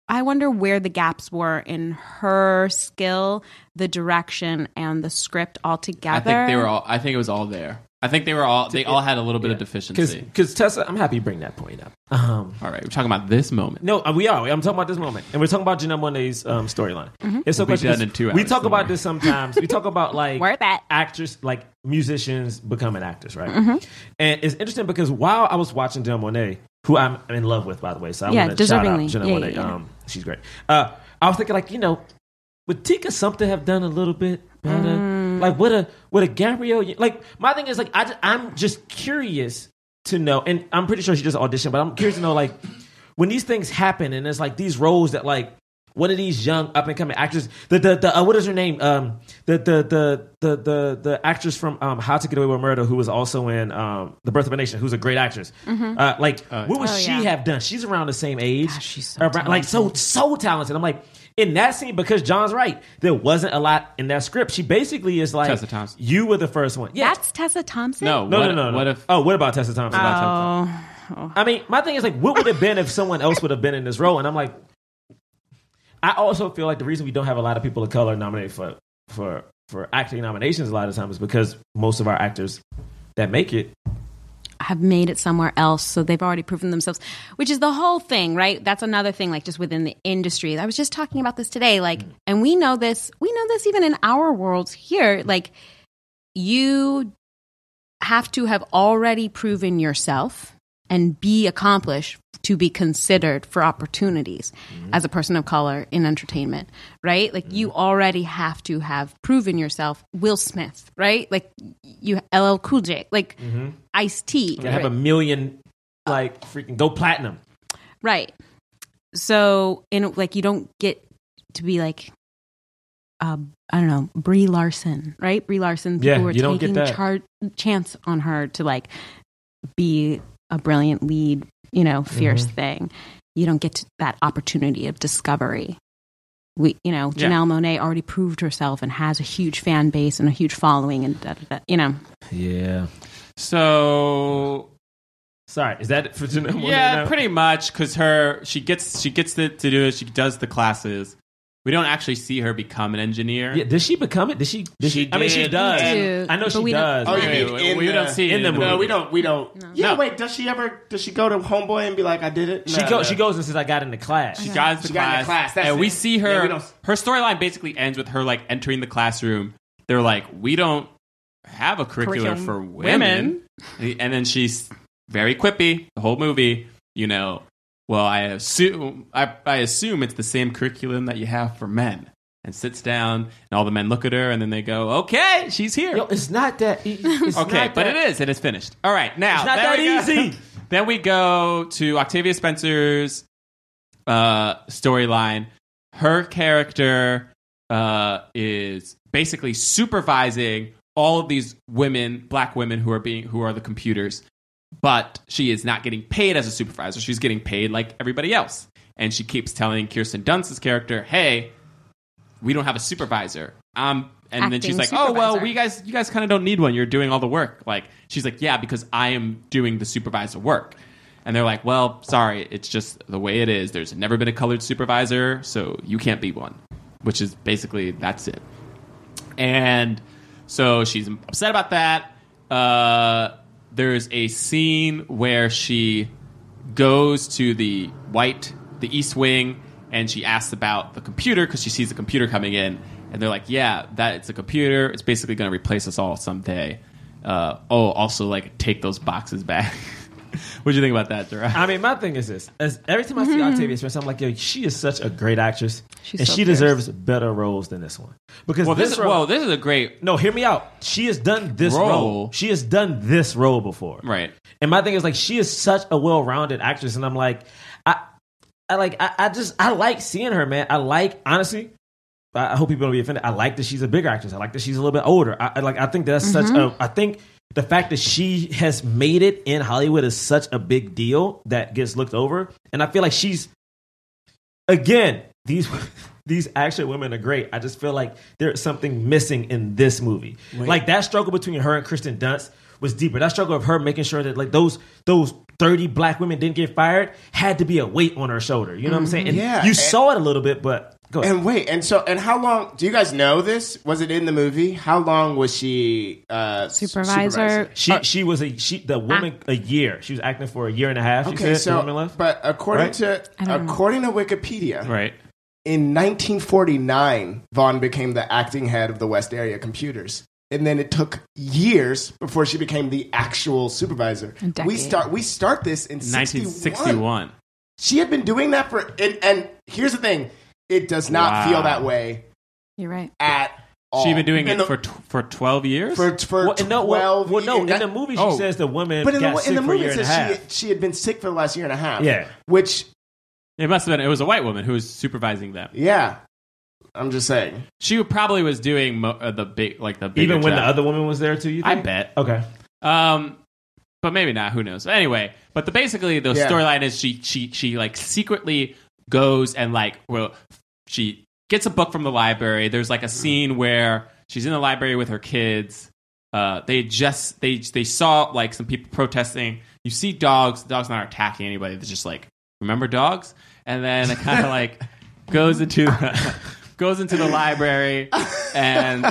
Speaker 5: I wonder where the gaps were in her skill, the direction, and the script altogether.
Speaker 3: I think they were all. I think it was all there. I think they were all. They all had a little bit of
Speaker 4: Because
Speaker 3: deficiency.
Speaker 4: Tessa, I'm happy you bring that point up. Um,
Speaker 3: All right, we're talking about this moment.
Speaker 4: No, uh, we are. I'm talking about this moment, and we're talking about Janelle Monet's um, storyline.
Speaker 5: Mm-hmm.
Speaker 4: It's so
Speaker 3: We'll be
Speaker 4: question-
Speaker 3: done in two
Speaker 4: We
Speaker 3: hours,
Speaker 4: talk
Speaker 3: don't
Speaker 4: about
Speaker 3: worry.
Speaker 4: this sometimes. we talk about like
Speaker 5: Worth it. Mm-hmm.
Speaker 4: actors, like musicians becoming actors, right? And it's interesting because while I was watching Janelle Monet, who I'm, I'm in love with, by the way, so I
Speaker 5: Yeah,
Speaker 4: want to shout out
Speaker 5: deservingly.
Speaker 4: Janelle
Speaker 5: Yeah,
Speaker 4: Monet.
Speaker 5: yeah, yeah.
Speaker 4: Um, she's great. Uh, I was thinking like you know, would Tika something have done a little bit better?
Speaker 5: Mm.
Speaker 4: Like would a would a Gabrielle? Like my thing is like I just, I'm just curious to know, and I'm pretty sure she just auditioned, but I'm curious to know like when these things happen, and it's like these roles that like one of these young up and coming actors, the the, the uh, what is her name? Um, the the the the the the actress from um, How to Get Away with Murder, who was also in um, The Birth of a Nation, who's a great actress. Uh, like what would
Speaker 5: Mm-hmm. Oh,
Speaker 4: she
Speaker 5: yeah.
Speaker 4: have done? She's around the same age.
Speaker 5: she's so
Speaker 4: Around- like so so talented. I'm like. In that scene, because John's right, there wasn't a lot in that script. She basically is like,
Speaker 3: Tessa Thompson.
Speaker 4: "You were the first one." Yeah,
Speaker 5: That's Tessa Thompson.
Speaker 3: No,
Speaker 4: no,
Speaker 3: what,
Speaker 4: no, no, no.
Speaker 3: What if?
Speaker 4: oh, what about Tessa Thompson?
Speaker 5: Oh,
Speaker 4: I mean, my thing is like, what would it have been if someone else would have been in this role? And I'm like, I also feel like the reason we don't have a lot of people of color nominated for for for acting nominations a lot of times is because most of our actors that make it
Speaker 5: have made it somewhere else, so they've already proven themselves, which is the whole thing, right? That's another thing, like just within the industry. I was just talking about this today, like, and we know this. We know this even in our worlds here. Like, you have to have already proven yourself and be accomplished to be considered for opportunities
Speaker 4: Mm-hmm.
Speaker 5: as a person of color in entertainment, right? Like you already have to have proven yourself. Will Smith, right? Like you, LL Cool J, like Ice
Speaker 4: Gotta
Speaker 5: T,
Speaker 4: Mm-hmm. have a million, like freaking go platinum.
Speaker 5: Right. So, in like, you don't get to be like, uh, I don't know, Brie Larson, right? Brie Larson.
Speaker 4: Yeah,
Speaker 5: people were
Speaker 4: you don't get
Speaker 5: taking
Speaker 4: that.
Speaker 5: char- chance on her to like be a brilliant lead, you know, fierce
Speaker 4: Mm-hmm.
Speaker 5: thing. You don't get to that opportunity of discovery. We, you know,
Speaker 3: Yeah.
Speaker 5: Janelle Monet already proved herself and has a huge fan base and a huge following, and da, da, da, you know,
Speaker 4: Yeah.
Speaker 3: So
Speaker 4: Sorry, is that it for Janelle? Monáe
Speaker 3: yeah,
Speaker 4: now?
Speaker 3: pretty much because her she gets she gets the, to do it. She does the classes. We don't actually see her become an engineer.
Speaker 4: Yeah, did she become it? Did she? Did
Speaker 3: She
Speaker 4: I mean, she
Speaker 3: did,
Speaker 4: does.
Speaker 5: and-
Speaker 4: I know
Speaker 5: but
Speaker 4: she
Speaker 5: we don't-
Speaker 4: does.
Speaker 2: Oh, you
Speaker 3: Wait,
Speaker 2: mean
Speaker 3: wait,
Speaker 2: in
Speaker 3: we
Speaker 2: the-
Speaker 3: don't see it
Speaker 4: in the
Speaker 2: No,
Speaker 4: movie.
Speaker 2: we don't. We don't. Yeah,
Speaker 3: No.
Speaker 2: wait. Does she ever? Does she go to homeboy and be like, "I did it"?
Speaker 4: She
Speaker 2: No,
Speaker 4: go.
Speaker 2: no.
Speaker 4: She goes and says, "I got in the class."
Speaker 3: She got into
Speaker 2: She got
Speaker 3: class,
Speaker 2: in the class, that's
Speaker 3: and we
Speaker 2: it.
Speaker 3: see her.
Speaker 2: Yeah, we don't-
Speaker 3: Her storyline basically ends with her like entering the classroom. They're like, "We don't have a curriculum,
Speaker 5: Curriculum.
Speaker 3: for women," and then she's very quippy the whole movie. You know, well, I assume I, I assume it's the same curriculum that you have for men. And sits down, and all the men look at her, and then they go, "Okay, she's here."
Speaker 4: Yo, it's not that. it- It's
Speaker 3: okay,
Speaker 4: not
Speaker 3: but
Speaker 4: that-
Speaker 3: it is, and it's finished. All right, now
Speaker 4: It's not
Speaker 3: there
Speaker 4: that
Speaker 3: we go.
Speaker 4: easy.
Speaker 3: then we go to Octavia Spencer's uh, storyline. Her character uh, is basically supervising all of these women, black women who are being who are the computers, but she is not getting paid as a supervisor. She's getting paid like everybody else, and she keeps telling Kirsten Dunst's character, "Hey, we don't have a supervisor." Um, and then she's like,
Speaker 5: Acting
Speaker 3: "Oh well,
Speaker 5: supervisor.
Speaker 3: we guys, you guys kind of don't need one. You're doing all the work." Like she's like, "Yeah, because I am doing the supervisor work." And they're like, "Well, sorry, it's just the way it is. There's never been a colored supervisor, so you can't be one." Which is basically that's it. And so she's upset about that. Uh, there's a scene where she goes to the white, the East Wing, and she asks about the computer because she sees the computer coming in. And they're like, yeah, that it's a computer. It's basically going to replace us all someday. Uh, oh, also, like, take those boxes back. what do you think about that, Dara?
Speaker 4: I mean, my thing is this: as every time I see Octavia Spencer, I'm like, yo, she is such a great actress,
Speaker 9: She's
Speaker 4: and
Speaker 9: so
Speaker 4: she
Speaker 9: fierce.
Speaker 4: deserves better roles than this one. Because
Speaker 3: Well, this,
Speaker 4: this
Speaker 3: is,
Speaker 4: role,
Speaker 3: whoa, this is a great.
Speaker 4: no, hear me out. She has done this
Speaker 3: Role.
Speaker 4: role. She has done this role before,
Speaker 3: Right.
Speaker 4: And my thing is like, she is such a well-rounded actress, and I'm like, I, I like, I, I just, I like seeing her, man. I like, honestly, I I hope people don't be offended. I like that she's a bigger actress. I like that she's a little bit older. I, I like. I think that's such a. I think the fact that she has made it in Hollywood is such a big deal that gets looked over, and I feel like she's again these these action women are great. I just feel like there's something missing in this movie. Like that struggle between her and Kristen Dunst was deeper. That struggle of her making sure that like those those. 30 black women didn't get fired had to be a weight on her shoulder. You know what I'm saying? And
Speaker 2: Yeah,
Speaker 4: you
Speaker 2: and-
Speaker 4: saw it a little bit, but go ahead.
Speaker 2: And wait, and so, and how long? Do you guys know this? Was it in the movie? How long was she uh, s-
Speaker 5: supervisor.
Speaker 4: She
Speaker 2: Uh,
Speaker 4: she was a she the woman a year. She was acting for a year and a half. she
Speaker 2: Okay,
Speaker 4: said, the woman
Speaker 2: so
Speaker 4: left.
Speaker 2: but according
Speaker 4: Right?
Speaker 2: to
Speaker 5: don't know.
Speaker 2: according to Wikipedia,
Speaker 3: Right.
Speaker 2: in 1949, Vaughn became the acting head of the West Area Computers. And then it took years before she became the actual supervisor.
Speaker 9: decade.
Speaker 2: We start we start this in 1961.
Speaker 3: 1961.
Speaker 2: She had been doing that for and, and here's the thing, it does not
Speaker 3: Wow.
Speaker 2: feel that way
Speaker 9: You're right.
Speaker 2: at all.
Speaker 3: She'd been doing
Speaker 2: In
Speaker 3: it
Speaker 2: the-
Speaker 3: for, tw- Oh. for 12 years?
Speaker 2: for for
Speaker 4: Well, and no, well,
Speaker 2: 12
Speaker 4: well, no, in
Speaker 2: years.
Speaker 4: the movie she
Speaker 3: Oh.
Speaker 4: says the woman
Speaker 2: But in
Speaker 4: got
Speaker 2: the, in
Speaker 4: sick
Speaker 2: the
Speaker 4: for a
Speaker 2: movie,
Speaker 4: year
Speaker 2: it
Speaker 4: and a
Speaker 2: says
Speaker 4: half.
Speaker 2: she, she had been sick for the last year and a half.
Speaker 4: Yeah.
Speaker 2: Which,
Speaker 3: It must have been. It was a white woman who was supervising them.
Speaker 2: yeah. I'm just saying.
Speaker 3: She probably was doing mo- uh, the big, like the bigger
Speaker 4: Even when the
Speaker 3: job.
Speaker 4: other woman was there too, you
Speaker 3: I
Speaker 4: think?
Speaker 3: bet.
Speaker 4: Okay.
Speaker 3: Um, but maybe not. Who knows? Anyway, but the basically the
Speaker 2: Yeah.
Speaker 3: storyline is she she she like secretly goes and like well she gets a book from the library. There's like a scene where she's in the library with her kids. Uh, they just they they saw like some people protesting. You see dogs. The dog's not attacking anybody. They're just like remember dogs. And then it kind of like goes into the, goes into the library and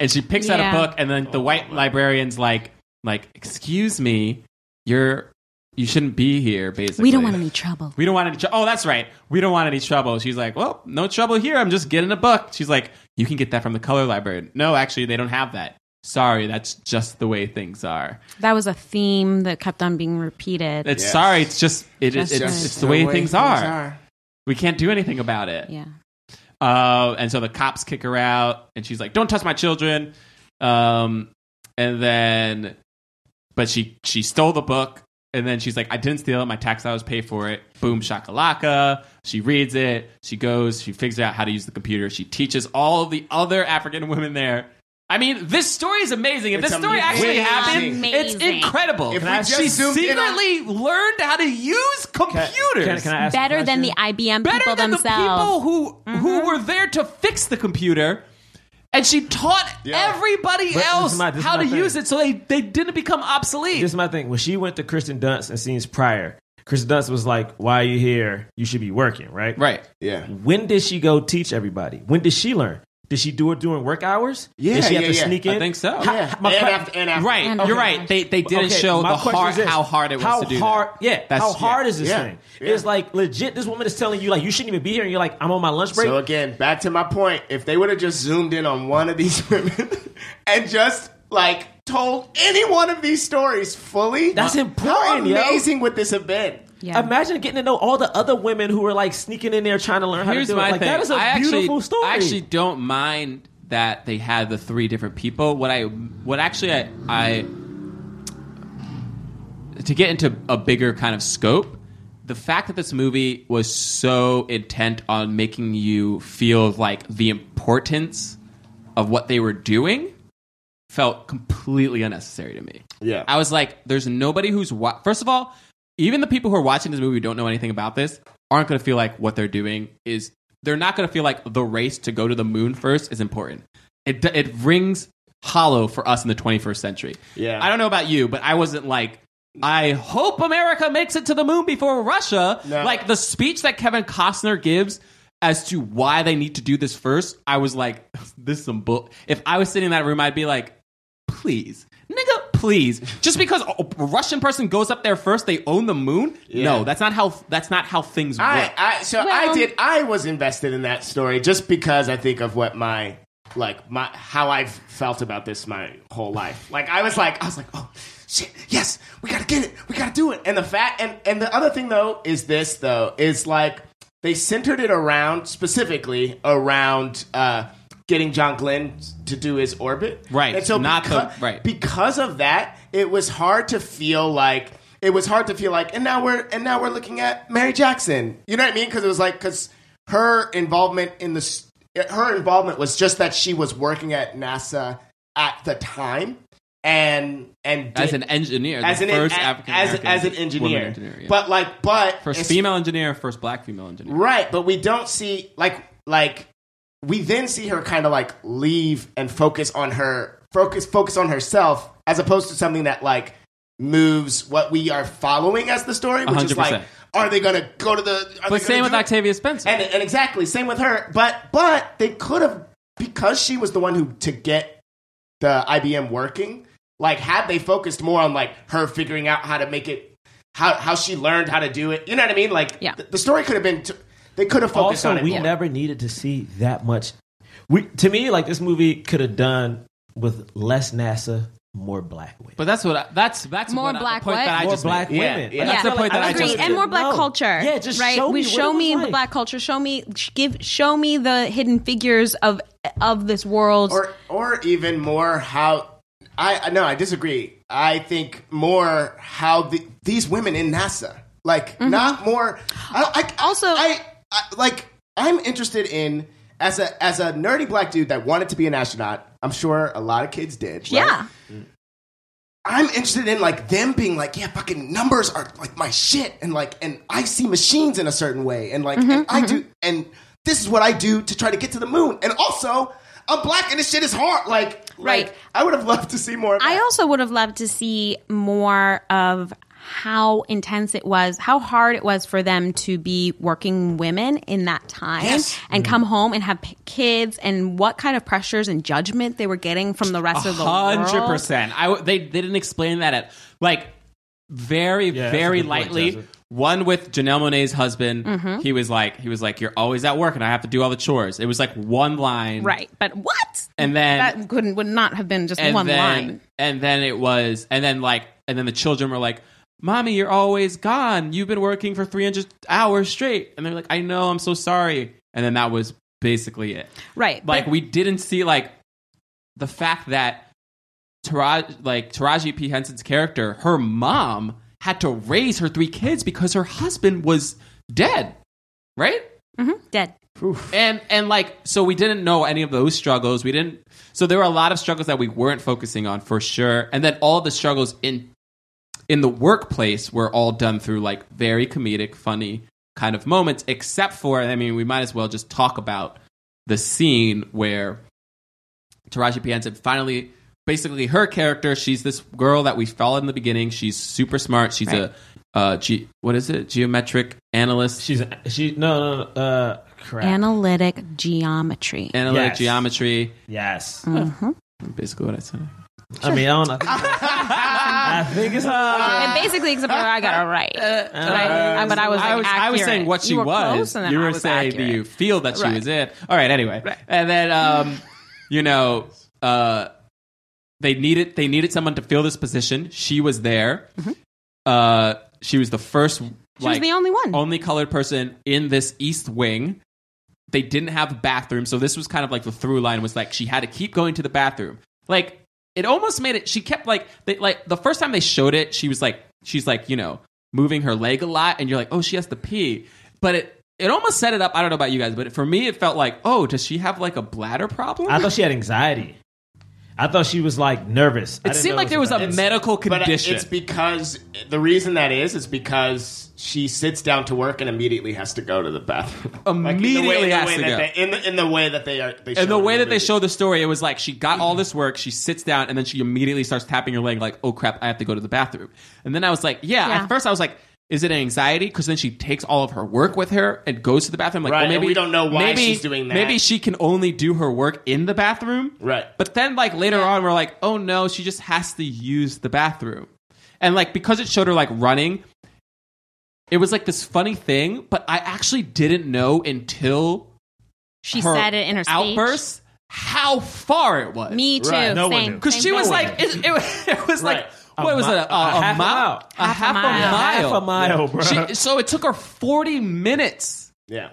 Speaker 3: and she picks
Speaker 5: Yeah.
Speaker 3: out a book and then the white librarian's like like excuse me you're you shouldn't be here basically
Speaker 5: We don't want any trouble.
Speaker 3: we don't want any tr- oh that's right we don't want any trouble she's like well no trouble here i'm just getting a book she's like you can get that from the color library no actually they don't have that sorry, that's just the way things are.
Speaker 5: That was a theme that kept on being repeated.
Speaker 3: It's
Speaker 2: Yes.
Speaker 3: sorry, it's just it is
Speaker 5: Just
Speaker 3: it's,
Speaker 5: the-
Speaker 3: it's the way, things, are. We can't do anything about it.
Speaker 5: yeah.
Speaker 3: Uh, and so the cops kick her out, and she's like, "Don't touch my children." Um, and then, but she she stole the book, and then she's like, "I didn't steal it. My tax dollars pay for it." Boom shakalaka. She reads it. She goes. She figures out how to use the computer. She teaches all the other African women there. I mean, this story is amazing. If
Speaker 2: It's
Speaker 3: this story actually
Speaker 2: amazing.
Speaker 3: happened, it's
Speaker 5: Amazing.
Speaker 3: incredible.
Speaker 2: If we just
Speaker 3: she
Speaker 2: zoomed in on-
Speaker 3: secretly learned how to use computers
Speaker 4: Can, can I ask a
Speaker 5: Better than the
Speaker 4: question?
Speaker 5: IBM
Speaker 3: better
Speaker 5: people
Speaker 3: than
Speaker 5: themselves. Mm-hmm.
Speaker 3: the people who who were there to fix the computer. And she taught
Speaker 2: Yeah.
Speaker 3: everybody
Speaker 4: But this is
Speaker 3: else
Speaker 4: my- this is
Speaker 3: how
Speaker 4: my
Speaker 3: to
Speaker 4: thing.
Speaker 3: use it, so they, they didn't become obsolete.
Speaker 4: This is my thing. When she went to Kristen Dunst and scenes prior, Kristen Dunst was like, "Why are you here? You should be working, right?"
Speaker 3: right.
Speaker 2: Yeah.
Speaker 4: When did she go teach everybody? When did she learn? Did she do it during work hours?
Speaker 2: Yeah,
Speaker 4: did she have
Speaker 2: yeah,
Speaker 4: to
Speaker 2: yeah.
Speaker 4: sneak
Speaker 3: I
Speaker 4: in?
Speaker 3: think so.
Speaker 4: How-
Speaker 2: Yeah.
Speaker 4: my
Speaker 2: and
Speaker 4: que-
Speaker 2: after, and after.
Speaker 3: Right.
Speaker 5: Okay.
Speaker 3: You're right. They they didn't
Speaker 4: Okay,
Speaker 3: show
Speaker 4: my
Speaker 3: the
Speaker 4: question
Speaker 3: hard
Speaker 4: is this.
Speaker 3: how hard it was
Speaker 4: How
Speaker 3: to do
Speaker 4: hard,
Speaker 3: that.
Speaker 4: Yeah,
Speaker 3: That's-
Speaker 4: how
Speaker 3: yeah.
Speaker 4: hard is this
Speaker 2: Yeah.
Speaker 4: thing?
Speaker 2: Yeah.
Speaker 4: It's like legit. This woman is telling you like you shouldn't even be here, and you're like, I'm on my lunch break.
Speaker 2: So again, back to my point. If they would have just zoomed in on one of these women and just like told any one of these stories fully,
Speaker 4: That's
Speaker 2: How
Speaker 4: important, yo.
Speaker 2: amazing would this have been?
Speaker 5: Yeah.
Speaker 4: Imagine getting to know all the other women who were like sneaking in there trying to learn
Speaker 3: Here's
Speaker 4: how to do
Speaker 3: my
Speaker 4: it. Like
Speaker 3: thing.
Speaker 4: that is a
Speaker 3: I actually-
Speaker 4: beautiful story.
Speaker 3: I actually don't mind that they had the three different people. What I what actually I, I to get into a bigger kind of scope, the fact that this movie was so intent on making you feel like the importance of what they were doing felt completely unnecessary to me.
Speaker 2: Yeah.
Speaker 3: I was like, there's nobody who's wa- first of all, even the people who are watching this movie who don't know anything about this aren't going to feel like what they're doing is they're not going to feel like the race to go to the moon first is important. It d- it rings hollow for us in the 21st century.
Speaker 2: Yeah.
Speaker 3: I don't know about you, but I wasn't like I hope America makes it to the moon before Russia.
Speaker 2: No.
Speaker 3: Like the speech that Kevin Costner gives as to why they need to do this first, I was like, this is some bull. If I was sitting in that room, I'd be like, please, nigga, please. Just because a a Russian person goes up there first, they own the moon. No, that's not how. That's not how things work.
Speaker 2: I, I so I
Speaker 5: Well-
Speaker 2: did. I was invested in that story just because I think of what my like my how I've felt about this my whole life. Like I was like I was like oh shit yes we gotta get it we gotta do it. And the fact and and the other thing though is this though is like they centered it around specifically around. uh Getting John Glenn to do his orbit,
Speaker 3: Right,
Speaker 2: And so
Speaker 3: not the-
Speaker 2: becau-
Speaker 3: right.
Speaker 2: because of that, it was hard to feel like it was hard to feel like, and now we're and now we're looking at Mary Jackson. You know what I mean? Because it was like because her involvement in the s- her involvement was just that she was working at NASA at the time, and and
Speaker 3: as
Speaker 2: did-
Speaker 3: an engineer,
Speaker 2: as
Speaker 3: the
Speaker 2: an
Speaker 3: first
Speaker 2: as,
Speaker 3: African
Speaker 2: as, as an engineer,
Speaker 3: yeah.
Speaker 2: but like but
Speaker 3: first
Speaker 2: it's-
Speaker 3: female engineer, first black female engineer.
Speaker 2: Right, but we don't see like like we then see her kind of like leave and focus on her focus focus on herself as opposed to something that like moves what we are following as the story, which is
Speaker 3: 100%.
Speaker 2: like are they going to go to the? are they gonna
Speaker 3: But same with
Speaker 2: do it?
Speaker 3: Octavia Spencer.
Speaker 2: and and exactly same with her. But but they could have because she was the one who to get the IBM working. Like had they focused more on like her figuring out how to make it, how how she learned how to do it. You know what I mean? Like
Speaker 5: Yeah.
Speaker 2: th- the story could have been. T- they could have focused on
Speaker 4: also
Speaker 2: it
Speaker 4: we
Speaker 2: more.
Speaker 4: never needed to see that much we to me like this movie could have done with less nasa more black women
Speaker 3: but that's what I, that's that's
Speaker 9: More
Speaker 3: what I- the
Speaker 9: black
Speaker 3: point
Speaker 9: what?
Speaker 3: that I
Speaker 4: more
Speaker 3: just
Speaker 4: black
Speaker 3: made.
Speaker 4: women
Speaker 2: Yeah,
Speaker 4: Like,
Speaker 3: yeah.
Speaker 4: I feel
Speaker 3: That's the point that I
Speaker 4: just
Speaker 3: just
Speaker 5: Agreed.
Speaker 4: wanted
Speaker 5: And
Speaker 4: to
Speaker 5: more black
Speaker 4: know.
Speaker 5: culture.
Speaker 4: yeah just
Speaker 5: right.
Speaker 4: show
Speaker 5: we
Speaker 4: me what
Speaker 5: show
Speaker 4: it was
Speaker 5: me the
Speaker 4: like.
Speaker 5: black culture. Show me sh- give show me the hidden figures of of this world.
Speaker 2: or or even more how I I- no I disagree. I think more how the, these women in NASA like not more. I, I
Speaker 5: Mm-hmm. Also-
Speaker 2: I, I like I'm interested in as a as a nerdy black dude that wanted to be an astronaut. I'm sure a lot of kids did. right?
Speaker 5: yeah.
Speaker 2: I'm interested in like them being like, yeah, fucking numbers are like my shit, and like, and I see machines in a certain way, and like,
Speaker 5: Mm-hmm,
Speaker 2: and I do, and this is what I do to try to get to the moon, and also I'm black and this shit is hard. Like,
Speaker 5: Right.
Speaker 2: like, I would have loved to see more. Of
Speaker 5: I
Speaker 2: that.
Speaker 5: also would have loved to see more of how intense it was, how hard it was for them to be working women in that time
Speaker 2: Yes.
Speaker 5: and come home and have p- kids and what kind of pressures and judgment they were getting from the rest of the world.
Speaker 3: hundred percent. I w- they they didn't explain that at like very
Speaker 4: Yeah, that's a
Speaker 3: very
Speaker 4: good point,
Speaker 3: lightly.
Speaker 4: Joseph.
Speaker 3: One with Janelle Monae's husband.
Speaker 5: Mm-hmm.
Speaker 3: He was like, he was like, you're always at work, and I have to do all the chores. It was like one line,
Speaker 5: Right. But what?
Speaker 3: And then
Speaker 5: that couldn't would not have been just
Speaker 3: and
Speaker 5: one
Speaker 3: then,
Speaker 5: line.
Speaker 3: And then it was, and then like, and then the children were like, "Mommy, you're always gone. You've been working for 300 hours straight." And they're like, "I know. I'm so sorry." And then that was basically it.
Speaker 5: Right.
Speaker 3: Like
Speaker 5: but-
Speaker 3: we didn't see like the fact that Taraj, like Taraji P Henson's character, her mom had to raise her three kids because her husband was dead, right?
Speaker 5: Mhm. dead.
Speaker 3: and and like so we didn't know any of those struggles we didn't so there were a lot of struggles that we weren't focusing on for sure and then all the struggles in in the workplace were all done through like very comedic funny kind of moments except for i mean we might as well just talk about the scene where taraji p henson finally basically her character she's this girl that we followed in the beginning she's super smart she's a uh ge- what is it geometric analyst
Speaker 4: She's a, she no no, no uh crap.
Speaker 5: Analytic geometry.
Speaker 3: analytic
Speaker 4: Yes.
Speaker 3: geometry
Speaker 4: yes.
Speaker 3: Hmm. basically what i said
Speaker 4: I mean, I don't know. I think it's uh,
Speaker 5: and basically, except for I got it right. Right? Uh, but I was like,
Speaker 3: I was, I was
Speaker 5: accurate.
Speaker 3: saying what she
Speaker 5: you were
Speaker 3: was.
Speaker 5: Close, and then
Speaker 3: you were
Speaker 5: I was
Speaker 3: saying
Speaker 5: accurate.
Speaker 3: do you feel that she
Speaker 5: Right.
Speaker 3: was it? All right. Anyway, and then um, you know, uh, they needed they needed someone to fill this position. She was there. Uh, she was the first.
Speaker 5: Mm-hmm. She was the only one.
Speaker 3: only colored person in this East Wing. They didn't have a bathroom, so this was kind of like the through line was like she had to keep going to the bathroom. Like it almost made it. She kept like they like the first time they showed it, she was like she's like you know moving her leg a lot, and you're like oh she has to pee, but it. It almost set it up. I don't know about you guys, but for me, it felt like, oh, does she have like a bladder problem?
Speaker 4: I thought she had anxiety. I thought she was like nervous. I
Speaker 3: it
Speaker 4: didn't
Speaker 3: seemed
Speaker 4: know
Speaker 3: like there was a
Speaker 4: anxiety.
Speaker 3: medical
Speaker 2: But
Speaker 3: condition.
Speaker 2: it's because the reason that is is because she sits down to work and immediately has to go to the bathroom. Like, in the way-
Speaker 3: Immediately
Speaker 2: in the
Speaker 3: has
Speaker 2: way
Speaker 3: to
Speaker 2: that
Speaker 3: go.
Speaker 2: They, in, the, in the way that they are. They
Speaker 3: and the
Speaker 2: it in
Speaker 3: way that they
Speaker 2: movie.
Speaker 3: show the story, it was like she got all this work, she sits down, and then she immediately starts tapping her leg, like, "Oh crap, I have to go to the bathroom." And then I was like, "Yeah."
Speaker 5: Yeah.
Speaker 3: At first, I was like, "Is it anxiety?" Because then she takes all of her work with her and goes to the bathroom. Like,
Speaker 2: Right,
Speaker 3: well,
Speaker 2: and
Speaker 3: maybe
Speaker 2: we don't know why
Speaker 3: maybe-
Speaker 2: she's doing that.
Speaker 3: Maybe she can only do her work in the bathroom.
Speaker 2: Right.
Speaker 3: But then, like later on, we're like, "Oh no, she just has to use the bathroom," and like because it showed her like running, it was like this funny thing. But I actually didn't know until
Speaker 5: She
Speaker 3: her
Speaker 5: said it in her speech.
Speaker 3: outburst how far it was.
Speaker 5: Me too.
Speaker 4: Right. No one
Speaker 5: same.
Speaker 4: knew.
Speaker 3: because she
Speaker 5: same
Speaker 3: was
Speaker 5: thing.
Speaker 3: like it, it, was- it was
Speaker 2: Right.
Speaker 3: like what
Speaker 4: A
Speaker 3: was
Speaker 4: mi-
Speaker 3: it a,
Speaker 4: a half a
Speaker 3: mile,
Speaker 4: mile.
Speaker 3: a half a mile,
Speaker 4: half a mile, bro.
Speaker 3: She- so it took her forty minutes
Speaker 2: Yeah.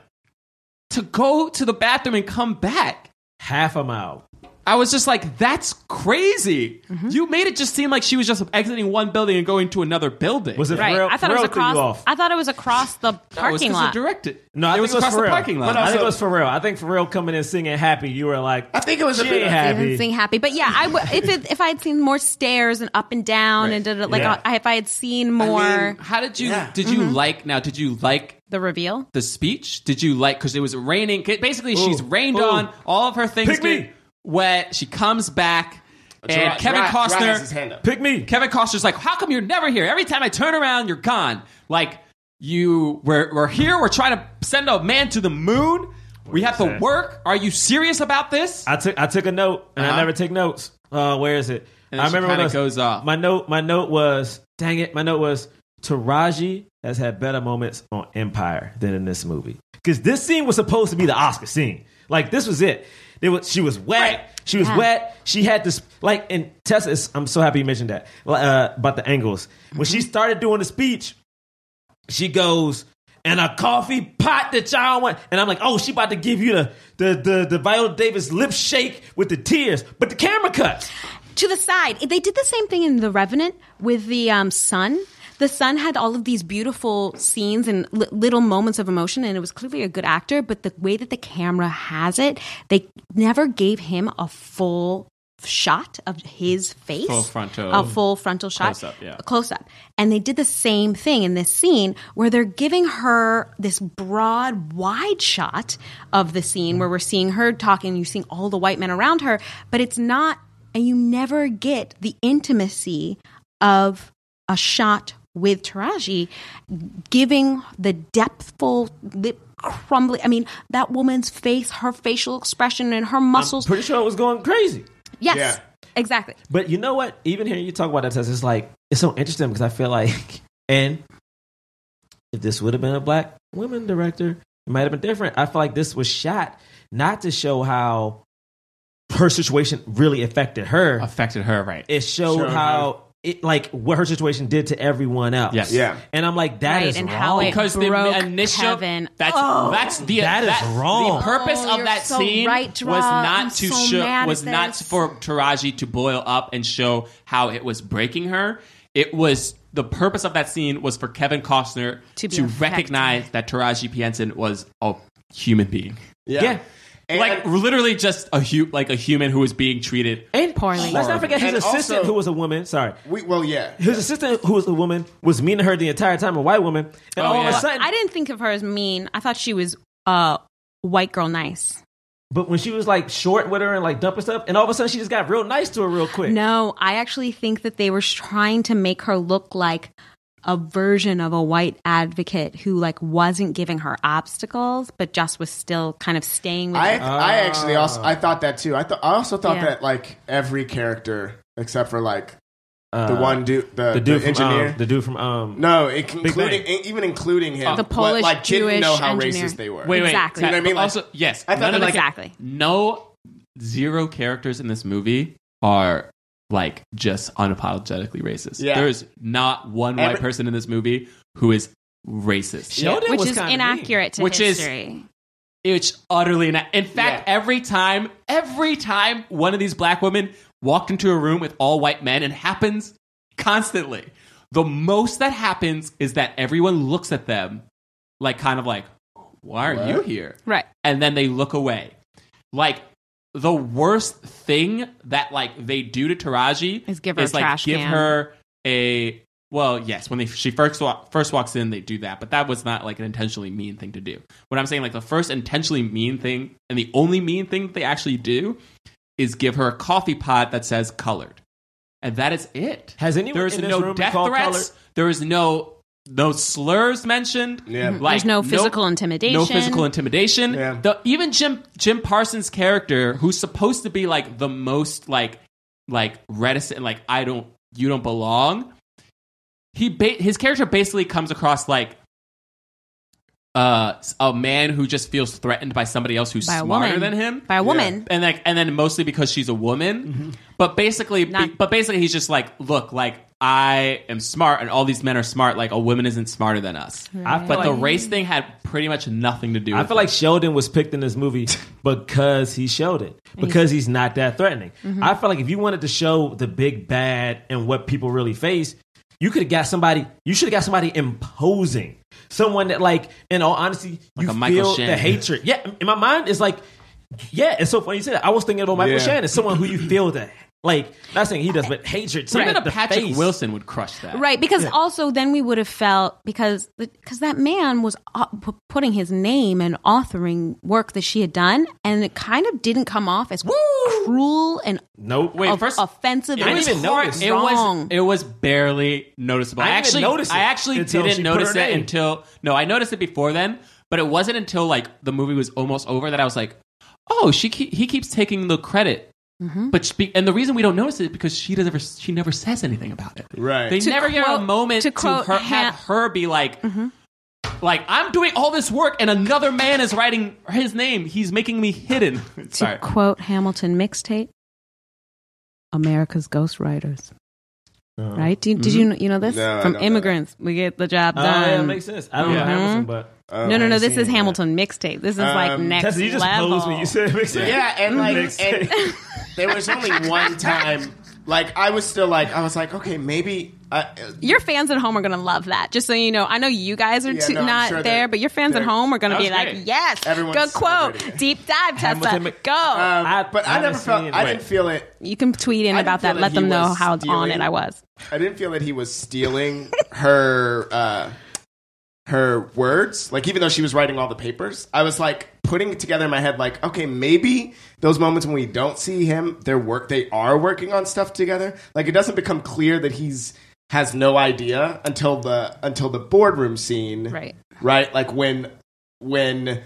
Speaker 3: to go to the bathroom and come back.
Speaker 4: half a mile.
Speaker 3: I was just like, that's crazy.
Speaker 5: Mm-hmm.
Speaker 3: You made it just seem like she was just exiting one building and going to another building.
Speaker 4: Was it
Speaker 5: Right.
Speaker 4: Pharrell-
Speaker 5: I thought it was
Speaker 4: Pharrell threw you
Speaker 5: across.
Speaker 4: off.
Speaker 5: I thought it was across the
Speaker 3: No, it was
Speaker 5: parking
Speaker 3: 'cause it
Speaker 5: lot.
Speaker 3: directed.
Speaker 4: No, I
Speaker 3: it
Speaker 4: think
Speaker 3: was
Speaker 4: it was
Speaker 3: across the
Speaker 4: Pharrell.
Speaker 3: parking lot.
Speaker 2: But
Speaker 4: I think it
Speaker 2: also-
Speaker 4: was Pharrell. I think Pharrell coming in singing happy. You were like,
Speaker 2: I think it was a
Speaker 4: she
Speaker 2: bit
Speaker 4: ain't
Speaker 2: of-
Speaker 9: I didn't
Speaker 4: happy.
Speaker 9: sing happy,
Speaker 5: But yeah, I w- if it, if I had seen more stairs and up and down and did it like
Speaker 4: Yeah.
Speaker 5: I, if I had seen more
Speaker 3: How did you?
Speaker 2: Yeah.
Speaker 3: Did you
Speaker 5: Mm-hmm.
Speaker 3: like? Now, did you like
Speaker 5: the reveal.
Speaker 3: the speech? Did you like because it was raining? 'cause Basically, she's rained
Speaker 4: Ooh.
Speaker 3: on all of her things
Speaker 4: Pick me.
Speaker 3: get wet. She comes back, and
Speaker 2: Gerard-
Speaker 3: Kevin
Speaker 2: Gerard- Gerard has his
Speaker 3: Costner.
Speaker 2: hand up.
Speaker 4: Pick me.
Speaker 3: Kevin Costner's like, "How come you're never here? Every time I turn around, you're gone. Like you, we're we're here. We're trying to send a man to the moon. we have to
Speaker 4: that?
Speaker 3: work. Are you serious about this?"
Speaker 4: I took I took a note and
Speaker 3: Uh-huh.
Speaker 4: I never take notes. Uh, where is it?
Speaker 3: And
Speaker 4: I
Speaker 3: she
Speaker 4: remember when
Speaker 3: kinda
Speaker 4: I was-
Speaker 3: goes off.
Speaker 4: My note my note was dang it. My note was Taraji has had better moments on Empire than in this movie because this scene was supposed to be the Oscar scene. Like this was it. There was she was wet. She was wet. She had this like and Tessa. Is, I'm so happy you mentioned that uh, about the angles when
Speaker 3: Mm-hmm.
Speaker 4: she started doing the speech she goes and a coffee pot that y'all want and i'm like oh she about to give you the the the, the viola davis lip shake with the tears but the camera cuts
Speaker 5: to the side. They did the same thing in The Revenant with the um, sun. The sun had all of these beautiful scenes and li- little moments of emotion, and it was clearly a good actor. But the way that the camera has it, they never gave him a full shot of his face,
Speaker 3: Full frontal.
Speaker 5: a full frontal shot,
Speaker 3: Close up, yeah.
Speaker 5: a close up. And they did the same thing in this scene where they're giving her this broad, wide shot of the scene where we're seeing her talking, you're seeing all the white men around her, but it's not, and you never get the intimacy of a shot with Taraji giving the depthful lip crumbly. I mean, that woman's face, her facial expression, and her muscles.
Speaker 4: pretty sure it was going crazy
Speaker 5: yes,
Speaker 2: Um, Yeah.
Speaker 5: exactly.
Speaker 4: but you know what even hearing you talk about that test it's like it's so interesting because i feel like and if this would have been a black women director, it might have been different. I feel like this was shot not to show how her situation really affected her.
Speaker 3: affected her, right?
Speaker 4: It showed
Speaker 2: Showed
Speaker 4: how it like what her situation did to everyone else.
Speaker 3: Yes.
Speaker 2: Yeah.
Speaker 4: And I'm like, that is
Speaker 5: Right, and how
Speaker 4: wrong.
Speaker 5: it-
Speaker 3: because
Speaker 5: broke
Speaker 3: the initial
Speaker 5: Kevin.
Speaker 3: that's
Speaker 5: Oh.
Speaker 3: that's the
Speaker 4: That is wrong.
Speaker 3: The purpose
Speaker 5: Oh,
Speaker 3: of
Speaker 5: you're
Speaker 3: that
Speaker 5: so
Speaker 3: scene
Speaker 5: right, Rob.
Speaker 3: was
Speaker 5: I'm
Speaker 3: not to
Speaker 5: so
Speaker 3: show
Speaker 5: mad
Speaker 3: was
Speaker 5: at
Speaker 3: not
Speaker 5: this.
Speaker 3: for Taraji to boil up and show how it was breaking her. It was the purpose of that scene was for Kevin Costner to,
Speaker 5: To be affected.
Speaker 3: recognize that Taraji P Henson was a human being.
Speaker 2: Yeah.
Speaker 4: Yeah.
Speaker 2: And-
Speaker 3: like literally just a hu- like a human who was being treated
Speaker 4: and
Speaker 5: Poorly.
Speaker 4: Let's not forget his
Speaker 2: And
Speaker 4: assistant
Speaker 2: also-
Speaker 4: who was a woman. Sorry.
Speaker 2: we, well, yeah.
Speaker 4: His assistant, who was a woman, was mean to her the entire time, a white woman. And
Speaker 3: Oh,
Speaker 4: all of
Speaker 3: yeah.
Speaker 4: a sudden,
Speaker 5: I didn't think of her as mean. I thought she was uh white girl nice.
Speaker 4: but when she was like short with her and like dumping stuff, and all of a sudden she just got real nice to her real quick.
Speaker 5: No, I actually think that they were trying to make her look like a version of a white advocate who like wasn't giving her obstacles but just was still kind of staying with
Speaker 2: I
Speaker 5: her.
Speaker 2: I actually also I thought that too. I thought I also thought
Speaker 5: Yeah.
Speaker 2: that like every character except for like
Speaker 4: Uh,
Speaker 2: the one dude, the,
Speaker 4: the dude
Speaker 2: the
Speaker 4: from
Speaker 2: engineer.
Speaker 4: Um, the dude from um,
Speaker 2: no, it, including
Speaker 4: Bang.
Speaker 2: in- even including him,
Speaker 5: The
Speaker 2: but,
Speaker 5: Polish
Speaker 2: like didn't
Speaker 5: Jewish
Speaker 2: know how
Speaker 5: engineer.
Speaker 2: racist they were.
Speaker 3: Wait, wait,
Speaker 5: Exactly.
Speaker 3: exactly.
Speaker 5: You know
Speaker 2: what I mean? Like-
Speaker 3: also, yes.
Speaker 2: I thought
Speaker 3: none
Speaker 2: that,
Speaker 3: of the
Speaker 2: like-
Speaker 5: Exactly.
Speaker 3: No zero characters in this movie are like just unapologetically racist.
Speaker 2: Yeah.
Speaker 3: There's not one
Speaker 2: Every-
Speaker 3: white person in this movie who is racist.
Speaker 4: Sheldon
Speaker 5: which
Speaker 4: was
Speaker 5: is
Speaker 4: kinda mean.
Speaker 5: inaccurate to
Speaker 3: Which is-
Speaker 5: history.
Speaker 3: It's utterly not. In fact,
Speaker 2: Yeah.
Speaker 3: every time, every time one of these black women walked into a room with all white men, and happens constantly. The most that happens is that everyone looks at them like kind of like, why are you here?
Speaker 5: right.
Speaker 3: and then they look away. Like the worst thing that like they do to Taraji
Speaker 5: Is give her a
Speaker 3: like
Speaker 5: trash
Speaker 3: give
Speaker 5: can.
Speaker 3: her a well, yes, when they she first wa- first walks in, they do that, but that was not like an intentionally mean thing to do. What I'm saying, like the first intentionally mean thing, and the only mean thing that they actually do is give her a coffee pot that says colored, and that is it.
Speaker 4: Has anyone
Speaker 3: There is
Speaker 4: in this
Speaker 3: no
Speaker 4: room been
Speaker 3: death
Speaker 4: called
Speaker 3: threats.
Speaker 4: colored?
Speaker 3: There is no no slurs mentioned.
Speaker 2: Yeah. Mhm.
Speaker 3: Like,
Speaker 5: There's no physical intimidation.
Speaker 3: no physical intimidation.
Speaker 2: Yeah.
Speaker 3: The, even Jim Jim Parsons' character, who's supposed to be like the most like like reticent, like I don't, you don't belong. He ba- his character basically comes across like uh, a man who just feels threatened by somebody else who's
Speaker 5: By a
Speaker 3: smarter
Speaker 5: woman.
Speaker 3: than him
Speaker 5: by a woman.
Speaker 3: and like and then mostly because she's a woman but basically be-
Speaker 5: Not-
Speaker 3: but basically he's just like look like i am smart and all these men are smart like a woman isn't smarter than us
Speaker 4: I feel
Speaker 3: but the
Speaker 4: like-
Speaker 3: race thing had pretty much nothing to do with
Speaker 4: I feel like Sheldon was picked in this movie because he's Sheldon, because he's not that threatening.
Speaker 5: Mm-hmm.
Speaker 4: I feel like if you wanted to show the big bad and what people really face, you could have got somebody. You should have got somebody imposing, someone that, like, in all honesty,
Speaker 3: Like
Speaker 4: you
Speaker 3: a Michael
Speaker 4: feel the
Speaker 3: Shannon.
Speaker 4: hatred. Yeah, in my mind, it's like, yeah, it's so funny you said that. I was thinking about Michael
Speaker 2: Yeah.
Speaker 4: Shannon, someone who you feel that, like, not saying he does, but hatred.
Speaker 3: it.
Speaker 4: Something
Speaker 3: even
Speaker 4: at
Speaker 3: a
Speaker 4: the
Speaker 3: patrick
Speaker 4: face.
Speaker 3: wilson would crush that
Speaker 5: Right, because also then we would have felt because because that man was au- pu- putting his name and authoring work that she had done, and it kind of didn't come off as cruel and
Speaker 4: Nope. Uh,
Speaker 3: wait
Speaker 5: of-
Speaker 3: first
Speaker 5: offensive.
Speaker 3: it
Speaker 4: I
Speaker 5: and
Speaker 3: was
Speaker 4: didn't even
Speaker 3: hard-
Speaker 4: notice.
Speaker 3: It was
Speaker 5: Wrong.
Speaker 3: it was barely noticeable.
Speaker 4: I
Speaker 3: I,
Speaker 4: didn't even
Speaker 3: actually
Speaker 4: notice it
Speaker 3: I actually
Speaker 4: until she
Speaker 3: didn't
Speaker 4: put
Speaker 3: notice
Speaker 4: her
Speaker 3: it
Speaker 4: name.
Speaker 3: until no, I noticed it before then, but it wasn't until like the movie was almost over that I was like, oh, she keep, he keeps taking the credit.
Speaker 5: Mm-hmm.
Speaker 3: But she, be- and the reason we don't notice it is because she doesn't ever she never says anything about it.
Speaker 2: Right.
Speaker 3: They
Speaker 5: To
Speaker 3: never give her a
Speaker 5: quote-
Speaker 3: moment
Speaker 5: to
Speaker 3: to,
Speaker 5: quote
Speaker 3: her,
Speaker 5: Han-
Speaker 3: have
Speaker 5: Mm-hmm.
Speaker 3: her be like. Like I'm doing all this work and another man is writing his name. He's making me hidden. Sorry.
Speaker 5: to quote Hamilton mixtape, "America's ghostwriters." Right? Do you,
Speaker 3: Mm-hmm.
Speaker 5: Did you kn- you know this
Speaker 2: Oh. No, I
Speaker 5: from
Speaker 2: know that.
Speaker 5: immigrants? We get the job
Speaker 3: Oh,
Speaker 4: Uh, yeah, that
Speaker 5: done.
Speaker 4: makes sense. I don't know
Speaker 3: Yeah.
Speaker 4: Hamilton, but
Speaker 3: Mm-hmm.
Speaker 5: no, no, no. This
Speaker 4: seen
Speaker 5: is
Speaker 4: it yet.
Speaker 5: Hamilton mixtape. This is like
Speaker 2: Oh, Um,
Speaker 5: next
Speaker 4: Tessa, you just
Speaker 5: level.
Speaker 4: posed when you said it makes sense.
Speaker 2: Yeah, and like
Speaker 4: Makes
Speaker 2: and
Speaker 4: sense.
Speaker 2: there was only one time. Like I was still like I was like okay maybe uh, I,
Speaker 5: your fans at home are gonna love that. Just so you know, I know you guys are
Speaker 2: Yeah,
Speaker 5: too,
Speaker 2: no, I'm
Speaker 5: not
Speaker 2: sure
Speaker 5: there,
Speaker 2: they're-
Speaker 5: but your fans at
Speaker 2: they're-
Speaker 5: home are gonna
Speaker 3: That
Speaker 5: be
Speaker 3: was
Speaker 5: like,
Speaker 3: great.
Speaker 5: "Yes,
Speaker 2: Everyone's
Speaker 5: good quote,
Speaker 2: celebrating it.
Speaker 5: deep dive, Tessa,
Speaker 4: Hamilton Mc-
Speaker 5: go."
Speaker 2: um,
Speaker 4: I-
Speaker 2: but I,
Speaker 4: I
Speaker 2: never
Speaker 4: haven't
Speaker 2: felt
Speaker 4: seen-
Speaker 2: I
Speaker 4: wait.
Speaker 2: didn't feel it
Speaker 5: you can tweet in
Speaker 2: I
Speaker 5: about
Speaker 2: didn't
Speaker 5: that.
Speaker 2: feel
Speaker 5: Let
Speaker 2: that
Speaker 5: them
Speaker 2: he
Speaker 5: know
Speaker 2: was
Speaker 5: how on
Speaker 2: stealing.
Speaker 5: it I was.
Speaker 2: I didn't feel that he was stealing her uh, her words. Like even though she was writing all the papers, I was like putting it together in my head. Like okay, maybe those moments when we don't see him, they're work. They are working on stuff together. Like it doesn't become clear that he's has no idea until the until the boardroom scene.
Speaker 5: Right.
Speaker 2: Right. Like when when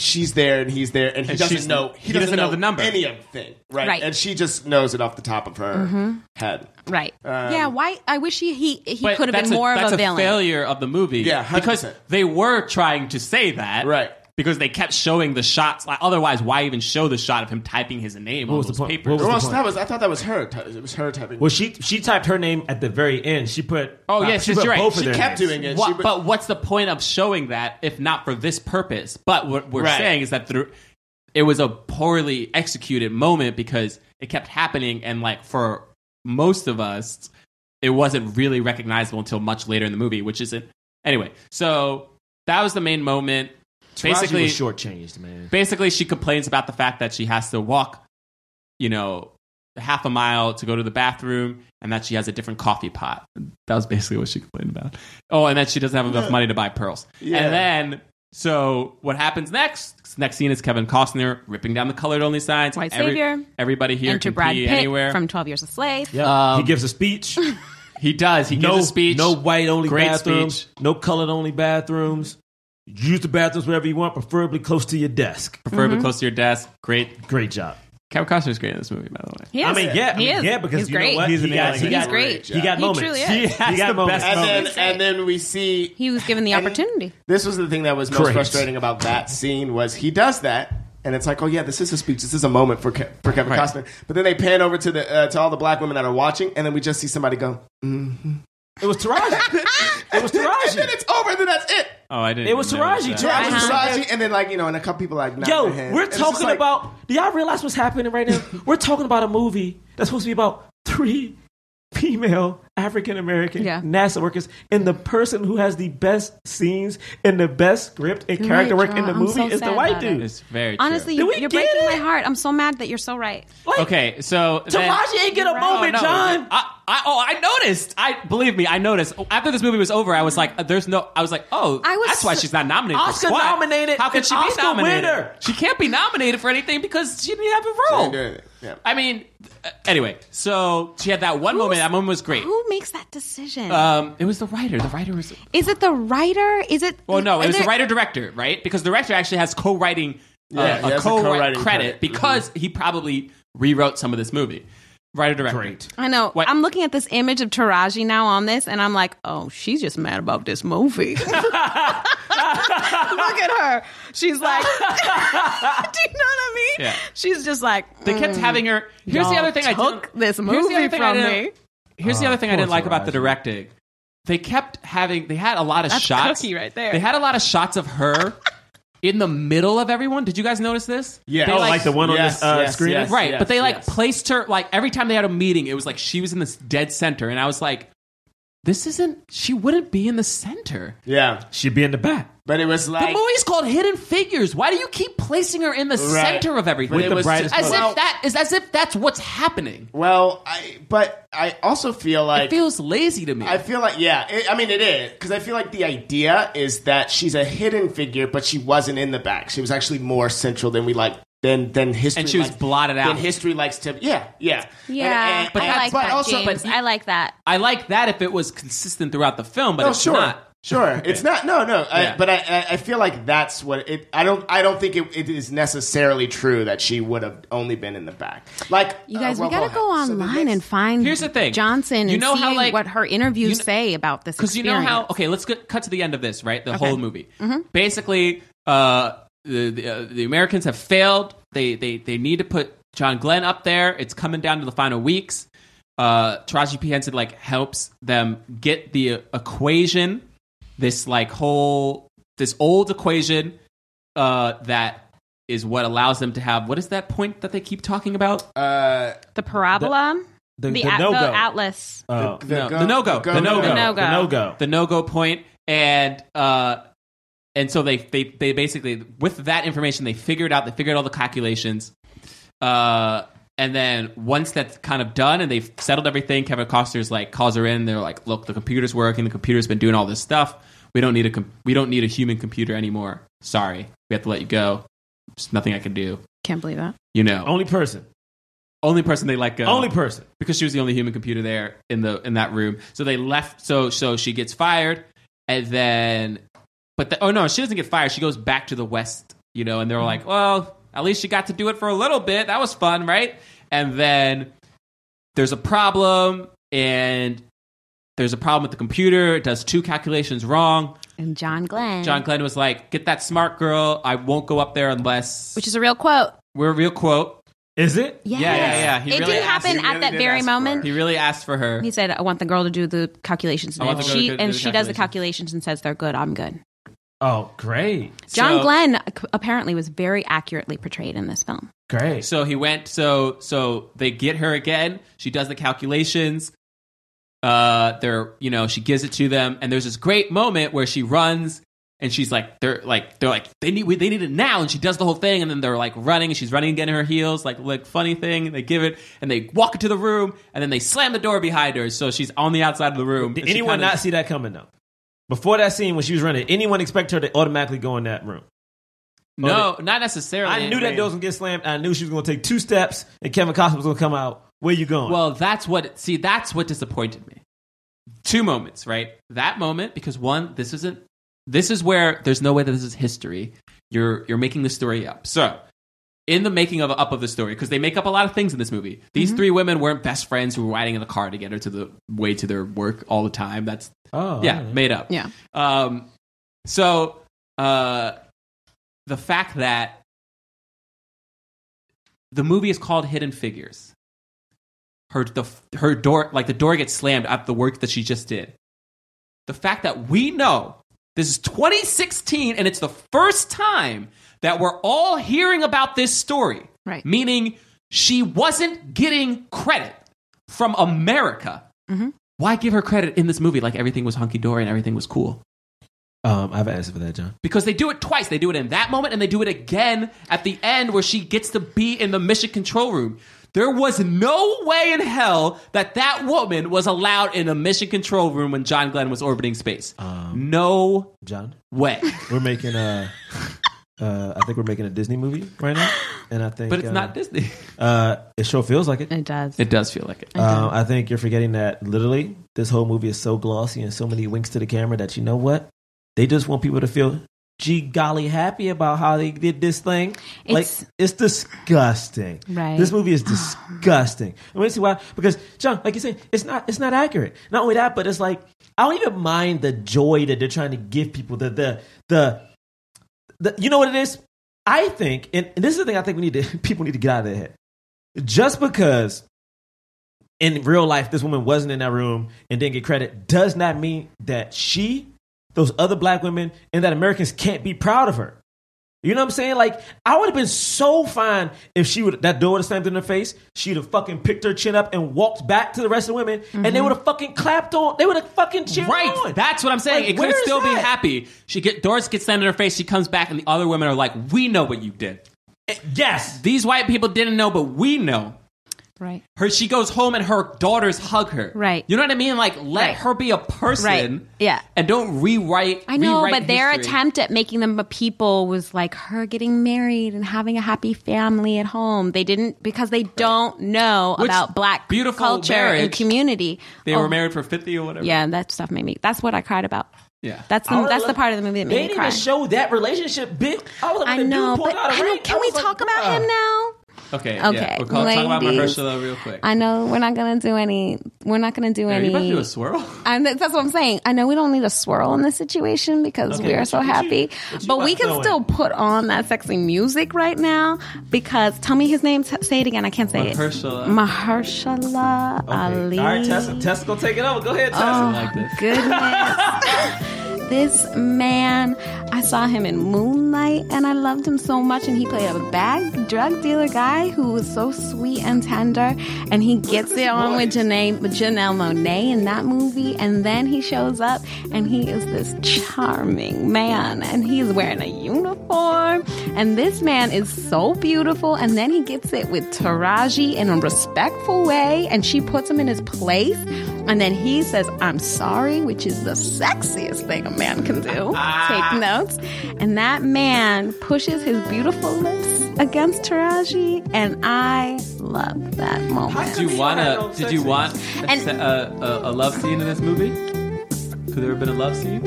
Speaker 2: she's there and he's there and he
Speaker 3: And she's-
Speaker 2: doesn't know he, doesn't, know,
Speaker 3: the number.
Speaker 2: any of the thing right?
Speaker 5: Right.
Speaker 2: and she just knows it off the top of her
Speaker 3: Mm-hmm.
Speaker 2: head
Speaker 5: Right.
Speaker 2: Um,
Speaker 5: yeah. Why? I wish he he, he
Speaker 3: But
Speaker 5: could have
Speaker 3: that's
Speaker 5: been more
Speaker 3: that's
Speaker 5: of a villain.
Speaker 3: failure of the movie.
Speaker 2: Yeah,
Speaker 3: because
Speaker 2: 100%.
Speaker 3: they were trying to say that,
Speaker 2: Right.
Speaker 3: Because they kept showing the shots. Like, otherwise, why even show the shot of him typing his name on
Speaker 4: was the
Speaker 3: those
Speaker 4: point?
Speaker 3: papers?
Speaker 4: What was the
Speaker 2: Well,
Speaker 4: point?
Speaker 2: that was I thought that was her ty- it was her typing
Speaker 4: Well, she she typed her name at the very end. She put uh,
Speaker 3: Oh, yeah,
Speaker 4: she
Speaker 3: she's
Speaker 4: put
Speaker 3: right.
Speaker 4: both
Speaker 3: She
Speaker 4: of their
Speaker 2: kept
Speaker 4: names.
Speaker 2: doing it
Speaker 3: What-
Speaker 2: she, would-
Speaker 3: but what's the point of showing that if not for this purpose? But what we're
Speaker 2: Right.
Speaker 3: saying is that through, it was a poorly executed moment because it kept happening, and like for most of us, it wasn't really recognizable until much later in the movie, which isn't. Anyway, so that was the main moment.
Speaker 4: Taraji
Speaker 3: Basically,
Speaker 4: was shortchanged, man.
Speaker 3: basically she complains about the fact that she has to walk you know half a mile to go to the bathroom and that she has a different coffee pot that was basically what she complained about oh and that she doesn't have enough money to buy pearls
Speaker 2: Yeah.
Speaker 3: and then so what happens next next scene is kevin costner ripping down the colored only signs
Speaker 5: White savior.
Speaker 3: everybody here
Speaker 5: Enter
Speaker 3: can
Speaker 5: Brad
Speaker 3: pee
Speaker 5: Pitt
Speaker 3: anywhere
Speaker 5: from Twelve Years a Slave.
Speaker 4: he gives a speech.
Speaker 3: um, he does he
Speaker 4: no
Speaker 3: gives a speech
Speaker 4: No white only
Speaker 3: Great
Speaker 4: bathrooms.
Speaker 3: speech.
Speaker 4: No colored only bathrooms. Use the bathrooms wherever you want, preferably close to your desk.
Speaker 5: Mm-hmm.
Speaker 3: preferably close to your desk great
Speaker 4: Great job.
Speaker 3: kevin costner's great in this movie by the way
Speaker 5: Yes.
Speaker 4: I mean, yeah, I
Speaker 5: He
Speaker 4: mean,
Speaker 5: is.
Speaker 4: yeah, because
Speaker 5: he's
Speaker 4: you know
Speaker 5: great.
Speaker 4: what?
Speaker 3: He's an
Speaker 4: He got-
Speaker 3: alien.
Speaker 4: he got-
Speaker 5: He's great.
Speaker 4: He got
Speaker 5: He
Speaker 4: moments.
Speaker 5: truly is.
Speaker 4: He,
Speaker 3: has
Speaker 4: got
Speaker 3: the
Speaker 4: moments.
Speaker 3: best
Speaker 2: and then
Speaker 5: That's
Speaker 2: and
Speaker 5: right.
Speaker 2: then we see
Speaker 5: He was given the
Speaker 2: and
Speaker 5: opportunity.
Speaker 2: this was the thing that was most
Speaker 4: Great.
Speaker 2: frustrating about that scene was he does that and it's like oh yeah this is a speech this is a moment for Ke- for Kevin
Speaker 3: Right.
Speaker 2: Costner but then they pan over to the uh, to all the black women that are watching and then we just see somebody go
Speaker 4: It was Taraji. it was
Speaker 2: and then
Speaker 4: Taraji.
Speaker 2: it's over and then that's it
Speaker 3: oh i didn't
Speaker 4: It was
Speaker 3: even notice
Speaker 4: Taraji.
Speaker 3: that.
Speaker 2: Taraji
Speaker 4: Taraji.
Speaker 2: Taraji, and then like you know and a couple people like nod
Speaker 4: Yo,
Speaker 2: their head.
Speaker 4: we're
Speaker 2: And it's just
Speaker 4: talking
Speaker 2: like-
Speaker 4: about. Do y'all realize what's happening right now? we're talking about a movie that's supposed to be about three female African American
Speaker 9: Yeah.
Speaker 4: NASA workers, and the person who has the best scenes and the best script and character work in the
Speaker 5: John. I'm
Speaker 4: movie
Speaker 5: so
Speaker 4: is the
Speaker 5: sad
Speaker 4: white
Speaker 5: about it.
Speaker 4: dude.
Speaker 3: it's very true.
Speaker 5: Honestly,
Speaker 4: Did
Speaker 5: you,
Speaker 4: we
Speaker 5: you're
Speaker 4: get
Speaker 5: breaking
Speaker 4: it?
Speaker 5: my heart. I'm so mad that you're so right.
Speaker 4: Like,
Speaker 3: Okay, so then-
Speaker 4: Taraji ain't get a
Speaker 5: You're
Speaker 2: Oh,
Speaker 5: right.
Speaker 4: moment,
Speaker 3: no.
Speaker 4: John.
Speaker 3: I, I, oh, I noticed. I believe me, I noticed. After this movie was over, I was like, uh, "There's no." I was like, "Oh,
Speaker 5: I was
Speaker 3: that's why
Speaker 5: so-
Speaker 3: she's not nominated." for
Speaker 4: Oscar
Speaker 3: Squad.
Speaker 4: nominated
Speaker 3: How could
Speaker 4: and
Speaker 3: she
Speaker 4: Oscar
Speaker 3: be nominated?
Speaker 4: winner.
Speaker 3: She can't be nominated for anything because she didn't have a
Speaker 2: She
Speaker 3: role.
Speaker 2: didn't do anything, yeah.
Speaker 3: I mean, uh, anyway, so she had that one moment. That moment was great.
Speaker 5: Who makes that decision?
Speaker 3: Um, it was the writer. The writer was.
Speaker 5: is it the writer? Is it?
Speaker 3: Well, no, it
Speaker 5: are
Speaker 3: was the
Speaker 5: there-
Speaker 3: writer director, right? Because the director actually has co-writing uh,
Speaker 2: Yeah, he
Speaker 3: a
Speaker 2: has a
Speaker 3: co-writing
Speaker 2: co-writing
Speaker 3: credit,
Speaker 2: credit. Mm-hmm.
Speaker 3: because he probably rewrote some of this movie. Writer director.
Speaker 4: Great.
Speaker 5: I know.
Speaker 3: What-
Speaker 5: I'm looking at this image of Taraji now on this, and I'm like, oh, she's just mad about this movie. Look at her. She's like, do you know what I mean?
Speaker 3: Yeah.
Speaker 5: She's just like, mm,
Speaker 3: They kept having her. Here's the
Speaker 5: Y'all
Speaker 3: other thing I
Speaker 5: took
Speaker 3: didn't- here's
Speaker 5: this
Speaker 3: the other
Speaker 5: movie
Speaker 3: thing I
Speaker 5: from
Speaker 3: didn't-
Speaker 5: me.
Speaker 3: Here's
Speaker 2: Oh,
Speaker 3: the other thing I didn't
Speaker 4: poor
Speaker 3: like about the
Speaker 4: Taraji.
Speaker 3: directing. They kept having. They had a lot of
Speaker 5: That's
Speaker 3: shots.
Speaker 5: cookie right there.
Speaker 3: They had a lot of shots of her in the middle of everyone. Did you guys notice this?
Speaker 2: Yeah.
Speaker 3: They,
Speaker 2: Oh,
Speaker 4: like, the one on
Speaker 2: Yes,
Speaker 4: this uh,
Speaker 2: yes,
Speaker 4: screen.
Speaker 2: yes.
Speaker 3: right. but they like
Speaker 2: yes.
Speaker 3: placed her like every time they had a meeting, it was like she was in this dead center, and I was like, this isn't. She wouldn't be in the center.
Speaker 2: yeah
Speaker 4: She'd be in the back.
Speaker 2: but it was
Speaker 3: The
Speaker 2: like
Speaker 3: movie's called Hidden Figures. Why do you keep placing her in the
Speaker 2: Right.
Speaker 3: center of everything?
Speaker 2: But it
Speaker 4: the
Speaker 2: was
Speaker 4: brightest
Speaker 3: as
Speaker 2: just- well,
Speaker 3: if that is as if that's what's happening.
Speaker 2: well I but I also feel like
Speaker 3: it feels lazy to me.
Speaker 2: I feel like yeah. It, I mean, it is because I feel like the idea is that she's a hidden figure, but she wasn't in the back. She was actually more central than we like than than history.
Speaker 3: And she was
Speaker 2: likes-
Speaker 3: blotted out.
Speaker 2: Than history likes to yeah yeah
Speaker 5: Yeah,
Speaker 2: And- and-
Speaker 5: but
Speaker 2: and-
Speaker 5: I like that,
Speaker 2: also
Speaker 5: James. I like that.
Speaker 3: I like that if it was consistent throughout the film, but
Speaker 2: no
Speaker 3: it's
Speaker 2: sure
Speaker 3: not.
Speaker 2: sure it's not no no.
Speaker 3: Yeah.
Speaker 2: I, but I- I I feel like that's what it. I don't I don't think it, it is necessarily true that she would have only been in the back. Like
Speaker 5: You guys,
Speaker 2: uh, well,
Speaker 5: we gotta
Speaker 2: ahead.
Speaker 5: go
Speaker 2: So then
Speaker 5: online
Speaker 2: yes.
Speaker 5: and find
Speaker 3: Here's the thing.
Speaker 5: Johnson
Speaker 3: You
Speaker 5: and
Speaker 3: know
Speaker 5: see
Speaker 3: how, like-
Speaker 5: what her interviews
Speaker 3: you kn-
Speaker 5: say about this.
Speaker 3: Because you know how.
Speaker 5: experience.
Speaker 3: Okay, let's get, cut to the end of this. Right, the whole movie. Basically, uh, the the, uh, the Americans have failed. They they they need to put John Glenn up there. It's coming down to the final weeks. Uh, Taraji P Henson like helps them get the equation. This like whole this old equation uh, that is what allows them to have what is that point that they keep talking about?
Speaker 2: Uh,
Speaker 5: the parabola,
Speaker 4: The,
Speaker 5: the,
Speaker 4: the,
Speaker 5: at-
Speaker 4: no
Speaker 5: the
Speaker 4: go.
Speaker 5: atlas.
Speaker 4: Uh,
Speaker 2: the,
Speaker 3: No, the no-go, the no-go.
Speaker 5: The
Speaker 4: the no go.
Speaker 3: the no go point and uh and so they, they they basically with that information they figured out they figured out all the calculations uh and then once that's kind of done and they've settled everything kevin costner's like calls her in they're like look the computer's working the computer's been doing all this stuff we don't need a com- we don't need a human computer anymore sorry we have to let you go there's nothing i can do
Speaker 5: Can't believe that.
Speaker 3: you know
Speaker 4: Only person.
Speaker 3: only person they let go
Speaker 4: Oh. Only person.
Speaker 3: because she was the only human computer there in the in that room. So they left. So so she gets fired, and then, but the, oh no, she doesn't get fired. She goes back to the West you know, and they were like,
Speaker 5: Mm-hmm.
Speaker 3: well, at least you got to do it for a little bit. That was fun, right? And then there's a problem, and there's a problem with the computer. It does two calculations wrong.
Speaker 5: And John Glenn.
Speaker 3: John Glenn was like, get that smart girl. I won't go up there unless
Speaker 5: Which is a real quote.
Speaker 3: we're real quote.
Speaker 4: Is it?
Speaker 5: Yes.
Speaker 3: Yeah, yeah, yeah. He
Speaker 5: it
Speaker 3: really
Speaker 5: did
Speaker 3: asked-
Speaker 5: happen
Speaker 2: he really
Speaker 5: at that
Speaker 2: did
Speaker 5: very
Speaker 2: ask for it.
Speaker 5: moment.
Speaker 3: He really asked for her.
Speaker 5: He said, "I want the girl to do the calculations."
Speaker 3: I want
Speaker 5: And
Speaker 3: the girl
Speaker 5: she
Speaker 3: to do
Speaker 5: and
Speaker 3: the
Speaker 5: she does the
Speaker 3: calculations.
Speaker 5: calculations and says, "They're good. I'm good."
Speaker 4: Oh, great.
Speaker 5: John
Speaker 3: So-
Speaker 5: Glenn ac- apparently was very accurately portrayed in this film.
Speaker 4: Great.
Speaker 3: So he went. So so they get her again. She does the calculations. Uh, they're you know she gives it to them, and there's this great moment where she runs and she's like they're like they're like they need we, they need it now, and she does the whole thing, and then they're like running, and she's running again in her heels, like like funny thing. They give it, and they walk into the room, and then they slam the door behind her, so she's on the outside of the room.
Speaker 4: Did
Speaker 3: and she
Speaker 4: anyone
Speaker 3: kinda-
Speaker 4: not see that coming though? Before that scene when she was running, anyone expect her to automatically go in that room?
Speaker 3: No, not necessarily.
Speaker 4: I knew that
Speaker 3: mean-
Speaker 4: door was gonna get slammed. I knew she was gonna take two steps, and Kevin Costner was gonna come out. Where you going?
Speaker 3: Well, that's what. See, that's what disappointed me. Two moments, right? That moment because one, this isn't. This is where there's no way that this is history. You're you're making the story up. So, in the making of up of the story, because they make up a lot of things in this movie. These three women weren't best friends who were riding in the car together to the way to their work all the time. That's
Speaker 4: oh,
Speaker 3: yeah,
Speaker 4: alright.
Speaker 3: made up.
Speaker 9: Yeah.
Speaker 3: Um, so uh, the fact that the movie is called Hidden Figures, her the her door like the door gets slammed at the work that she just did. The fact that we know this is 2016 and it's the first time that we're all hearing about this story.
Speaker 9: Right.
Speaker 3: Meaning she wasn't getting credit from America why give her credit in this movie like everything was hunky dory and everything was cool?
Speaker 4: Um, I have an answer for that, John.
Speaker 3: Because they do it twice. They do it in that moment and they do it again at the end where she gets to be in the mission control room. There was no way in hell that that woman was allowed in a mission control room when John Glenn was orbiting space. no
Speaker 4: John,
Speaker 3: way.
Speaker 4: we're making a. Uh, I think we're making a Disney movie right now, and I think,
Speaker 3: But it's
Speaker 4: uh,
Speaker 3: not Disney.
Speaker 4: Uh, it sure feels like it.
Speaker 5: It does.
Speaker 3: It does feel like it.
Speaker 4: Um, I think you're forgetting that literally this whole movie is so glossy and so many winks to the camera that you know what? They just want people to feel gee golly happy about how they did this thing.
Speaker 5: It's-
Speaker 4: like it's disgusting.
Speaker 5: Right.
Speaker 4: This movie is disgusting. I want to see why because John, like you said, it's not it's not accurate. Not only that, but it's like I don't even mind the joy that they're trying to give people. The the the, the you know what it is? I think, and and this is the thing I think we need to people need to get out of their head. Just because in real life this woman wasn't in that room and didn't get credit does not mean that she those other black women and that americans can't be proud of her you know what i'm saying like i would have been so fine if she would that door would have slammed in her face she'd have fucking picked her chin up and walked back to the rest of the women
Speaker 5: Mm-hmm.
Speaker 4: and they would have fucking clapped on they would have fucking cheered
Speaker 3: Right,
Speaker 4: on.
Speaker 3: that's what I'm saying.
Speaker 4: Like,
Speaker 3: it could
Speaker 4: where is
Speaker 3: still be
Speaker 4: that?
Speaker 3: happy. She get Doris gets slammed in her face. She comes back, and the other women are like, "We know what you did.
Speaker 4: Eh, yes
Speaker 3: These white people didn't know, but we know."
Speaker 5: right.
Speaker 3: her she goes home and her daughters hug her
Speaker 5: Right.
Speaker 3: you know what i mean like let
Speaker 5: Right.
Speaker 3: her be a person
Speaker 5: Right. Yeah.
Speaker 3: and don't rewrite
Speaker 5: I know, but
Speaker 3: rewrite
Speaker 5: their
Speaker 3: history.
Speaker 5: attempt at making them a people was like her getting married and having a happy family at home. They didn't because they don't know
Speaker 3: Which
Speaker 5: about black
Speaker 3: beautiful
Speaker 5: culture and
Speaker 3: marriage-
Speaker 5: community.
Speaker 3: they
Speaker 5: Oh,
Speaker 3: were married for 50 or whatever
Speaker 5: Yeah, that stuff made me. That's what I cried about.
Speaker 3: yeah
Speaker 5: That's
Speaker 4: I
Speaker 5: the,
Speaker 4: would've
Speaker 5: that's the
Speaker 4: loved-
Speaker 5: part of the movie that
Speaker 4: they
Speaker 5: made me
Speaker 4: didn't
Speaker 5: cry.
Speaker 4: even show that relationship big i, would've
Speaker 5: I
Speaker 4: been
Speaker 5: know,
Speaker 4: dude pulled
Speaker 5: but
Speaker 4: out a
Speaker 5: I don't,
Speaker 4: ring.
Speaker 5: can
Speaker 4: I
Speaker 5: we
Speaker 4: was like,
Speaker 5: talk about
Speaker 4: bruh.
Speaker 5: him now?
Speaker 3: okay
Speaker 5: Okay,
Speaker 3: yeah. we'll call, talk about
Speaker 5: ladies.
Speaker 3: Mahershala real quick
Speaker 5: I know we're not gonna do any. We're not gonna do
Speaker 3: are
Speaker 5: any.
Speaker 3: you about to do a swirl
Speaker 5: And that's what I'm saying. I know we don't need a swirl in this situation because we are so happy, but we can still put on that sexy music right now. Because tell me his name. T- say it again. I can't say
Speaker 3: Mahershala.
Speaker 5: it. Mahershala Ali.
Speaker 4: all right tessa tessa gonna take it over go ahead tessa
Speaker 5: Oh
Speaker 3: like
Speaker 5: my
Speaker 3: this.
Speaker 5: goodness. this man, I saw him in Moonlight and I loved him so much. And he played a bad drug dealer guy who was so sweet and tender. And he gets it on with Janelle, with Janelle Monet in that movie. And then he shows up and he is this charming man and he's wearing a uniform. And this man is so beautiful. And then he gets it with Taraji in a respectful way and she puts him in his place. And then he says, I'm sorry, which is the sexiest thing a man can do. Take notes. And that man pushes his beautiful lips against Taraji, and I love that moment.
Speaker 3: did you wanna did you want a,
Speaker 5: And-
Speaker 3: se- a, a, a love scene in this movie could there have been a love scene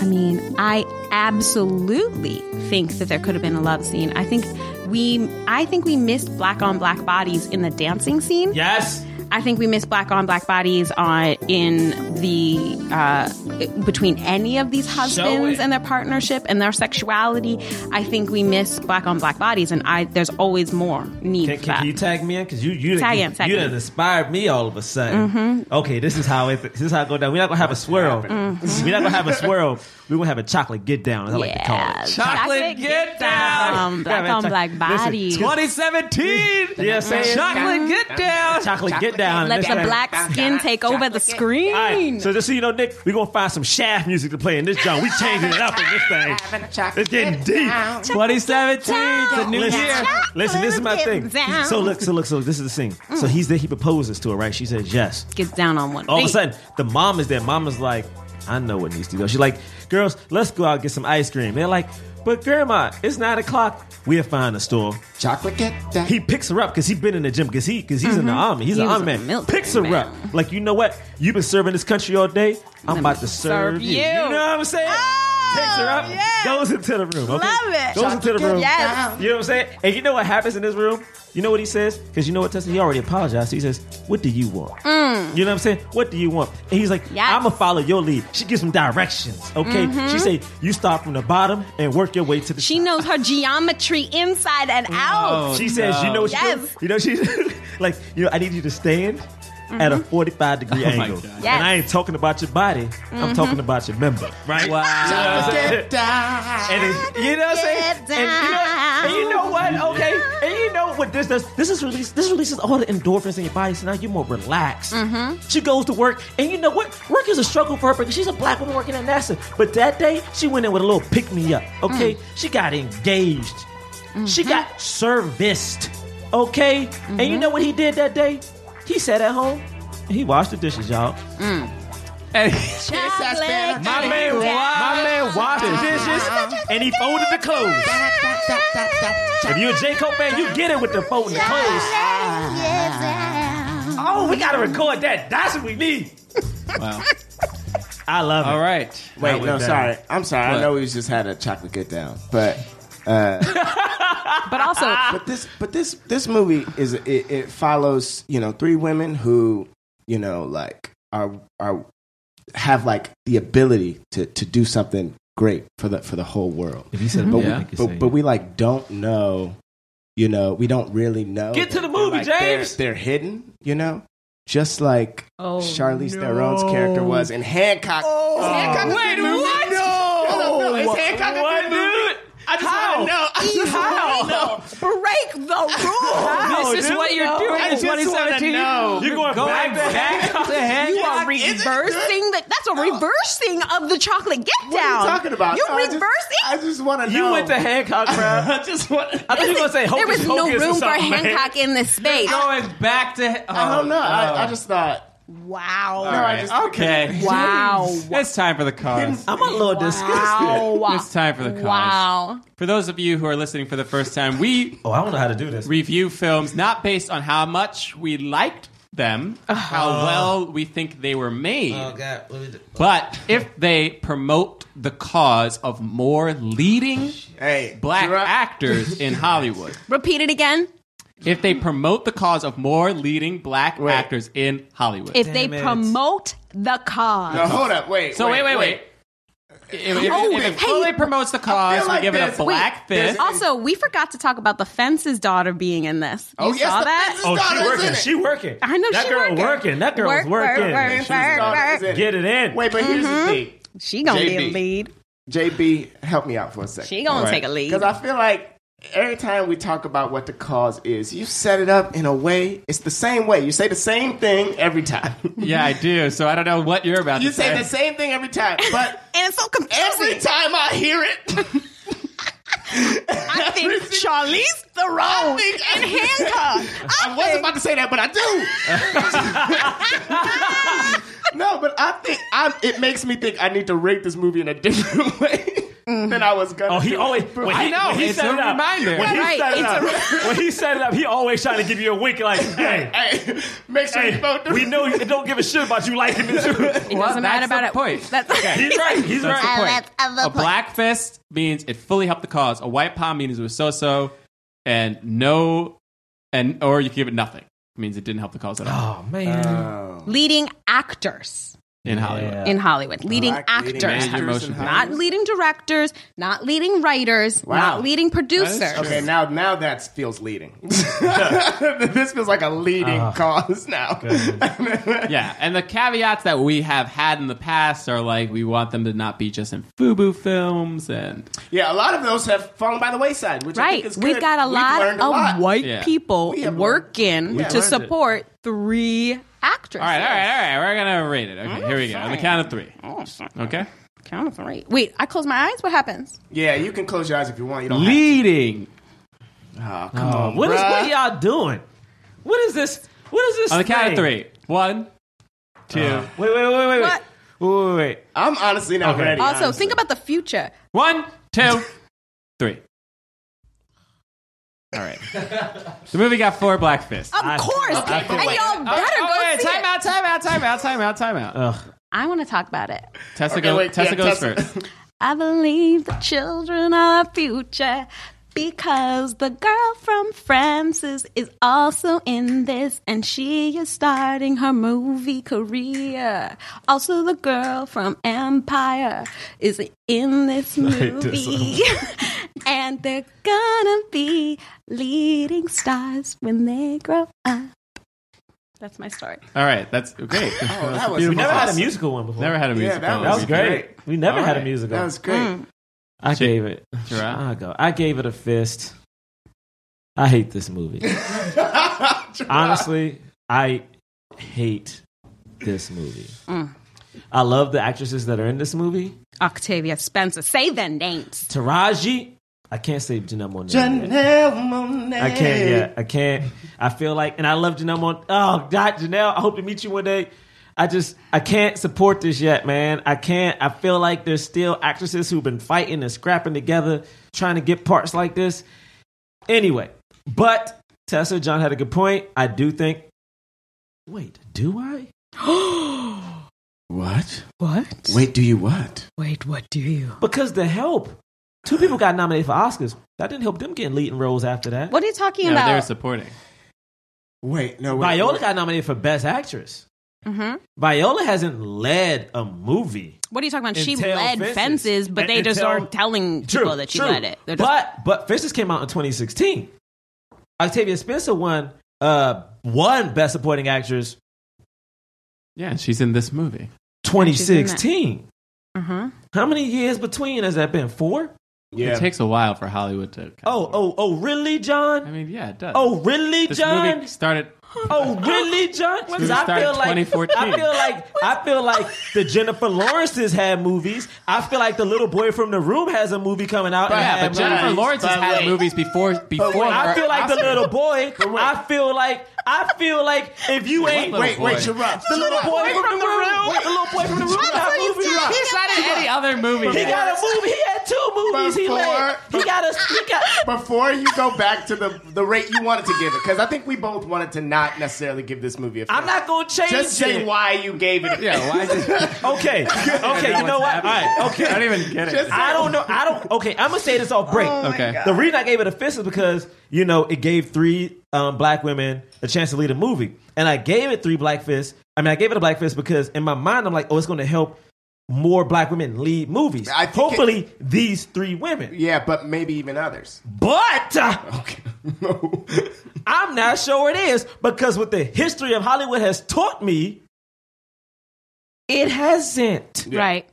Speaker 5: I mean, I absolutely think that there could have been a love scene. I think we I think we missed black on black bodies in the dancing scene.
Speaker 4: Yes.
Speaker 5: I think we miss black on black bodies on in the uh, between any of these husbands
Speaker 4: it.
Speaker 5: and their partnership and their sexuality. I think we miss black on black bodies, and I there's always more need
Speaker 4: Can,
Speaker 5: for
Speaker 4: can,
Speaker 5: that.
Speaker 4: can you tag me in? Because you you
Speaker 5: Tag
Speaker 4: you,
Speaker 5: him, tag
Speaker 4: you
Speaker 5: him. Mm-hmm.
Speaker 4: done inspired me all of a sudden. Okay, this is how it this is how it go down. We're not gonna have a swirl. Mm-hmm. We're not gonna have a swirl. We're gonna have a chocolate get down. As I like to call it.
Speaker 3: Chocolate get down.
Speaker 5: Um, black
Speaker 4: Yeah, man,
Speaker 5: on
Speaker 4: choc-
Speaker 5: black
Speaker 4: listen,
Speaker 5: bodies.
Speaker 3: 2017.
Speaker 4: Yeah, I'm saying
Speaker 3: Chocolate get down.
Speaker 4: chocolate get down.
Speaker 5: Let
Speaker 4: This
Speaker 5: the
Speaker 4: thing-
Speaker 5: black skin take over the screen.
Speaker 4: All right, so just so you know, Nick, we're gonna find some shaft music to play in this joint. We changing it up in this thing. It's getting deep.
Speaker 3: 2017. It's a new
Speaker 4: Listen,
Speaker 3: year.
Speaker 4: listen, this is my thing.
Speaker 5: down.
Speaker 4: So look, so look, so this is the thing. So he's there, he proposes to her, right? She says yes.
Speaker 5: Gets down on one.
Speaker 4: All of a
Speaker 5: knee.
Speaker 4: sudden, the mom is there. Mom is like, I know what needs to go. She's like, girls, let's go out and get some ice cream. They're like, but grandma, it's nine o'clock. We'll find a store.
Speaker 2: Chocolate get down.
Speaker 4: He picks her up because he's been in the gym because he because he's in the army. He's
Speaker 5: Mm-hmm. He
Speaker 4: an
Speaker 5: was
Speaker 4: army
Speaker 5: a
Speaker 4: man.
Speaker 5: military
Speaker 4: picks her
Speaker 5: man.
Speaker 4: up. Like, you know what? You've been serving this country all day. I'm about to serve,
Speaker 5: serve
Speaker 4: you.
Speaker 5: you.
Speaker 4: know what I'm saying?
Speaker 5: Oh,
Speaker 4: Takes her up,
Speaker 5: yes.
Speaker 4: goes into the room. Okay?
Speaker 5: Love it.
Speaker 4: Goes into the room.
Speaker 5: Yes.
Speaker 4: You know what I'm saying? And you know what happens in this room? You know what he says? Because you know what, Tessa? He already apologized. He says, What do you want? You know what I'm saying? What do you want? And he's like,
Speaker 5: Mm. Yes. Mm-hmm.
Speaker 4: I'm going to follow your lead. She gives him directions, okay? She say, You start from the bottom and work your way to the
Speaker 5: she
Speaker 4: top.
Speaker 5: knows her geometry inside and
Speaker 3: Oh,
Speaker 5: out.
Speaker 4: Oh, She says, You know what
Speaker 5: Yes.
Speaker 4: you do? You know, she like, You know, I need you to stand at a 45 degree
Speaker 3: Oh my
Speaker 4: angle.
Speaker 3: God.
Speaker 5: Mm-hmm. Yes. Mm-hmm.
Speaker 4: And I ain't talking about your body, I'm talking about your member, right?
Speaker 3: Wow.
Speaker 2: get down.
Speaker 4: And it- you know what I'm saying?
Speaker 5: Get
Speaker 4: And you, know, and you know what? Okay. And you know what this does? This is release. This releases all the endorphins in your body, so now you're more relaxed. She goes to work, and you know what? Work is a struggle for her because she's a black woman working at NASA. But that day, she went in with a little pick me up. Okay, she got engaged. She got serviced. Okay, and you know what he did that day? He sat at home. and He washed the dishes, y'all.
Speaker 3: And-
Speaker 5: Chocolate.
Speaker 4: My man, my man washed the dishes Uh-huh. and he folded the clothes. If you're a J. Cole fan, you get it with the folding the clothes. Oh, we gotta record that. That's what we need.
Speaker 3: wow.
Speaker 4: I love it.
Speaker 3: All right.
Speaker 2: Wait,
Speaker 4: was
Speaker 2: no,
Speaker 4: bad.
Speaker 2: sorry. I'm sorry.
Speaker 3: What?
Speaker 2: I know we just had a chocolate get down, but uh,
Speaker 5: But also,
Speaker 2: but this but this this movie is it, it follows you know three women who you know like are are have like the ability to to do something great for the for the whole world.
Speaker 4: If you said,
Speaker 2: But
Speaker 3: Yeah.
Speaker 2: we, but, but we like don't know. You know, we don't really know.
Speaker 4: Get to
Speaker 2: that
Speaker 4: the
Speaker 2: they're,
Speaker 4: movie,
Speaker 2: like, they're-
Speaker 4: James.
Speaker 2: They're, hidden. You know. Just like
Speaker 5: Oh,
Speaker 2: Charlize Theron's character was in Hancock. Oh, Hancock
Speaker 4: Wait, what?
Speaker 2: No, no, no, it's Hancock. a
Speaker 4: What,
Speaker 2: good movie?
Speaker 4: dude?
Speaker 2: I just
Speaker 4: How?
Speaker 2: wanna know. I just
Speaker 4: How?
Speaker 2: wanna know.
Speaker 5: break the rules.
Speaker 4: How,
Speaker 3: This is
Speaker 4: dude?
Speaker 3: what you're doing
Speaker 2: I
Speaker 3: in
Speaker 2: just wanna
Speaker 3: 2017.
Speaker 2: know.
Speaker 4: You're going, back, to
Speaker 3: back to head.
Speaker 5: You are reversing the, that's a reversing of the chocolate
Speaker 2: Oh.
Speaker 5: get down.
Speaker 2: What are you talking about?
Speaker 5: You're
Speaker 2: No, I just-
Speaker 5: reversing.
Speaker 2: I just, want to know.
Speaker 4: You went to Hancock, bro. I just want. I thought you were gonna say
Speaker 5: there
Speaker 4: hocus
Speaker 5: was no
Speaker 4: pocus or
Speaker 5: room for
Speaker 4: something, man.
Speaker 5: Hancock in this space.
Speaker 3: going back to. Oh,
Speaker 2: I don't know. I, I just thought.
Speaker 5: Wow.
Speaker 2: No, I
Speaker 3: All
Speaker 2: just,
Speaker 3: right. okay.
Speaker 5: Wow.
Speaker 3: It's time for the cause.
Speaker 4: I'm a little disgusted.
Speaker 3: It's time for the cause.
Speaker 5: Wow.
Speaker 3: For those of you who are listening for the first time, we
Speaker 4: Oh, I don't know how to do this.
Speaker 3: review films not based on how much we liked them,
Speaker 2: Uh-huh.
Speaker 3: how well we think they were made,
Speaker 4: Oh, God.
Speaker 3: but if they promote the cause of more leading
Speaker 2: Hey,
Speaker 3: black
Speaker 2: Gerard-
Speaker 3: actors in Hollywood.
Speaker 5: Repeat it again.
Speaker 3: If they promote the cause of more leading black
Speaker 2: Wait.
Speaker 3: actors in Hollywood.
Speaker 5: If
Speaker 4: Damn
Speaker 5: they
Speaker 4: it.
Speaker 5: promote the cause.
Speaker 2: No, uh, hold up. Wait.
Speaker 3: so wait, wait, wait. If, if,
Speaker 5: Oh,
Speaker 3: if it
Speaker 5: hey.
Speaker 3: fully promotes the cause,
Speaker 2: like
Speaker 3: we give it
Speaker 2: there's-
Speaker 3: a black
Speaker 2: wait,
Speaker 3: fist.
Speaker 5: Also, we forgot to talk about the fence's daughter being in this. You
Speaker 2: Oh, yes,
Speaker 5: saw
Speaker 2: the
Speaker 5: that?
Speaker 2: Fence's
Speaker 4: Oh, she
Speaker 2: daughter's in
Speaker 4: working.
Speaker 2: it.
Speaker 4: She working.
Speaker 5: I know
Speaker 4: that
Speaker 5: she
Speaker 4: girl
Speaker 5: working.
Speaker 4: That girl's
Speaker 5: Work, work,
Speaker 4: working.
Speaker 5: work,
Speaker 4: She's
Speaker 5: work,
Speaker 4: gonna
Speaker 5: work.
Speaker 4: Get it in.
Speaker 2: Wait, but here's
Speaker 5: Mm-hmm.
Speaker 2: the thing.
Speaker 5: She gonna be a
Speaker 2: JB.
Speaker 5: lead.
Speaker 2: JB, help me out for a second.
Speaker 5: She gonna take a lead.
Speaker 2: Because I feel like every time we talk about what the cause is, you set it up in a way. It's the same way. You say the same thing every time.
Speaker 3: yeah, I do. So I don't know what you're about
Speaker 2: you
Speaker 3: to
Speaker 2: say the same thing every time, but
Speaker 5: And it's so
Speaker 2: every
Speaker 5: confusing.
Speaker 2: time I hear it,
Speaker 5: I think Charlize
Speaker 2: I
Speaker 5: Theron
Speaker 2: think
Speaker 5: in handcuff.
Speaker 2: I was about to say that, but I do. no, but I think I, it makes me think I need to rate this movie in a different way. than I was gonna.
Speaker 4: Oh, he
Speaker 2: do.
Speaker 4: always. When
Speaker 3: I
Speaker 4: he,
Speaker 3: know,
Speaker 4: When he
Speaker 3: it's
Speaker 4: set
Speaker 3: a
Speaker 4: it up,
Speaker 3: reminder.
Speaker 4: When he
Speaker 5: Right,
Speaker 4: set it
Speaker 5: it's
Speaker 4: up, when he set it up, he always trying to give you a wink. Like, hey,
Speaker 2: Hey, make sure you vote.
Speaker 4: hey, we know you don't give a shit about you liking the truth.
Speaker 5: It doesn't matter about it.
Speaker 3: Point.
Speaker 5: That's
Speaker 4: He's right. He's
Speaker 3: That's
Speaker 4: right.
Speaker 3: the point. a black fist means it fully helped the cause. A white palm means it was so-so, and no, and or you can give it nothing. It means it didn't help the cause at all
Speaker 4: Oh man.
Speaker 5: leading actors
Speaker 2: Oh,
Speaker 3: in Hollywood.
Speaker 5: in Hollywood. Leading
Speaker 2: Black leading
Speaker 5: actors.
Speaker 3: Manage your emotions.
Speaker 5: not leading directors, not leading writers, not leading producers.
Speaker 2: Okay, now now that feels leading. this feels like a leading
Speaker 4: Ah.
Speaker 2: cause now.
Speaker 3: Yeah, and the caveats that we have had in the past are like we want them to not be just in FUBU films and
Speaker 2: yeah, a lot of those have fallen by the wayside, which I
Speaker 5: Right.
Speaker 2: think is
Speaker 5: We've
Speaker 2: good.
Speaker 5: got a
Speaker 2: We've
Speaker 5: lot
Speaker 2: learned
Speaker 5: of
Speaker 2: a lot.
Speaker 5: white
Speaker 3: Yeah.
Speaker 5: people
Speaker 2: We have
Speaker 5: working to support three actresses.
Speaker 3: All right, all right, all right. We're gonna rate it. Okay, here we go. On the count of three. Okay.
Speaker 5: Oh, Count of three. Wait, I close my eyes? What happens?
Speaker 2: Yeah, you can close your eyes if you want. You don't. have
Speaker 3: Leading
Speaker 4: Oh, what is what y'all doing? What is this? What is this?
Speaker 3: on the count of
Speaker 4: thing?
Speaker 3: three. One, two,
Speaker 2: Uh-huh.
Speaker 4: Wait, wait, wait, wait, wait.
Speaker 5: What?
Speaker 4: Wait, wait, wait.
Speaker 2: to. I'm honestly not
Speaker 4: Okay.
Speaker 2: ready.
Speaker 5: Also,
Speaker 2: honestly.
Speaker 5: think about the future.
Speaker 3: one, two, three. All right. The movie got four black fists.
Speaker 5: Of course.
Speaker 4: I feel
Speaker 5: and
Speaker 4: like-
Speaker 5: y'all Oh, better
Speaker 3: Oh,
Speaker 5: go
Speaker 3: wait,
Speaker 5: see
Speaker 3: time
Speaker 5: it.
Speaker 3: out, time out, time out, time out, time out.
Speaker 4: Ugh.
Speaker 5: I want to talk about it.
Speaker 3: Tessa,
Speaker 2: Okay,
Speaker 3: go,
Speaker 2: wait,
Speaker 3: Tessa
Speaker 2: yeah,
Speaker 3: goes
Speaker 2: Tessa-
Speaker 3: first.
Speaker 5: I believe the children are our future because the girl from Francis is also in this and she is starting her movie career. Also, the girl from Empire is in this movie. and they're gonna be leading stars when they grow up. That's my story.
Speaker 3: All right, that's great.
Speaker 2: Oh, that was
Speaker 4: We never had a
Speaker 2: awesome.
Speaker 4: musical one before.
Speaker 3: Never had a
Speaker 2: Yeah,
Speaker 3: musical.
Speaker 2: that
Speaker 4: That was
Speaker 2: That was
Speaker 4: great.
Speaker 2: great.
Speaker 4: We never
Speaker 3: All
Speaker 4: had a
Speaker 3: right.
Speaker 4: musical.
Speaker 2: That was great.
Speaker 5: Mm.
Speaker 4: I gave it.
Speaker 3: Gerard?
Speaker 4: I go. I gave it a fist. I hate this movie. Honestly, I hate this movie. I love the actresses that are in this movie.
Speaker 5: Octavia Spencer, say their names.
Speaker 4: Taraji. I can't say Janelle Monae.
Speaker 2: Janelle Monae.
Speaker 4: I can't. Yeah, I can't. I feel like, and I love Janelle. Mon- oh God, Janelle. I hope to meet you one day. I just, I can't support this yet, man. I can't. I feel like there's still actresses who've been fighting and scrapping together, trying to get parts like this. Anyway, but Tessa John had a good point. I do think. Wait, do I?
Speaker 2: What?
Speaker 5: What?
Speaker 2: Wait, do you what?
Speaker 5: Wait, what do you?
Speaker 4: Because the help. Two people got nominated for Oscars. That didn't help them getting leading roles after that.
Speaker 5: What are you talking
Speaker 3: No, they were
Speaker 5: about?
Speaker 3: supporting.
Speaker 2: Wait, no. Wait,
Speaker 4: Viola got nominated for Best Actress.
Speaker 5: Mhm.
Speaker 4: Viola hasn't led a movie.
Speaker 5: What are you talking about?
Speaker 4: and
Speaker 5: She
Speaker 4: tell
Speaker 5: led
Speaker 4: fences.
Speaker 5: fences, but
Speaker 4: And-
Speaker 5: they
Speaker 4: and
Speaker 5: just
Speaker 4: tell-
Speaker 5: aren't telling people that she led it. They're just,
Speaker 4: But but Fences came out in 2016. Octavia Spencer won uh won Best Supporting Actress
Speaker 3: Yeah, and she's in this movie.
Speaker 4: 2016.
Speaker 5: uh-huh.
Speaker 4: How many years between has that been? Four?
Speaker 2: Yeah.
Speaker 3: It takes a while for Hollywood to.
Speaker 4: Oh oh oh really,
Speaker 3: I
Speaker 4: John?
Speaker 3: mean, yeah, it does.
Speaker 4: Oh really,
Speaker 3: this
Speaker 4: John?
Speaker 3: movie started.
Speaker 4: Oh really, John? Because
Speaker 3: movie
Speaker 4: I
Speaker 3: started
Speaker 4: feel like
Speaker 3: 2014.
Speaker 4: I feel like I feel like the Jennifer Lawrence's had movies. I feel like the little boy from the room has a movie coming out. and
Speaker 3: Yeah,
Speaker 4: had
Speaker 3: but Jennifer
Speaker 4: movies.
Speaker 3: Lawrence has
Speaker 2: but
Speaker 3: had
Speaker 2: wait.
Speaker 3: movies before. Before
Speaker 4: I
Speaker 3: her
Speaker 4: feel like the
Speaker 3: Oscar.
Speaker 4: little boy. I feel like I feel like if you ain't
Speaker 3: little
Speaker 2: Wait, wait,
Speaker 3: boy.
Speaker 2: Gerard.
Speaker 4: the little boy from, the room, the little boy from the room got a movie.
Speaker 3: He's not in any other movie.
Speaker 4: He
Speaker 3: yet.
Speaker 4: got a movie. He had two movies. He, led. he got a. He got.
Speaker 2: Before you go back to the the rate you wanted to give it, because I think we both wanted to not necessarily give this movie a.
Speaker 4: I'm not gonna change
Speaker 2: Just say
Speaker 4: it.
Speaker 2: why you gave it. A
Speaker 3: yeah, why did
Speaker 4: Okay. Okay. You know what? All right. Okay.
Speaker 3: I don't even get it.
Speaker 2: Just-
Speaker 4: I don't know. I don't. Okay. I'm gonna say this off break.
Speaker 3: okay.
Speaker 4: The reason I gave it a fist is because you know it gave three um, black women a chance to lead a movie, and I gave it three black fists. I mean, I gave it a black fist because in my mind I'm like, oh, it's going to help more black women lead movies.
Speaker 2: I think
Speaker 4: Hopefully, these three women.
Speaker 2: Yeah, but maybe even others.
Speaker 4: But uh,
Speaker 2: Okay. No.
Speaker 4: I'm not sure it is because what the history of Hollywood has taught me, it hasn't.
Speaker 5: Right.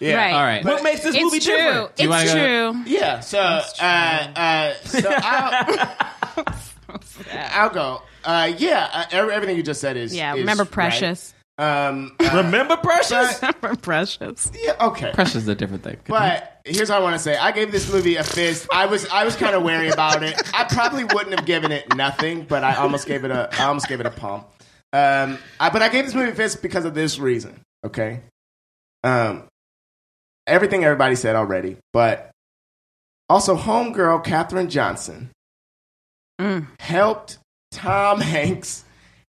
Speaker 2: Yeah.
Speaker 5: Right.
Speaker 3: All right.
Speaker 4: What makes this
Speaker 5: It's
Speaker 4: movie
Speaker 5: true.
Speaker 4: different?
Speaker 3: you wanna
Speaker 5: It's
Speaker 3: go-
Speaker 5: true.
Speaker 2: Yeah. So, uh, uh, so I'll, I'll go. Uh, yeah. Uh, every- everything you just said is.
Speaker 5: Yeah.
Speaker 2: is
Speaker 5: Remember
Speaker 2: right.
Speaker 5: Precious.
Speaker 2: Um, uh,
Speaker 4: Remember Precious?
Speaker 5: Remember Precious.
Speaker 2: yeah. Okay.
Speaker 3: Precious is a different thing.
Speaker 2: But here's what I want to say. I gave this movie a fist. I was I was kind of wary about it. I probably wouldn't have given it nothing, but I almost gave it a I almost gave it a palm. Um, I, but I gave this movie a fist because of this reason. Okay. Um, everything everybody said already, but also homegirl Katherine Johnson
Speaker 4: Mm.
Speaker 2: helped Tom Hanks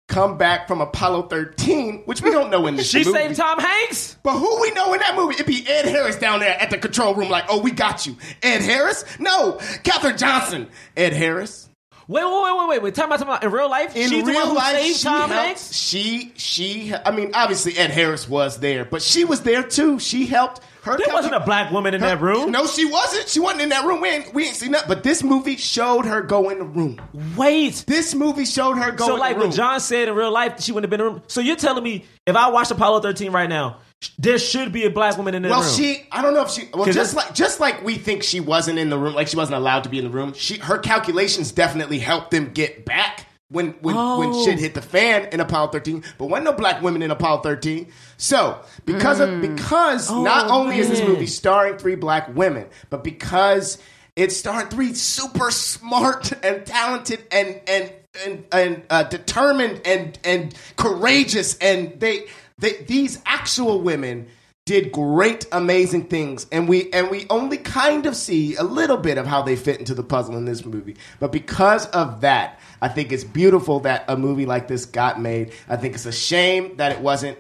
Speaker 2: come back from Apollo 13, which we don't know in this
Speaker 4: She
Speaker 2: movie.
Speaker 4: saved Tom Hanks.
Speaker 2: But who we know in that movie? It'd be Ed Harris down there at the control room, like, oh, we got you. Ed Harris? No, Katherine Johnson. Ed Harris.
Speaker 4: Wait, wait, wait, wait, wait, wait. Time out, time out. In real life,
Speaker 2: In
Speaker 4: she's the one
Speaker 2: real
Speaker 4: who
Speaker 2: life,
Speaker 4: saved
Speaker 2: she
Speaker 4: Tom
Speaker 2: helped.
Speaker 4: Hanks.
Speaker 2: She, she. I mean, obviously Ed Harris was there, but she was there too. She helped her.
Speaker 4: There wasn't a black woman in that room.
Speaker 2: No, she wasn't. She wasn't in that room. We ain't, we ain't seen that. But this movie showed her go in the room.
Speaker 4: Wait.
Speaker 2: This movie showed her go
Speaker 4: So,
Speaker 2: in
Speaker 4: like
Speaker 2: the room.
Speaker 4: what John said in real life, she wouldn't have been in the room. So you're telling me if I watched Apollo 13 right now, sh- there should be a black woman in that
Speaker 2: well,
Speaker 4: room.
Speaker 2: she. I don't know if she. Well,
Speaker 4: 'Cause
Speaker 2: just
Speaker 4: it's-
Speaker 2: like just like we think she wasn't in the room, like she wasn't allowed to be in the room. She her calculations definitely helped them get back. When, when, when
Speaker 4: Oh.
Speaker 2: shit hit the fan in Apollo 13, but wasn't no black women in Apollo 13. So because
Speaker 4: Mm.
Speaker 2: of because
Speaker 4: Oh,
Speaker 2: not only is this
Speaker 4: man.
Speaker 2: movie starring three black women, but because it's starring three super smart and talented and and and, and uh, determined and and courageous and they, they these actual women did great amazing things and we and we only kind of see a little bit of how they fit into the puzzle in this movie but because of that i think it's beautiful that a movie like this got made i think it's a shame that it wasn't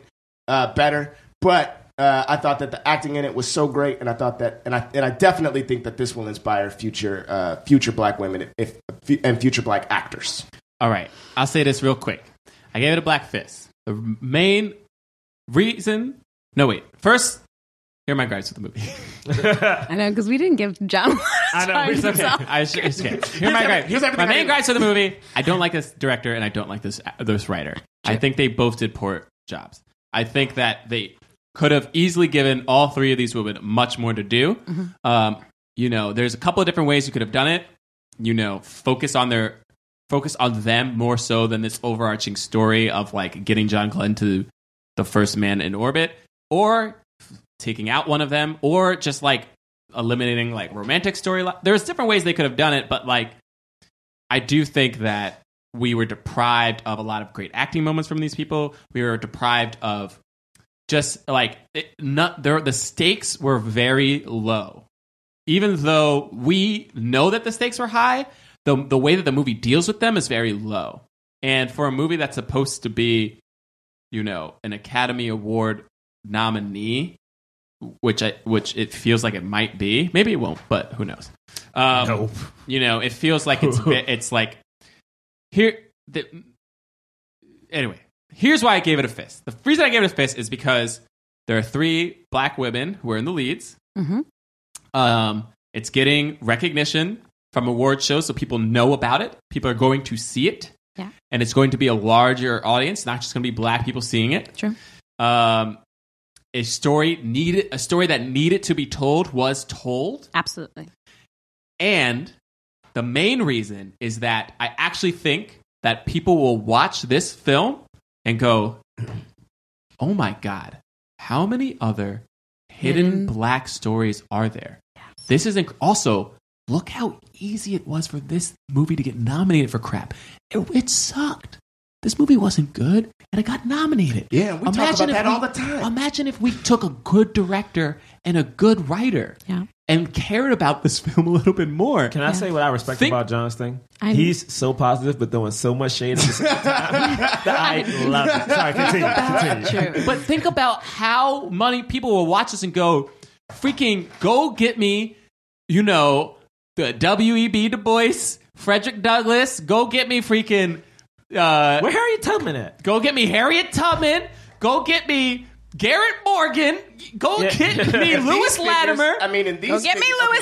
Speaker 2: uh, better. But uh, I thought that the acting in it was so great, and I thought that, and I and I definitely think that this will inspire future uh, future black women if, if and future black actors.
Speaker 3: All right, I'll say this real quick. I gave it a black fist. The main reason. No, wait. First, here are my gripes with the movie.
Speaker 9: I know because we didn't give John.
Speaker 4: I know.
Speaker 3: It's okay. I sh- it's okay. Here are my gripes.
Speaker 2: here's everything
Speaker 3: my
Speaker 2: I
Speaker 3: main
Speaker 2: hate.
Speaker 3: gripes of the movie. I don't like this director, and I don't like this this writer. I think they both did poor jobs. I think that they could have easily given all three of these women much more to do.
Speaker 2: Mm-hmm.
Speaker 3: Um, you know, there's a couple of different ways you could have done it. You know, focus on their focus on them more so than this overarching story of like getting John Glenn to the first man in orbit, or taking out one of them, or just like eliminating like romantic storyline. There's different ways they could have done it, but like I do think that we were deprived of a lot of great acting moments from these people. We were deprived of just like it, not there. The stakes were very low, even though we know that the stakes were high. The the way that the movie deals with them is very low, and for a movie that's supposed to be, you know, an Academy Award nominee, which I which it feels like it might be. Maybe it won't, but who knows? Um,
Speaker 4: Nope.
Speaker 3: you know, it feels like it's ve- it's like here. The, anyway, here's why I gave it a fist. The reason I gave it a fist is because there are three black women who are in the leads. Um, it's getting recognition from award shows, so people know about it. People are going to see it,
Speaker 9: Yeah.
Speaker 3: and it's going to be a larger audience, not just going to be black people seeing it.
Speaker 9: True.
Speaker 3: Um, a story needed a story that needed to be told was told.
Speaker 5: Absolutely.
Speaker 3: And the main reason is that I actually think that people will watch this film and go, oh my God, how many other hidden black stories are there? This is inc- also, look how easy it was for this movie to get nominated for crap. It, it sucked. This movie wasn't good, and it got nominated.
Speaker 2: Yeah, we talk about
Speaker 3: if
Speaker 2: that
Speaker 3: we-
Speaker 2: all the time.
Speaker 3: Imagine if we took a good director and a good writer
Speaker 9: Yeah.
Speaker 3: and cared about this film a little bit more.
Speaker 4: Can I say what I respect
Speaker 3: Think-
Speaker 4: about John's thing?
Speaker 9: I-
Speaker 4: He's so positive, but throwing so much shade at the same time. that I love it. Sorry, continue. continue.
Speaker 3: but think about how many people will watch this and go, freaking, go get me, you know, the W.E.B. Du Bois, Frederick Douglass, go get me freaking, uh,
Speaker 4: Where Harriet Tubman at?
Speaker 3: go get me Harriet Tubman, go get me Garrett Morgan, go
Speaker 4: Yeah.
Speaker 3: get me
Speaker 2: These
Speaker 3: Lewis
Speaker 2: figures-
Speaker 3: Latimer.
Speaker 2: I mean, in these
Speaker 5: get me
Speaker 2: figures-
Speaker 5: Lewis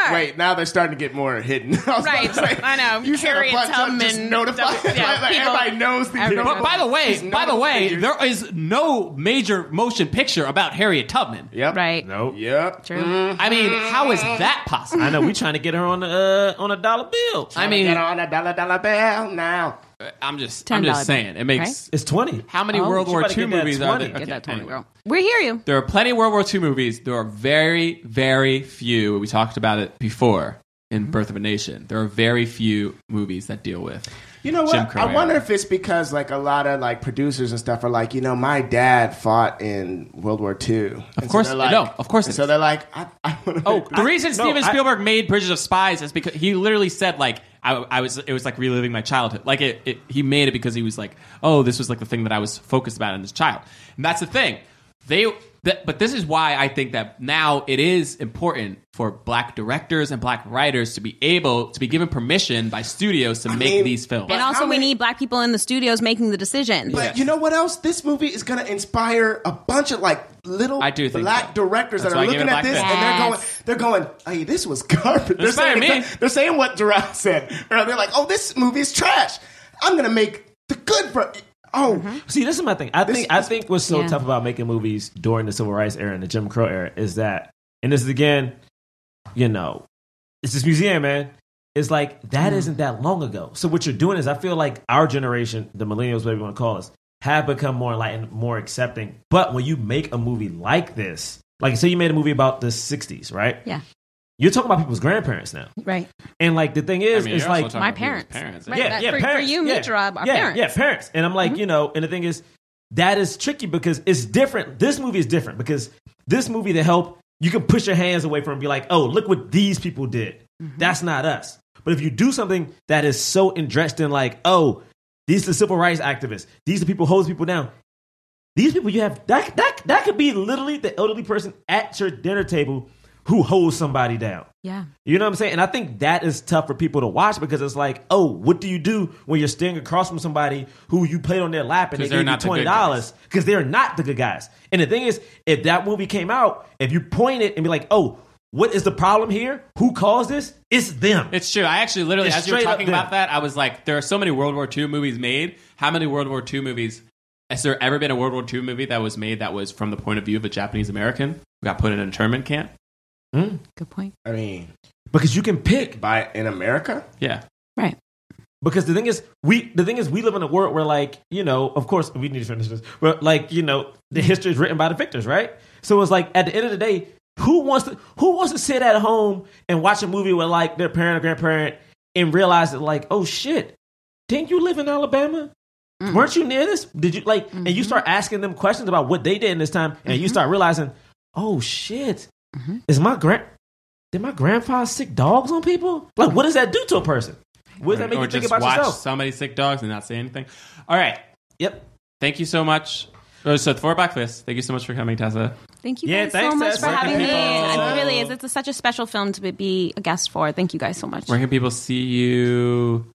Speaker 5: Latimer!
Speaker 2: Wait, now they're starting to get more hidden. I was
Speaker 5: Right,
Speaker 2: about to say,
Speaker 5: I know.
Speaker 2: You said a
Speaker 5: Harriet
Speaker 2: bunch. I'm just
Speaker 5: Tubman,
Speaker 2: notified.
Speaker 5: W- yeah,
Speaker 2: Like,
Speaker 5: people-
Speaker 2: everybody knows these people.
Speaker 5: everybody
Speaker 3: but by the way,
Speaker 2: These
Speaker 3: by the
Speaker 2: notable
Speaker 3: way,
Speaker 2: figures.
Speaker 3: there is no major motion picture about Harriet Tubman.
Speaker 2: Yep.
Speaker 5: Right.
Speaker 4: Nope.
Speaker 2: Yep.
Speaker 5: True.
Speaker 3: I mean, how is that possible?
Speaker 4: I know we trying to get her on the, uh, on a dollar bill.
Speaker 3: I
Speaker 2: Get
Speaker 3: mean,
Speaker 2: on a dollar dollar bill now.
Speaker 3: I'm just
Speaker 9: Ten
Speaker 3: I'm
Speaker 9: dollar
Speaker 3: just saying it makes
Speaker 9: right?
Speaker 4: It's twenty.
Speaker 3: how many
Speaker 9: Oh,
Speaker 3: World
Speaker 4: she
Speaker 3: War
Speaker 4: better
Speaker 3: II
Speaker 4: get that
Speaker 3: movies are
Speaker 4: 20.
Speaker 3: there?
Speaker 4: Get
Speaker 3: Okay,
Speaker 9: that twenty,
Speaker 3: anyway.
Speaker 9: girl. We hear you.
Speaker 3: There are plenty of World War II movies. There are very very few. We talked about it before in Birth of a Nation. There are very few movies that deal with.
Speaker 2: You know
Speaker 3: Jim
Speaker 2: what? I
Speaker 3: Crow
Speaker 2: wonder
Speaker 3: era.
Speaker 2: if it's because like a lot of like producers and stuff are like, you know, my dad fought in World War II. And so
Speaker 3: course-
Speaker 2: they're like-
Speaker 3: no, of course it
Speaker 2: So
Speaker 3: is.
Speaker 2: they're like, I, I want to.
Speaker 3: Oh, the reason Steven
Speaker 4: I-
Speaker 3: Spielberg made Bridges of Spies is because he literally said like I, I was it was like reliving my childhood. Like it, it he made it because he was like, "Oh, this was like the thing that I was focused about as a child." And that's the thing. They th- but this is why I think that now it is important for black directors and black writers to be able to be given permission by studios to make
Speaker 2: mean-
Speaker 3: these films.
Speaker 5: and
Speaker 2: how
Speaker 5: also, we
Speaker 2: many-
Speaker 5: need black people in the studios making the decisions.
Speaker 2: But you know what else? This movie is going to inspire a bunch of like little
Speaker 3: I do think
Speaker 2: black
Speaker 3: so.
Speaker 2: directors
Speaker 3: That's
Speaker 2: that
Speaker 3: why
Speaker 2: are
Speaker 3: I gave
Speaker 2: looking
Speaker 3: it
Speaker 2: at
Speaker 3: Black
Speaker 2: this
Speaker 3: Panther.
Speaker 2: and they're going, they're going, hey, this was garbage. They're
Speaker 3: Inspired
Speaker 2: saying,
Speaker 3: me.
Speaker 2: they're saying what Durant said. Or they're like, oh, this movie is trash. I'm going to make the good. Pro- oh,
Speaker 4: See, this is my thing. I think I think what's so
Speaker 9: Yeah.
Speaker 4: tough about making movies during the civil rights era and the Jim Crow era is that, and this is again, you know, it's this museum, man. It's like that not that long ago. So what you're doing is, I feel like our generation, the millennials, whatever you want to call us, have become more enlightened, more accepting. But when you make a movie like this, like say you made a movie about the '60s, right?
Speaker 9: Yeah.
Speaker 4: You're talking about people's grandparents now,
Speaker 9: Right.
Speaker 4: and like the thing is, it's like
Speaker 9: my parents. Right,
Speaker 4: yeah,
Speaker 9: that-
Speaker 4: yeah,
Speaker 9: for- for
Speaker 4: parents.
Speaker 9: you, me,
Speaker 4: yeah.
Speaker 9: Gerard, our
Speaker 4: yeah,
Speaker 9: parents. Mm-hmm.
Speaker 4: Yeah, parents. And I'm like, you know, and the thing is, that is tricky because it's different. This movie is different because this movie, The Help, you can push your hands away from it and be like, oh, look what these people did.
Speaker 9: Mm-hmm.
Speaker 4: That's not us. But if you do something that is so entrenched in like, oh, these are the civil rights activists. These are people who hold people down. These people you have that that that could be literally the elderly person at your dinner table who holds somebody down.
Speaker 9: Yeah.
Speaker 4: You know what I'm saying? And I think that is tough for people to watch because it's like, oh, what do you do when you're standing across from somebody who you played on their lap and they
Speaker 3: 'Cause they're
Speaker 4: gave you
Speaker 3: not the
Speaker 4: twenty
Speaker 3: good guys.
Speaker 4: dollars because they're not the good guys. And the thing is, if that movie came out, if you point it and be like, oh, what is the problem here? Who caused this? It's them.
Speaker 3: It's true. I actually literally,
Speaker 4: It's
Speaker 3: as you were
Speaker 4: straight up
Speaker 3: talking
Speaker 4: there.
Speaker 3: about that, I was like, there are so many World War II movies made. How many World War II movies? Has there ever been a World War II movie that was made that was from the point of view of a Japanese American who got put in an internment camp?
Speaker 9: Good point.
Speaker 2: I mean,
Speaker 4: because you can pick.
Speaker 2: by in America?
Speaker 3: Yeah.
Speaker 9: Right.
Speaker 4: Because the thing is, we the thing is, we live in a world where, like, you know, of course, we need to finish this. But like, you know, the history is written by the victors, right? So it's like at the end of the day, who wants to who wants to sit at home and watch a movie with like their parent or grandparent and realize that, like, oh shit, didn't you live in Alabama?
Speaker 5: Mm-hmm.
Speaker 4: Weren't you near this? Did you like? And you start asking them questions about what they did in this time, and
Speaker 5: Mm-hmm.
Speaker 4: you start realizing, oh shit, is my grand did my grandpa sick dogs on people? Like, what does that do to a person? What does that make
Speaker 3: or
Speaker 4: you think
Speaker 3: just
Speaker 4: about
Speaker 3: watch
Speaker 4: yourself?
Speaker 3: somebody sick dogs and not say anything. All right.
Speaker 4: Yep.
Speaker 3: Thank you so much. Oh, so for Blackfist, thank you so much for coming, Tessa.
Speaker 5: Thank you
Speaker 4: Yeah,
Speaker 5: guys
Speaker 4: thanks,
Speaker 5: so much
Speaker 4: Tess.
Speaker 5: for
Speaker 4: Thank
Speaker 5: having
Speaker 4: you.
Speaker 5: me. It really is. It's a- such a special film to be a guest for. Thank you guys so much.
Speaker 3: Where can people see you?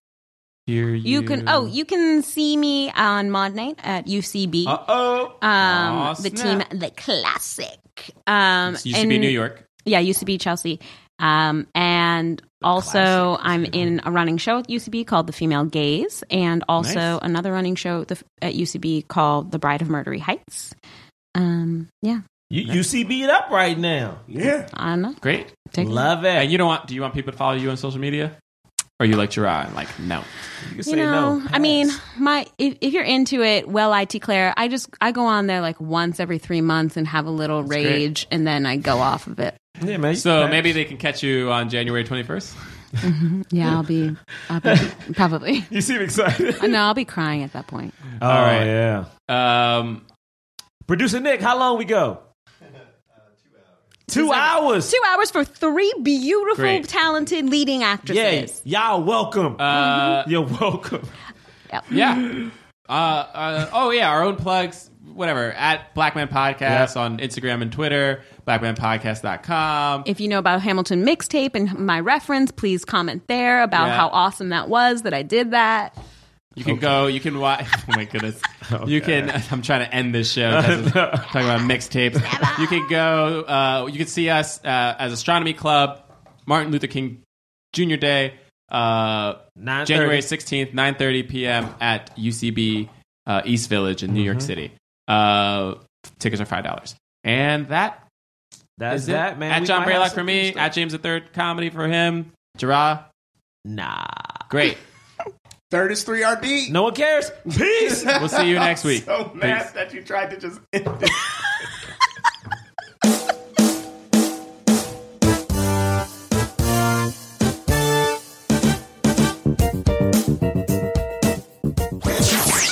Speaker 3: Hear you?
Speaker 5: You can oh you can see me on Mod Night at UCB.
Speaker 3: Uh oh.
Speaker 5: um,
Speaker 3: Aw,
Speaker 5: the team,
Speaker 3: snap.
Speaker 5: the classic. Um,
Speaker 3: It's UCB
Speaker 5: and-
Speaker 3: New York.
Speaker 5: Yeah, UCB Chelsea. Um, and also, I'm in a running show at UCB called The Female Gaze, and also
Speaker 3: Nice.
Speaker 5: another running show at the- at UCB called The Bride of Murdery Heights. Um, yeah,
Speaker 4: You, you see beat up right now.
Speaker 2: Yeah.
Speaker 5: I don't know.
Speaker 3: Great.
Speaker 5: Take it.
Speaker 4: Love it.
Speaker 3: And you don't want? Do you want people to follow you on social media? Or you like Gerard? Like no.
Speaker 4: You can
Speaker 5: you know, I
Speaker 4: Pass.
Speaker 5: mean, my if, if you're into it, well, I declare, I just I go on there like once every three months and have a little
Speaker 3: great.
Speaker 5: rage, and then I go off of it.
Speaker 4: yeah, man. you
Speaker 3: So
Speaker 4: can pass.
Speaker 3: maybe they can catch you on January 21st.
Speaker 9: Yeah, I'll be, I'll be probably.
Speaker 4: you seem excited.
Speaker 9: No, I'll be crying at that point.
Speaker 4: Oh
Speaker 3: right.
Speaker 4: yeah.
Speaker 3: Um,
Speaker 4: Producer Nick, how long we go? Uh, two hours.
Speaker 5: Two hours for three beautiful,
Speaker 3: Great.
Speaker 5: talented leading
Speaker 4: Yeah.
Speaker 5: actresses.
Speaker 4: Y'all welcome.
Speaker 3: uh,
Speaker 4: You're welcome.
Speaker 3: yeah. Uh, uh, oh, yeah. Our own plugs, whatever. At Black Man Podcast on Instagram and Twitter, blackmanpodcast.com.
Speaker 5: If you know about Hamilton mixtape and my reference, please comment there about
Speaker 3: Yeah.
Speaker 5: how awesome that was that I did that.
Speaker 3: You can go, you can watch. Oh, my goodness. You can. I'm trying to end this show. 'cause it's Talking about mixtapes. You can go, uh, you can see us uh, as Astronomy Club, Martin Luther King Jr. Day. Uh,
Speaker 4: Nine
Speaker 3: January
Speaker 4: thirty.
Speaker 3: 16th, 9.30 p.m. at UCB uh, East Village in New York
Speaker 4: Mm-hmm.
Speaker 3: City. Uh, tickets are $5. And that
Speaker 4: That's
Speaker 3: is it.
Speaker 4: that, man.
Speaker 3: At
Speaker 4: We
Speaker 3: John
Speaker 4: might have
Speaker 3: Braylock
Speaker 4: some
Speaker 3: for me,
Speaker 4: stuff.
Speaker 3: at James the Third Comedy for him, Gerard.
Speaker 4: nah.
Speaker 3: Great.
Speaker 2: Third is 3RD.
Speaker 4: No one cares. Peace.
Speaker 3: We'll see you next week.
Speaker 2: So mad
Speaker 3: Peace.
Speaker 2: that you tried to just end it.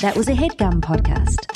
Speaker 1: That was a headgum podcast.